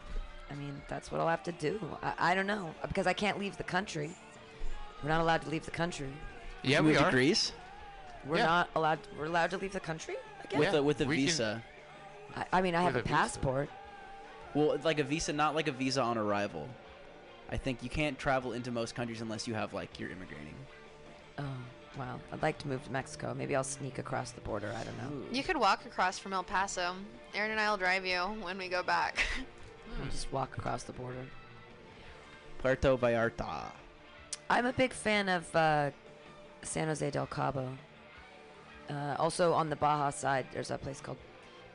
S2: I mean, that's what I'll have to do. I, I don't know because I can't leave the country. We're not allowed to leave the country.
S12: Did you move to Greece
S2: We're
S12: Yeah.
S2: not allowed. We're allowed to leave the country. Again?
S12: with a with a visa.
S2: I, I mean, I have a
S12: With a visa.
S2: passport.
S12: Well, it's like a visa, not like a visa on arrival. I think you can't travel into most countries unless you have like you're immigrating.
S2: Oh, wow. I'd like to move to Mexico. Maybe I'll sneak across the border. I don't know.
S13: You could walk across from El Paso. Aaron and I'll drive you when we go back.
S2: I'll Hmm. just walk across the border.
S12: Puerto Vallarta.
S2: I'm a big fan of uh, San Jose del Cabo. Uh, also on the Baja side, there's a place called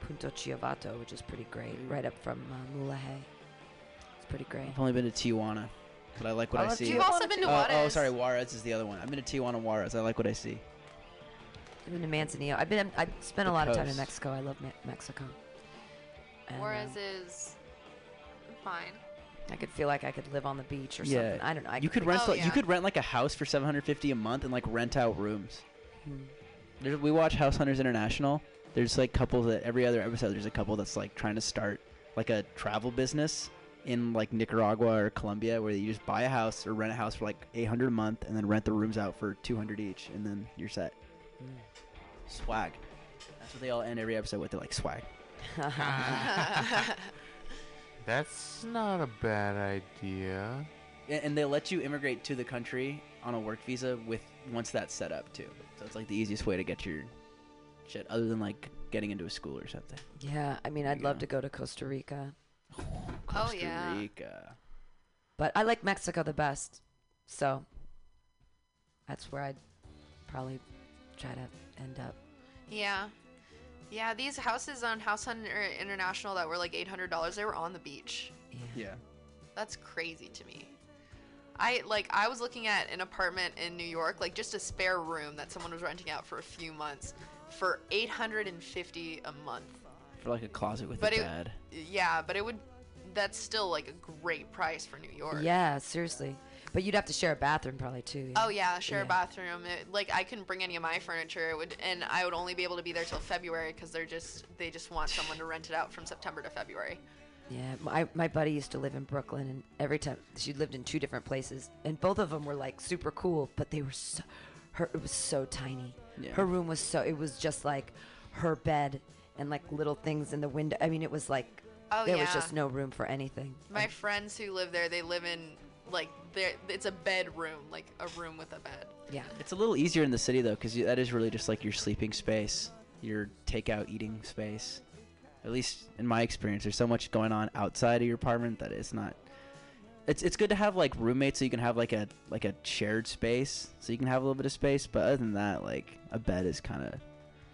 S2: Punto Chiavato, which is pretty great, right up from uh, Mulahay. It's pretty great.
S12: I've only been to Tijuana, but I like what
S2: I
S12: I,
S2: love
S12: see.
S2: Tijuana You've also been to too.
S12: oh, oh,
S2: Juarez.
S12: sorry, Juarez is the other one. I've been to Tijuana, Juarez. I like what I see.
S2: I've been to Manzanillo. I've been. I've spent a
S12: The
S2: lot of time in
S12: coast.
S2: Mexico. I love Me- Mexico. And, uh,
S13: Juarez is fine.
S2: I could feel like I could live on the beach or
S12: yeah,
S2: something. I don't know. I
S12: you could
S2: think-
S12: rent like, you could rent like a house for 750 a month and like rent out rooms. There's, we watch House Hunters International. There's like couples that every other episode there's a couple that's like trying to start like a travel business in like Nicaragua or Colombia where you just buy a house or rent a house for like 800 a month and then rent the rooms out for 200 each and then you're set.
S14: Hmm.
S12: Swag. That's what they all end every episode with. They're like
S2: <laughs>
S12: swag. <laughs>
S14: That's not a bad idea.
S12: Yeah, and they let you immigrate to the country on a work visa with once that's set up too. So it's like the easiest way to get your shit, other than like getting into a school or something.
S2: Yeah, I mean, I'd love to go to Costa Rica.
S13: Oh, yeah.
S12: Rica.
S2: But I like Mexico the best. So that's where I'd probably try to end up.
S13: Yeah. Yeah, these houses on House Hunter International that were like $800, they were on the beach.
S12: Yeah.
S13: That's crazy to me. I like I was looking at an apartment in New York, like just a spare room that someone was renting out for a few months for 850 a month.
S12: For like a closet with
S13: but
S12: a
S13: it
S12: bed.
S13: Yeah, but it would that's still like a great price for New York.
S2: Yeah, seriously. But you'd have to share a bathroom probably too.
S13: Oh yeah, share a bathroom. It, like I couldn't bring any of my furniture. It would, and I would only be able to be there till February because they're just they just want someone to rent it out from September to February.
S2: Yeah, my, my buddy used to live in Brooklyn, and every time she lived in two different places, and both of them were like super cool, but they were so, her it was so tiny.
S12: Yeah.
S2: Her room was so it was just like her bed and like little things in the window. I mean, it was like
S13: Oh,
S2: there
S13: yeah.
S2: was just no room for anything.
S13: My friends who live there, they live in like there. It's a bedroom, like a room with a bed.
S2: Yeah.
S12: It's a little easier in the city though, because that is really just like your sleeping space, your takeout eating space. At least in my experience, there's so much going on outside of your apartment that it's not. It's it's good to have like roommates so you can have like a like a shared space so you can have a little bit of space. But other than that, like a bed is kind of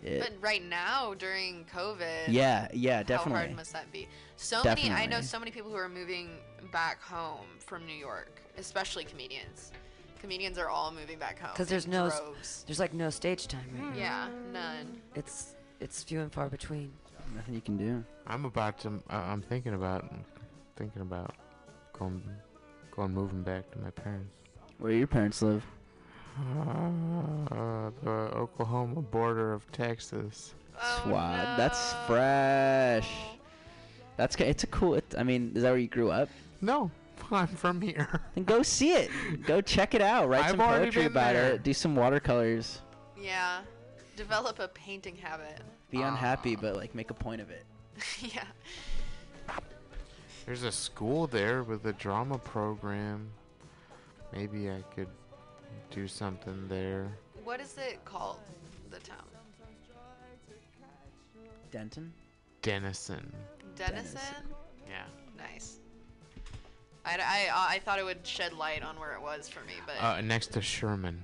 S12: it.
S13: But right now during COVID,
S12: Yeah, yeah,
S13: How
S12: definitely.
S13: hard must that be? So many, I know
S12: Definitely.
S13: so many people who are moving back home from New York, especially comedians. Comedians are all moving back home
S2: Because there's
S13: Oh, in
S2: no
S13: droves.
S2: there's like no stage time right now.
S13: Yeah, none.
S2: It's it's few and far between.
S12: Nothing you can do.
S14: I'm about to. I- I'm thinking about, thinking about, going, going moving back to my parents.
S12: Where your parents
S14: <sighs>
S12: live?
S14: Uh, the Oklahoma border of Texas.
S12: Swad. That's fresh. That's ca- it's a cool. It, I mean, is that where you grew up?
S14: No, <laughs> I'm from here.
S12: Then go see it. Go check it out. Write
S14: I've
S12: some
S14: already
S12: poetry
S14: been
S12: about
S14: there.
S12: it. Do some watercolors.
S13: Yeah. Develop a painting habit. <laughs>
S14: Ah.
S12: Be unhappy, but like make a point of it.
S13: yeah.
S14: <laughs> There's a school there with a drama program. Maybe I could do something there.
S13: What is it called? The town.
S12: Denton.
S14: Denison.
S13: Denison?
S14: Yeah.
S13: Nice. I, uh, I, I thought it would shed light on where it was for me, but
S14: Uh, next to Sherman.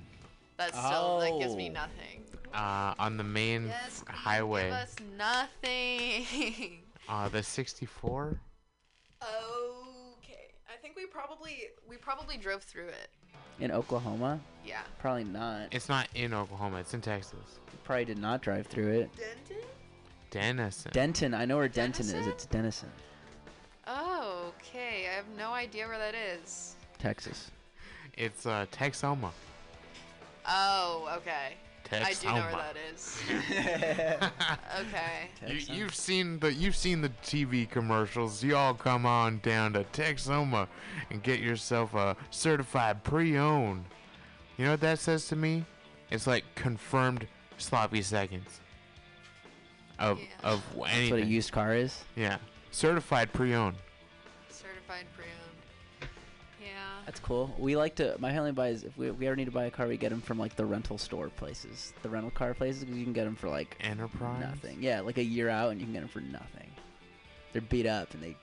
S13: that's still, that gives me
S14: Oh.
S13: nothing.
S14: Uh, on the main
S13: Yes,
S14: f- highway.
S13: Give us nothing. <laughs>
S14: Uh, the 64.
S13: okay. I think we probably, we probably drove through it.
S12: In Oklahoma?
S13: Yeah.
S12: Probably not.
S14: It's not in Oklahoma. It's in Texas.
S12: Probably did not drive through it.
S13: Denton?
S14: Denison.
S12: Denton. I know where Denton is. It's Denison,
S13: Oh, okay. I have no idea where that is.
S12: Texas.
S14: It's uh, Texoma.
S13: Oh, okay. I do know where
S14: Texoma.
S13: that
S2: <laughs>
S13: is. <laughs> okay.
S14: You, you've seen the you've seen the TV commercials. Y'all come on down to Texoma and get yourself a certified pre-owned. You know what that says to me? It's like confirmed sloppy seconds of of anything. That's what a
S12: used car is.
S14: Yeah, certified pre-owned.
S13: Certified pre-owned. Yeah.
S12: That's cool. We like to. My family buys. If we, we ever need to buy a car, we get them from like the rental store places, the rental car places, 'cause you can get them for like
S14: Enterprise?
S12: Nothing. Yeah, like a year out, and you can get them for nothing. They're beat up and they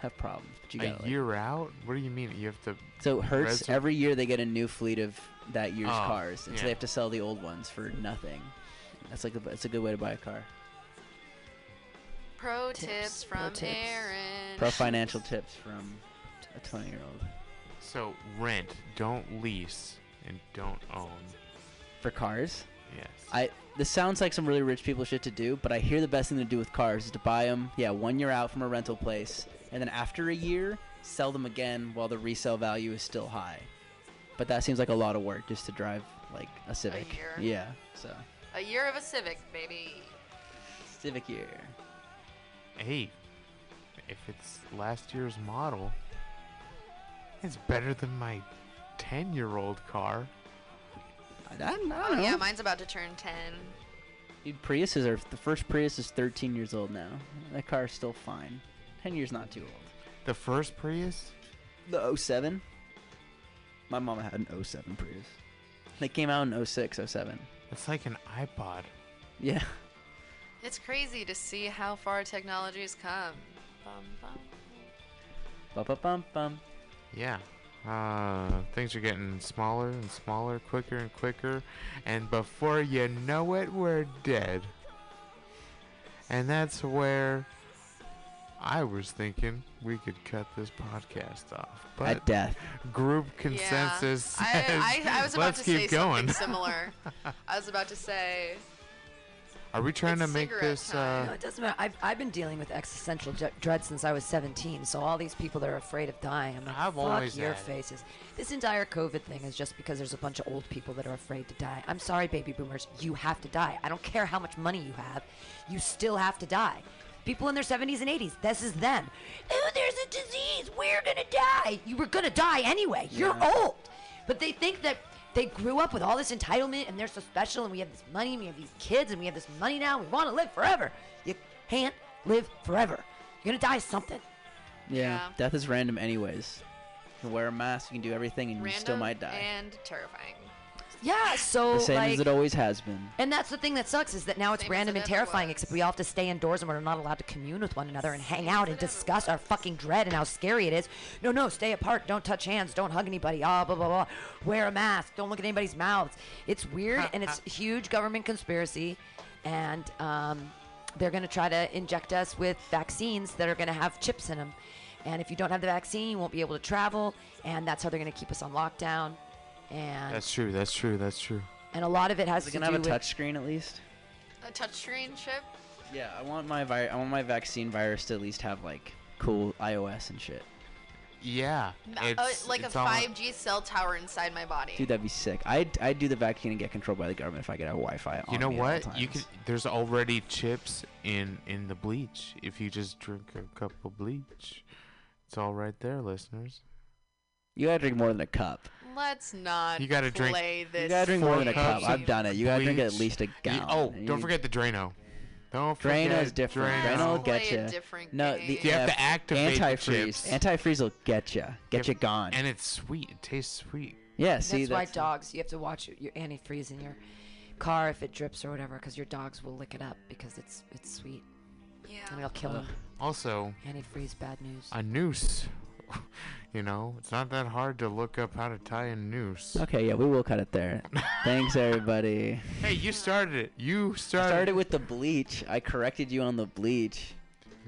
S12: have problems. But you
S14: a
S12: got like,
S14: year out? What do you mean? You have to.
S12: So Hertz
S14: res-
S12: every year they get a new fleet of that year's
S14: Oh,
S12: cars, and so
S14: yeah.
S12: they have to sell the old ones for nothing. That's like a, that's a good way to buy a car.
S13: Pro tips, from Aaron.
S12: Pro financial tips from a twenty year old
S14: So rent, don't lease, and don't own.
S12: for cars.
S14: Yes.
S12: I this sounds like some really rich people shit to do, but I hear the best thing to do with cars is to buy them. Yeah, one year out from a rental place, and then after a year, sell them again while the resale value is still high. But that seems like a lot of work just to drive like a Civic.
S13: year.
S12: Yeah, so
S13: A year of a Civic, baby.
S12: Civic year.
S14: Hey, if it's last year's model, it's better than my 10 year old car.
S13: Oh yeah, mine's about to turn ten.
S12: Dude, Priuses are the first Prius is 13 years old now. That car is still fine. 10 years not too old.
S14: The first Prius?
S12: The 07. My mom had an 07 Prius. They came out in 06, 07.
S14: It's like an iPod.
S12: Yeah.
S13: It's crazy to see how far technology's come. Bum, bum.
S2: <laughs>
S12: Bum, bum, bum, bum.
S14: Yeah. Uh, things are getting smaller and smaller, quicker and quicker, and before you know it, we're dead. And that's where I was thinking we could cut this podcast off. But
S12: At death.
S14: Group consensus
S13: I,
S14: says,
S13: I, I was about
S14: let's
S13: to say
S14: keep going.
S13: something similar. I was about to say
S14: <laughs> Are we trying
S13: It's
S14: to make
S13: cigarette
S14: this? Uh,
S2: No, it doesn't matter. I've, I've been dealing with existential ju- dread since I was 17. So all these people that are afraid of dying, I'm like,
S14: I've
S2: fuck
S14: always
S2: your
S14: had it.
S2: faces. This entire COVID thing is just because there's a bunch of old people that are afraid to die. I'm sorry, baby boomers, you have to die. I don't care how much money you have, you still have to die. People in their 70s and 80s, this is them. Oh, there's a disease. We're gonna die. You were gonna die anyway. You're
S17: Yeah.
S2: old. But they think that they grew up with all this entitlement and they're so special and we have this money and we have these kids and we have this money now. We want to live forever. You can't live forever. You're going to die something.
S12: Yeah. Death is random, anyways. You can wear a mask, you can do everything, and you still
S13: random
S12: might die.
S13: and terrifying.
S2: Yeah, so
S12: the same
S2: like
S12: as it always has been.
S2: and that's the thing that sucks is that now it's random and terrifying except we all have to stay indoors and we're not allowed to commune with one another and hang out and discuss our fucking dread and how scary it is. No, no, stay apart, don't touch hands, don't hug anybody. Ah, blah blah blah. Wear a mask, don't look at anybody's mouths. It's weird and it's a huge government conspiracy and um, they're going to try to inject us with vaccines that are going to have chips in them. And if you don't have the vaccine, you won't be able to travel and that's how they're going to keep us on lockdown. And
S14: that's true. That's true. That's true.
S2: and a lot of it has
S12: Is it
S2: to
S12: gonna have a
S2: do with
S12: touch screen at least?
S13: A touchscreen chip.
S12: Yeah, I want my vi- I want my vaccine virus to at least have like cool iOS and shit.
S14: Yeah,
S13: Uh, like a 5G cell tower inside my body.
S12: Dude, that'd be sick. I'd, I'd do the vaccine and get controlled by the government if I could have Wi-Fi.
S14: You
S12: on
S14: know
S12: me at all
S14: what? You
S12: times.
S14: could. There's already chips in in the bleach. If you just drink a cup of bleach, it's all right there, listeners.
S12: You gotta drink more than a cup.
S13: Let's not
S14: You gotta drink.
S13: play this.
S12: You gotta drink more than a
S14: Four
S12: cup.
S14: cups
S12: I've
S14: of
S12: done it. You gotta drink at
S14: bleach.
S12: least a
S14: You-
S12: gallon.
S14: oh,
S12: You-
S14: don't forget the Drano. Don't forget
S12: Drano's different.
S14: Drano.
S12: Drano will get you. No, the
S14: You have to
S12: uh,
S14: activate the
S12: antifreeze.
S14: chips.
S12: Antifreeze will get you. Get you gone.
S14: And it's sweet. It tastes sweet.
S12: Yeah,
S2: that's
S12: see
S2: why
S12: that's
S2: dogs. You have to watch your- your antifreeze in your car if it drips or whatever, because your dogs will lick it up because it's it's sweet.
S13: Yeah.
S2: And it'll kill them.
S14: Also,
S2: Antifreeze, bad news.
S14: a noose. <laughs> you know, it's not that hard to look up how to tie a noose.
S12: Okay, yeah, we will cut it
S14: <laughs>
S12: there. Thanks everybody.
S14: Hey, you started it. You started.
S12: Started with the bleach. I corrected you on the bleach.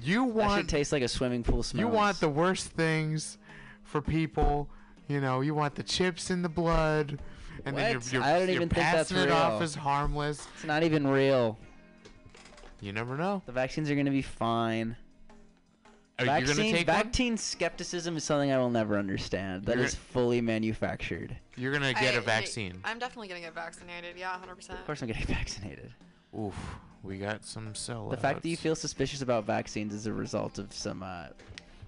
S14: You
S12: that
S14: want-
S12: should taste like a swimming pool smell.
S14: You want the worst things for people. You know, you want the chips in the blood, and then
S12: What?
S14: you're, you're,
S12: I don't
S14: you're
S12: even think that's
S14: passing it off
S12: real.
S14: as harmless.
S12: It's not even real.
S14: You never know.
S12: The vaccines are gonna be fine.
S14: Are you
S12: vaccine,
S14: gonna take one?
S12: vaccine skepticism is something I will never understand. That is
S14: You're
S12: fully manufactured.
S14: You're gonna
S13: I-
S14: get a
S13: y-
S14: vaccine.
S13: I'm definitely gonna get vaccinated. Yeah, 100%.
S12: Of course, I'm getting <laughs> vaccinated.
S14: Oof, we got some sellouts.
S12: The fact that you feel suspicious about vaccines is a result of some. Uh,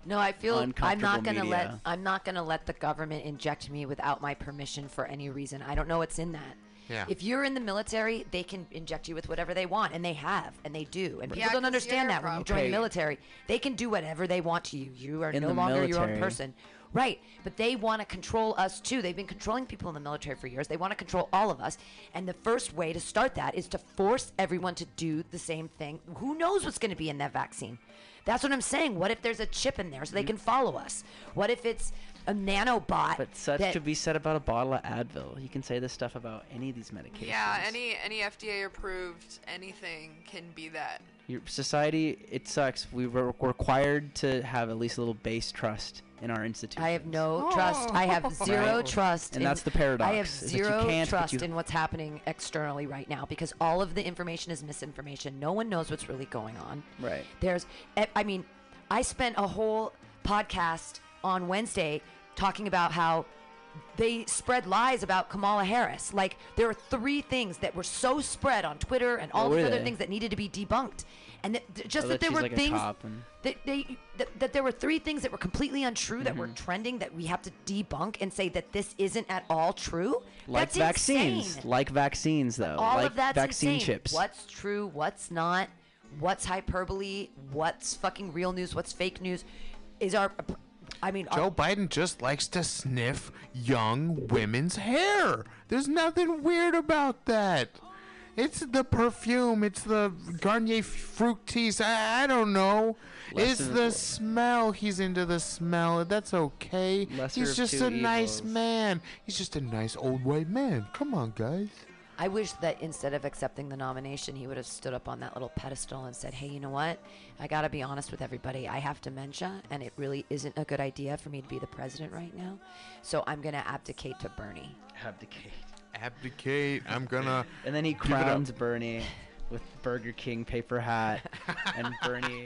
S2: No, I feel I'm
S12: uncomfortable
S2: not gonna let
S12: media.
S2: I'm not gonna let the government inject me without my permission for any reason. I don't know what's in that.
S12: Yeah.
S2: If you're in the military, they can inject you with whatever they want, and they have, and they do,
S12: Right.
S2: and people
S12: Yeah,
S2: don't
S12: 'cause
S2: understand
S12: you're
S2: that when you join the
S12: Okay.
S2: military, they can do whatever they want to you. You are
S12: In
S2: no
S12: the
S2: longer your own
S12: military.
S2: person, right? But they want to control us too. They've been controlling people in the military for years. They want to control all of us, and the first way to start that is to force everyone to do the same thing. Who knows what's going to be in that vaccine? That's what I'm saying. What if there's a chip in there so
S12: Mm-hmm.
S2: they can follow us? What if it's a nanobot?
S12: but such
S2: that-
S12: could be said about a bottle of Advil. You can say this stuff about any of these medications.
S13: Yeah, any any FDA approved anything can be that.
S12: Your society, it sucks. We were required to have at least a little base trust in our institutions.
S2: I have no
S12: Oh.
S2: trust. I have zero
S12: Right.
S2: trust.
S12: And
S2: in-
S12: that's the paradox,
S2: I have
S12: is that you
S2: zero
S12: can't, but
S2: trust
S12: you-
S2: in what's happening externally right now because all of the information is misinformation. No one knows what's really going on. eh,
S12: Right.
S2: There's, I mean, I spent a whole podcast on Wednesday talking about how they spread lies about Kamala Harris. Like there are three things that were so spread on Twitter and all
S12: What Oh,
S2: these
S12: were
S2: other
S12: they?
S2: things that needed to be debunked, and that, th- just
S12: Oh,
S2: that
S12: that
S2: there
S12: she's
S2: were
S12: like a
S2: things
S12: cop and-
S2: that they that, that there were three things that were completely untrue that
S12: Mm-hmm.
S2: were trending that we have to debunk and say that this isn't at all true.
S12: Like
S2: That's
S12: vaccines.
S2: insane.
S12: Like vaccines, though.
S2: All
S12: like
S2: of that's
S12: vaccine
S2: insane.
S12: chips.
S2: What's true? What's not? What's hyperbole? What's fucking real news? What's fake news? Is our, I mean, our-
S14: Joe Biden just likes to sniff young women's hair. There's nothing weird about that. It's the perfume. It's the Garnier fructis. I, I don't know.
S12: Lesser-
S14: it's the smell. He's into the smell. That's okay.
S12: Lesser
S14: He's
S12: of
S14: just
S12: two
S14: a nice
S12: evils.
S14: man. He's just a nice old white man. Come on, guys.
S2: I wish that instead of accepting the nomination, he would have stood up on that little pedestal and said, Hey, you know what? I got to be honest with everybody. I have dementia, and it really isn't a good idea for me to be the president right now. So I'm going to abdicate to Bernie.
S12: Abdicate.
S14: Abdicate. I'm gonna.
S12: And then he
S14: give it up.
S12: crowns Bernie with Burger King paper hat,
S2: <laughs>
S12: and Bernie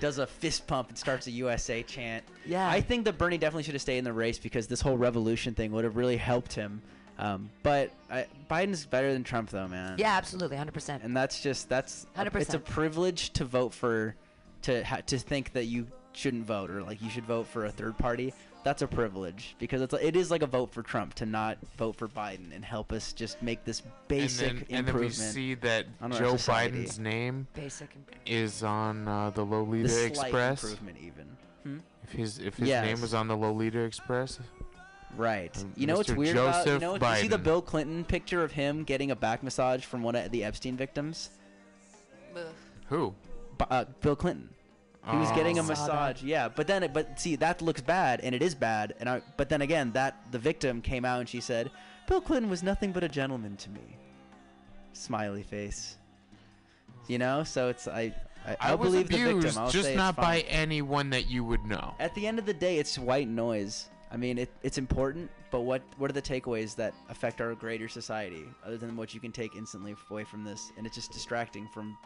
S12: does a fist pump and starts a USA chant.
S2: Yeah.
S12: I think that Bernie definitely should have stayed in the race because this whole revolution thing would have really helped him. Um, but I, Biden's better than Trump, though, man.
S2: Yeah, absolutely. 100%.
S12: And that's just that's a- it's a
S2: 100%.
S12: privilege to vote for to ha- to think that you shouldn't vote or like you should vote for a third party. That's a privilege because it's it is like a vote for Trump to not vote for Biden and help us just make this basic
S14: and then,
S12: improvement.
S14: And then we see that
S12: on our
S14: Joe
S12: society.
S14: Biden's name
S2: Basic
S14: is on uh, the Lolita
S12: The slight
S14: Express.
S12: improvement even. Hmm?
S14: If his if his
S12: Yes.
S14: name was on the Lolita Express.
S12: Right.
S14: um,
S12: You know what's
S14: Mr.
S12: weird
S14: Joseph
S12: about you know
S14: Biden.
S12: you see the Bill Clinton picture of him getting a back massage from one of the Epstein victims.
S13: Ugh.
S14: Who?
S12: B- uh, Bill Clinton. He was
S14: Oh.
S12: getting a
S14: Saw that.
S12: massage, yeah. But then, it, but see, that looks bad, and it is bad. And I, but then again, that the victim came out and she said, "Bill Clinton was nothing but a gentleman to me." Smiley face. You know, so it's I. I,
S14: I
S12: I'll
S14: was
S12: believe the
S14: abused,
S12: victim. I'll
S14: just
S12: say it's
S14: not by
S12: fine.
S14: anyone that you would know.
S12: At the end of the day, it's white noise. I mean, it, it's important, but what what are the takeaways that affect our greater society other than what you can take instantly away from this? And it's just distracting from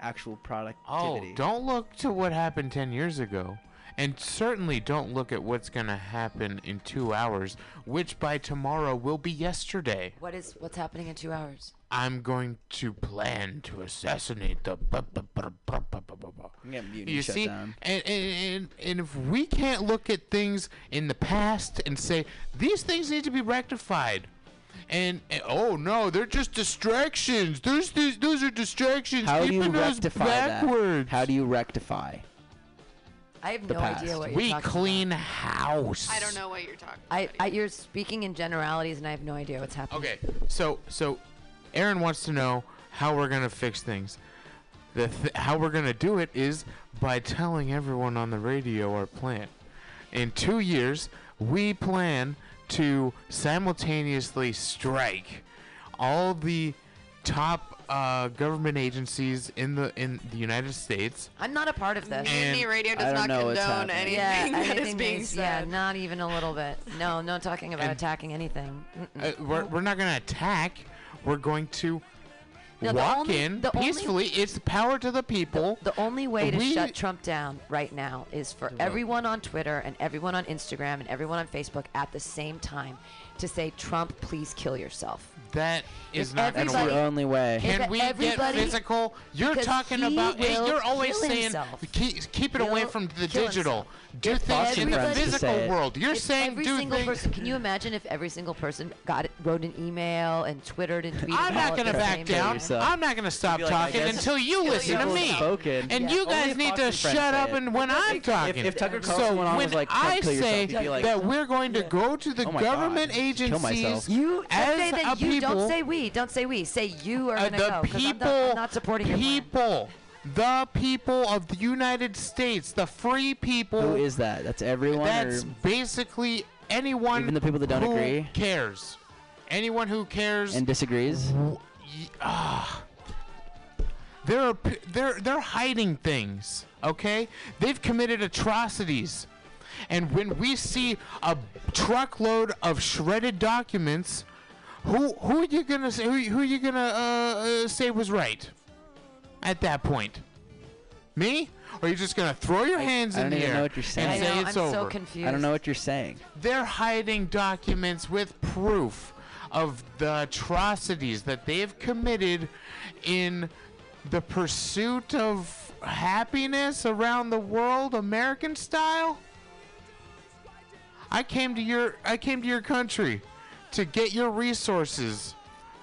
S12: actual
S14: Oh,
S12: productivity.
S14: don't look to what happened 10 years ago. And certainly don't look at what's going to happen in two hours, which by tomorrow will be yesterday.
S2: What is, what's happening in two hours?
S14: I'm going to plan to assassinate the. bu- bu- bu- bu- bu- bu- bu- bu-
S12: I'm getting muted
S14: You
S12: and shut
S14: see,
S12: down.
S14: and, and, and, and if we can't look at things in the past and say, these things need to be rectified. And, and- oh no, they're just distractions. There's these, those are distractions.
S12: How do you
S14: Keeping us
S12: rectify that? How do you rectify?
S2: I have
S12: The
S2: no idea
S12: past.
S2: what
S12: We
S2: you're talking
S14: clean house.
S13: I don't know what you're talking.
S2: I, I, you're speaking in generalities, and I have no idea what's happening.
S14: Okay, so so Aaron wants to know how we're gonna fix things. The th- how we're gonna do it is by telling everyone on the radio our plan. In two years, we plan to simultaneously strike all the top uh, government agencies in the in the United States.
S2: I'm not a part of this.
S14: And- Mutiny Radio does I don't not know what's condone happening. anything
S2: Yeah,
S14: <laughs> that is
S2: anything
S14: being
S2: based- Yeah, not even a little bit. No, no talking about
S14: And-
S2: attacking anything.
S14: Uh,
S2: Mm-mm.
S14: we're, we're not gonna attack. We're going to
S2: No, the
S14: walk
S2: only-
S14: in
S2: the only-
S14: peacefully. it's power to the people.
S2: The, only way to
S14: We-
S2: shut Trump down right now is for everyone on Twitter and everyone on Instagram and everyone on Facebook at the same time to say, Trump, please kill yourself.
S14: That is
S2: If
S14: not gonna
S2: everybody-
S14: work.
S2: That's the only way.
S14: Can
S2: If
S14: we get
S2: everybody-
S14: physical? You're
S2: because
S14: talking
S2: he
S14: about. hey,
S2: will
S14: You're always
S2: kill
S14: saying
S2: himself.
S14: keep, keep it away
S2: He'll
S14: from the
S2: kill
S14: digital.
S2: himself.
S14: Do
S2: If
S14: things in the
S2: everybody-
S14: physical world. You're
S2: if
S14: saying
S2: every
S14: do
S2: single
S14: things.
S2: person. Can you imagine if every single person got it, wrote an email and twittered and tweeted?
S14: I'm
S2: all
S14: not
S2: at
S14: gonna
S2: the
S14: back
S2: same
S14: down.
S2: time?
S14: I'm not gonna stop
S12: be like, I
S14: talking
S12: guess
S14: until you
S12: people
S14: listen to
S12: have
S14: me.
S12: spoken.
S14: And
S12: Yeah.
S14: you
S12: Only
S14: guys
S12: if
S14: need
S12: Fox
S14: to
S12: and Friends
S14: shut
S12: say
S14: up
S12: it.
S14: and when
S12: If-
S14: I'm
S12: if-
S14: talking.
S12: if Tucker
S14: so
S12: Carlson went on and
S14: when
S12: was like, "Trump,
S14: I
S12: kill yourself,"
S14: say
S12: you'd be like,
S14: that we're going to go to the
S12: Oh my God.
S14: government
S12: Kill myself.
S14: agencies
S12: You-
S14: as
S2: say
S14: a
S2: that you
S14: people.
S2: don't say we, don't say we. Say you are
S14: Uh,
S2: gonna go.
S14: the
S2: 'cause I'm,
S14: people,
S2: not, I'm not supporting your plan.
S14: people, the people of the United States, the free people.
S12: Who is that? That's everyone.
S14: That's
S12: or
S14: basically anyone.
S12: Even the people that don't
S14: who
S12: agree?
S14: Cares. Anyone who cares.
S12: and disagrees.
S14: Ah. they're p- they're they're hiding things. Okay, they've committed atrocities, and when we see a truckload of shredded documents, who who are you gonna say, who, who are you gonna uh, uh, say was right at that point? Me? Or are you just gonna throw your hands
S12: I don't
S14: in the
S12: even
S14: air
S12: know what you're saying.
S14: and say it's over?
S12: I don't know what you're saying.
S14: They're hiding documents with proof of the atrocities that they've committed in the pursuit of happiness around the world, American style. I came to your I came to your country to get your resources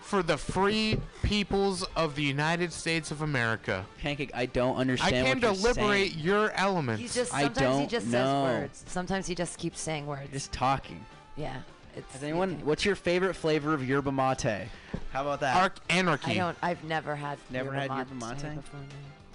S14: for the free peoples of the United States of America.
S12: Pancake, I don't understand.
S14: I came
S12: what
S14: to
S12: you're
S14: liberate
S12: saying.
S14: your elements.
S2: He's just
S12: I
S2: sometimes he
S12: don't
S2: just
S12: know.
S2: says words. Sometimes he just keeps saying words.
S12: Just talking.
S2: Yeah. It's,
S12: Has anyone? What's your favorite flavor of yerba mate? How about that?
S14: Arc Anarchy.
S2: I don't. I've never had.
S12: Never
S2: yerba
S12: had yerba
S2: mate
S12: mate?
S2: before. no.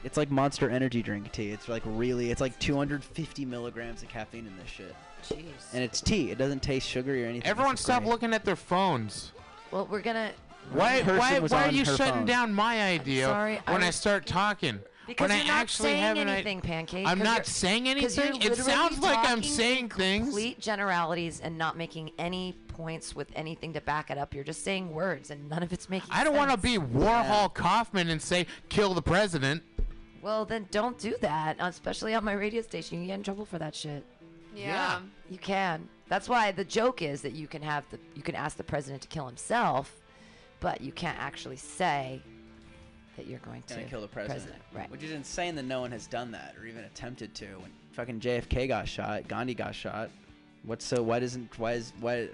S12: It's like Monster Energy drink tea. It's like really, it's like 250 milligrams of caffeine in this shit.
S2: Jeez.
S12: And it's tea. It doesn't taste sugary or anything.
S14: Everyone
S12: It's
S14: stop
S12: great.
S14: looking at their phones.
S2: Well, we're gonna.
S14: Why,
S12: Person
S14: why,
S12: was
S14: why are
S12: on
S14: you
S12: her
S14: shutting
S12: phone.
S14: down my idea
S2: sorry, I
S14: when I,
S2: was-
S14: start talking?
S2: Because
S14: when
S2: you're
S14: I
S2: not
S14: actually
S2: saying
S14: have an i-
S2: anything, Pancake.
S14: I'm
S2: 'cause
S14: not
S2: you're-
S14: saying
S2: 'cause you're
S14: anything. It
S2: literally
S14: sounds like I'm
S2: talking in
S14: saying things.
S2: Complete generalities and not making any points with anything to back it up. You're just saying words, and none of it's making.
S14: I don't want to
S2: sense.
S14: be Warhol Kaufman and say, kill the president.
S2: Well, then don't do that, especially on my radio station. You get in trouble for that shit.
S13: Yeah.
S2: You can. That's why the joke is that you can have the you can ask the president to kill himself, but you can't actually say that you're going to
S12: Gonna kill the president.
S2: Right.
S12: Which is insane that no one has done that or even attempted to. When fucking JFK got shot, Gandhi got shot. What's so? Why doesn't? Why is? Why?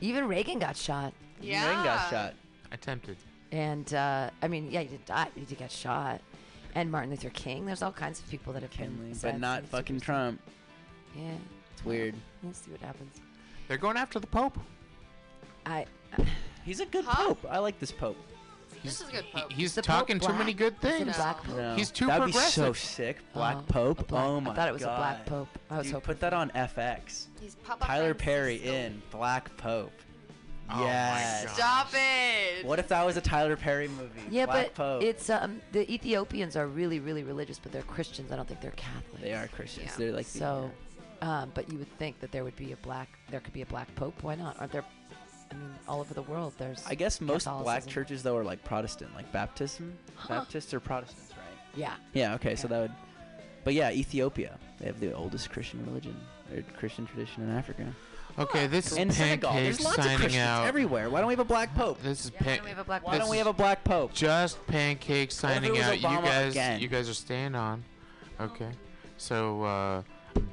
S2: Even Reagan got shot.
S12: Yeah. Reagan got shot.
S14: Attempted.
S2: And uh, I mean, yeah, you did die. You did get shot. And Martin Luther King. There's all kinds of people that have been,
S12: But
S2: assassinated.
S12: not fucking Trump.
S2: Yeah.
S12: It's weird.
S2: We'll see what happens.
S14: They're going after the Pope.
S2: I. uh,
S12: He's a good pope. I like this pope.
S13: This is a good pope.
S14: He's
S13: The Pope
S14: talking too
S13: black?
S14: many good
S13: Is it a
S14: things.
S13: black pope?
S12: No.
S14: He's too
S12: That'd
S14: progressive.
S12: be so sick. Black
S2: Oh,
S12: Pope.
S2: black-
S12: oh
S2: I
S12: my god.
S2: thought it was a black pope. I was
S12: Dude,
S2: hoping
S12: put that on FX.
S13: He's Papa
S12: Tyler Perry in Black Pope.
S2: Oh
S12: yes.
S13: Stop it.
S12: What if that was a Tyler Perry movie?
S2: Yeah,
S12: Black
S2: but
S12: Pope.
S2: it's um the Ethiopians are really really religious, but they're Christians. I don't think they're Catholics.
S12: They are Christians. They're like the-
S2: so. Um, but you would think that there would be a black, there could be a black pope. Why not? Aren't there? I mean, all over the world, there's.
S12: I guess most black
S2: Catholicism.
S12: churches though are like Protestant, like Baptism.
S2: Huh.
S12: Baptists are Protestants, right?
S2: Yeah.
S12: Yeah. Okay. So that would. But yeah, Ethiopia. They have the oldest Christian religion or Christian tradition in Africa.
S14: Okay, this is
S12: and Senegal.
S14: Pancake
S12: There's lots of
S14: signing
S12: Christians
S14: out.
S12: everywhere. Why don't we have a black pope?
S14: This is
S12: why
S14: Pan-
S12: don't we have a black
S14: this
S12: Why don't we
S14: is
S12: have a black pope?
S14: Just Pancake signing
S12: was
S14: out. you
S12: Obama
S14: guys,
S12: again?
S14: you guys are staying on.
S2: Oh.
S14: Okay, so uh,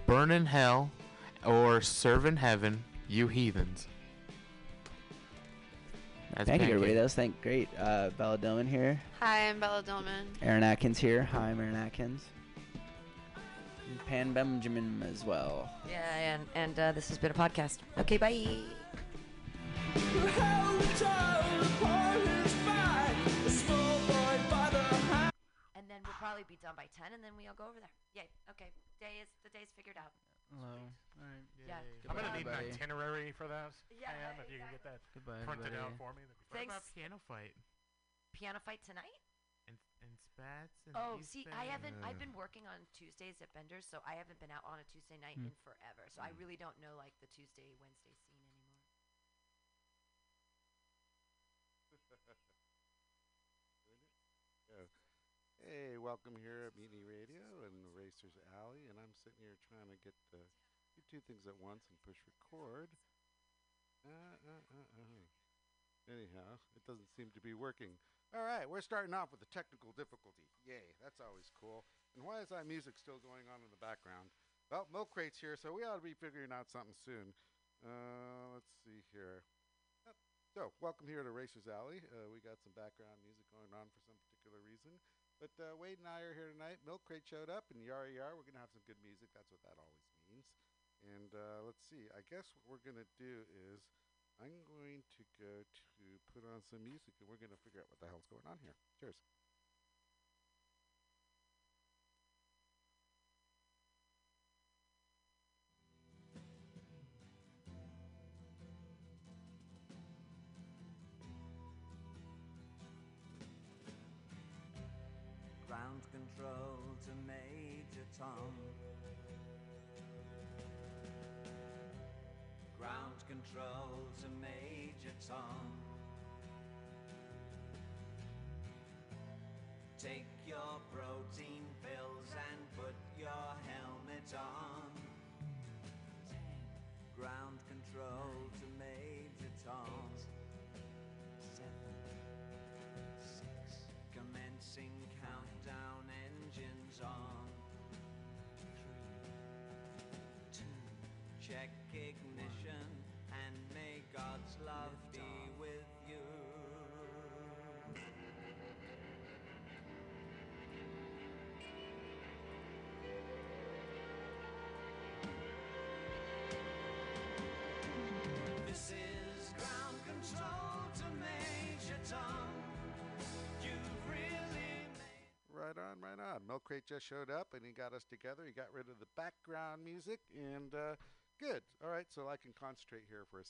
S14: burn in hell or serve in heaven, you heathens. That's
S12: Thank you,
S14: Pancake.
S12: everybody. That was thank great. Uh, Bella Dillman here.
S13: Hi, I'm Bella Dolman.
S12: Aaron Atkins here. Hi, I'm Aaron Atkins. And Pan Benjamin as well.
S2: Yeah, and and uh, this has been a podcast. Okay, bye. And then we'll probably be done by ten, and then we all go over there. Yay. Okay. Day is the day's figured out. Yeah.
S17: I'm gonna need an itinerary for that.
S2: Yeah,
S17: Pam, if you can get that
S14: Goodbye,
S17: printed out
S14: everybody.
S17: for me. that'd be
S2: Thanks.
S17: great.
S14: piano fight?
S2: Piano fight tonight?
S14: And, and spats. And
S2: Oh,
S14: these
S2: see, I
S14: things?
S2: haven't.
S17: uh,
S2: I've been working on Tuesdays at Bender's, so I haven't been out on a Tuesday night
S12: Mm.
S2: in forever. So I really don't know like the Tuesday, Wednesday scene anymore.
S15: Go. Hey, welcome here at Mutiny Radio and Racers Alley, and I'm sitting here trying to get the do two things at once and push record. Uh, uh, uh, uh. Anyhow, it doesn't seem to be working. All right, we're starting off with a technical difficulty. Yay, that's always cool. And why is that music still going on in the background? Well, Milk Crate's here, so we ought to be figuring out something soon. Uh, let's see here. Uh, So, welcome here to Racers Alley. Uh, we got some background music going on for some particular reason. But uh, Wade and I are here tonight. Milk Crate showed up, and yar yar, we're going to have some good music. That's what that always means. And uh, let's see. I guess what we're going to do is I'm going to go to put on some music, and we're going to figure out what the hell's going on here. Cheers.
S18: ground control to Major Tom. Ground control to Major Tom. Take your protein Tom. Ground control to Major Tom. Seven, six. Commencing countdown, engines on. Three, two. Check ignition and may God's love be with you. This is ground control to Major Tom. You've really
S15: Right on, right on. Milk Crate just showed up and he got us together. He got rid of the background music and uh, good. All right, so I can concentrate here for a second.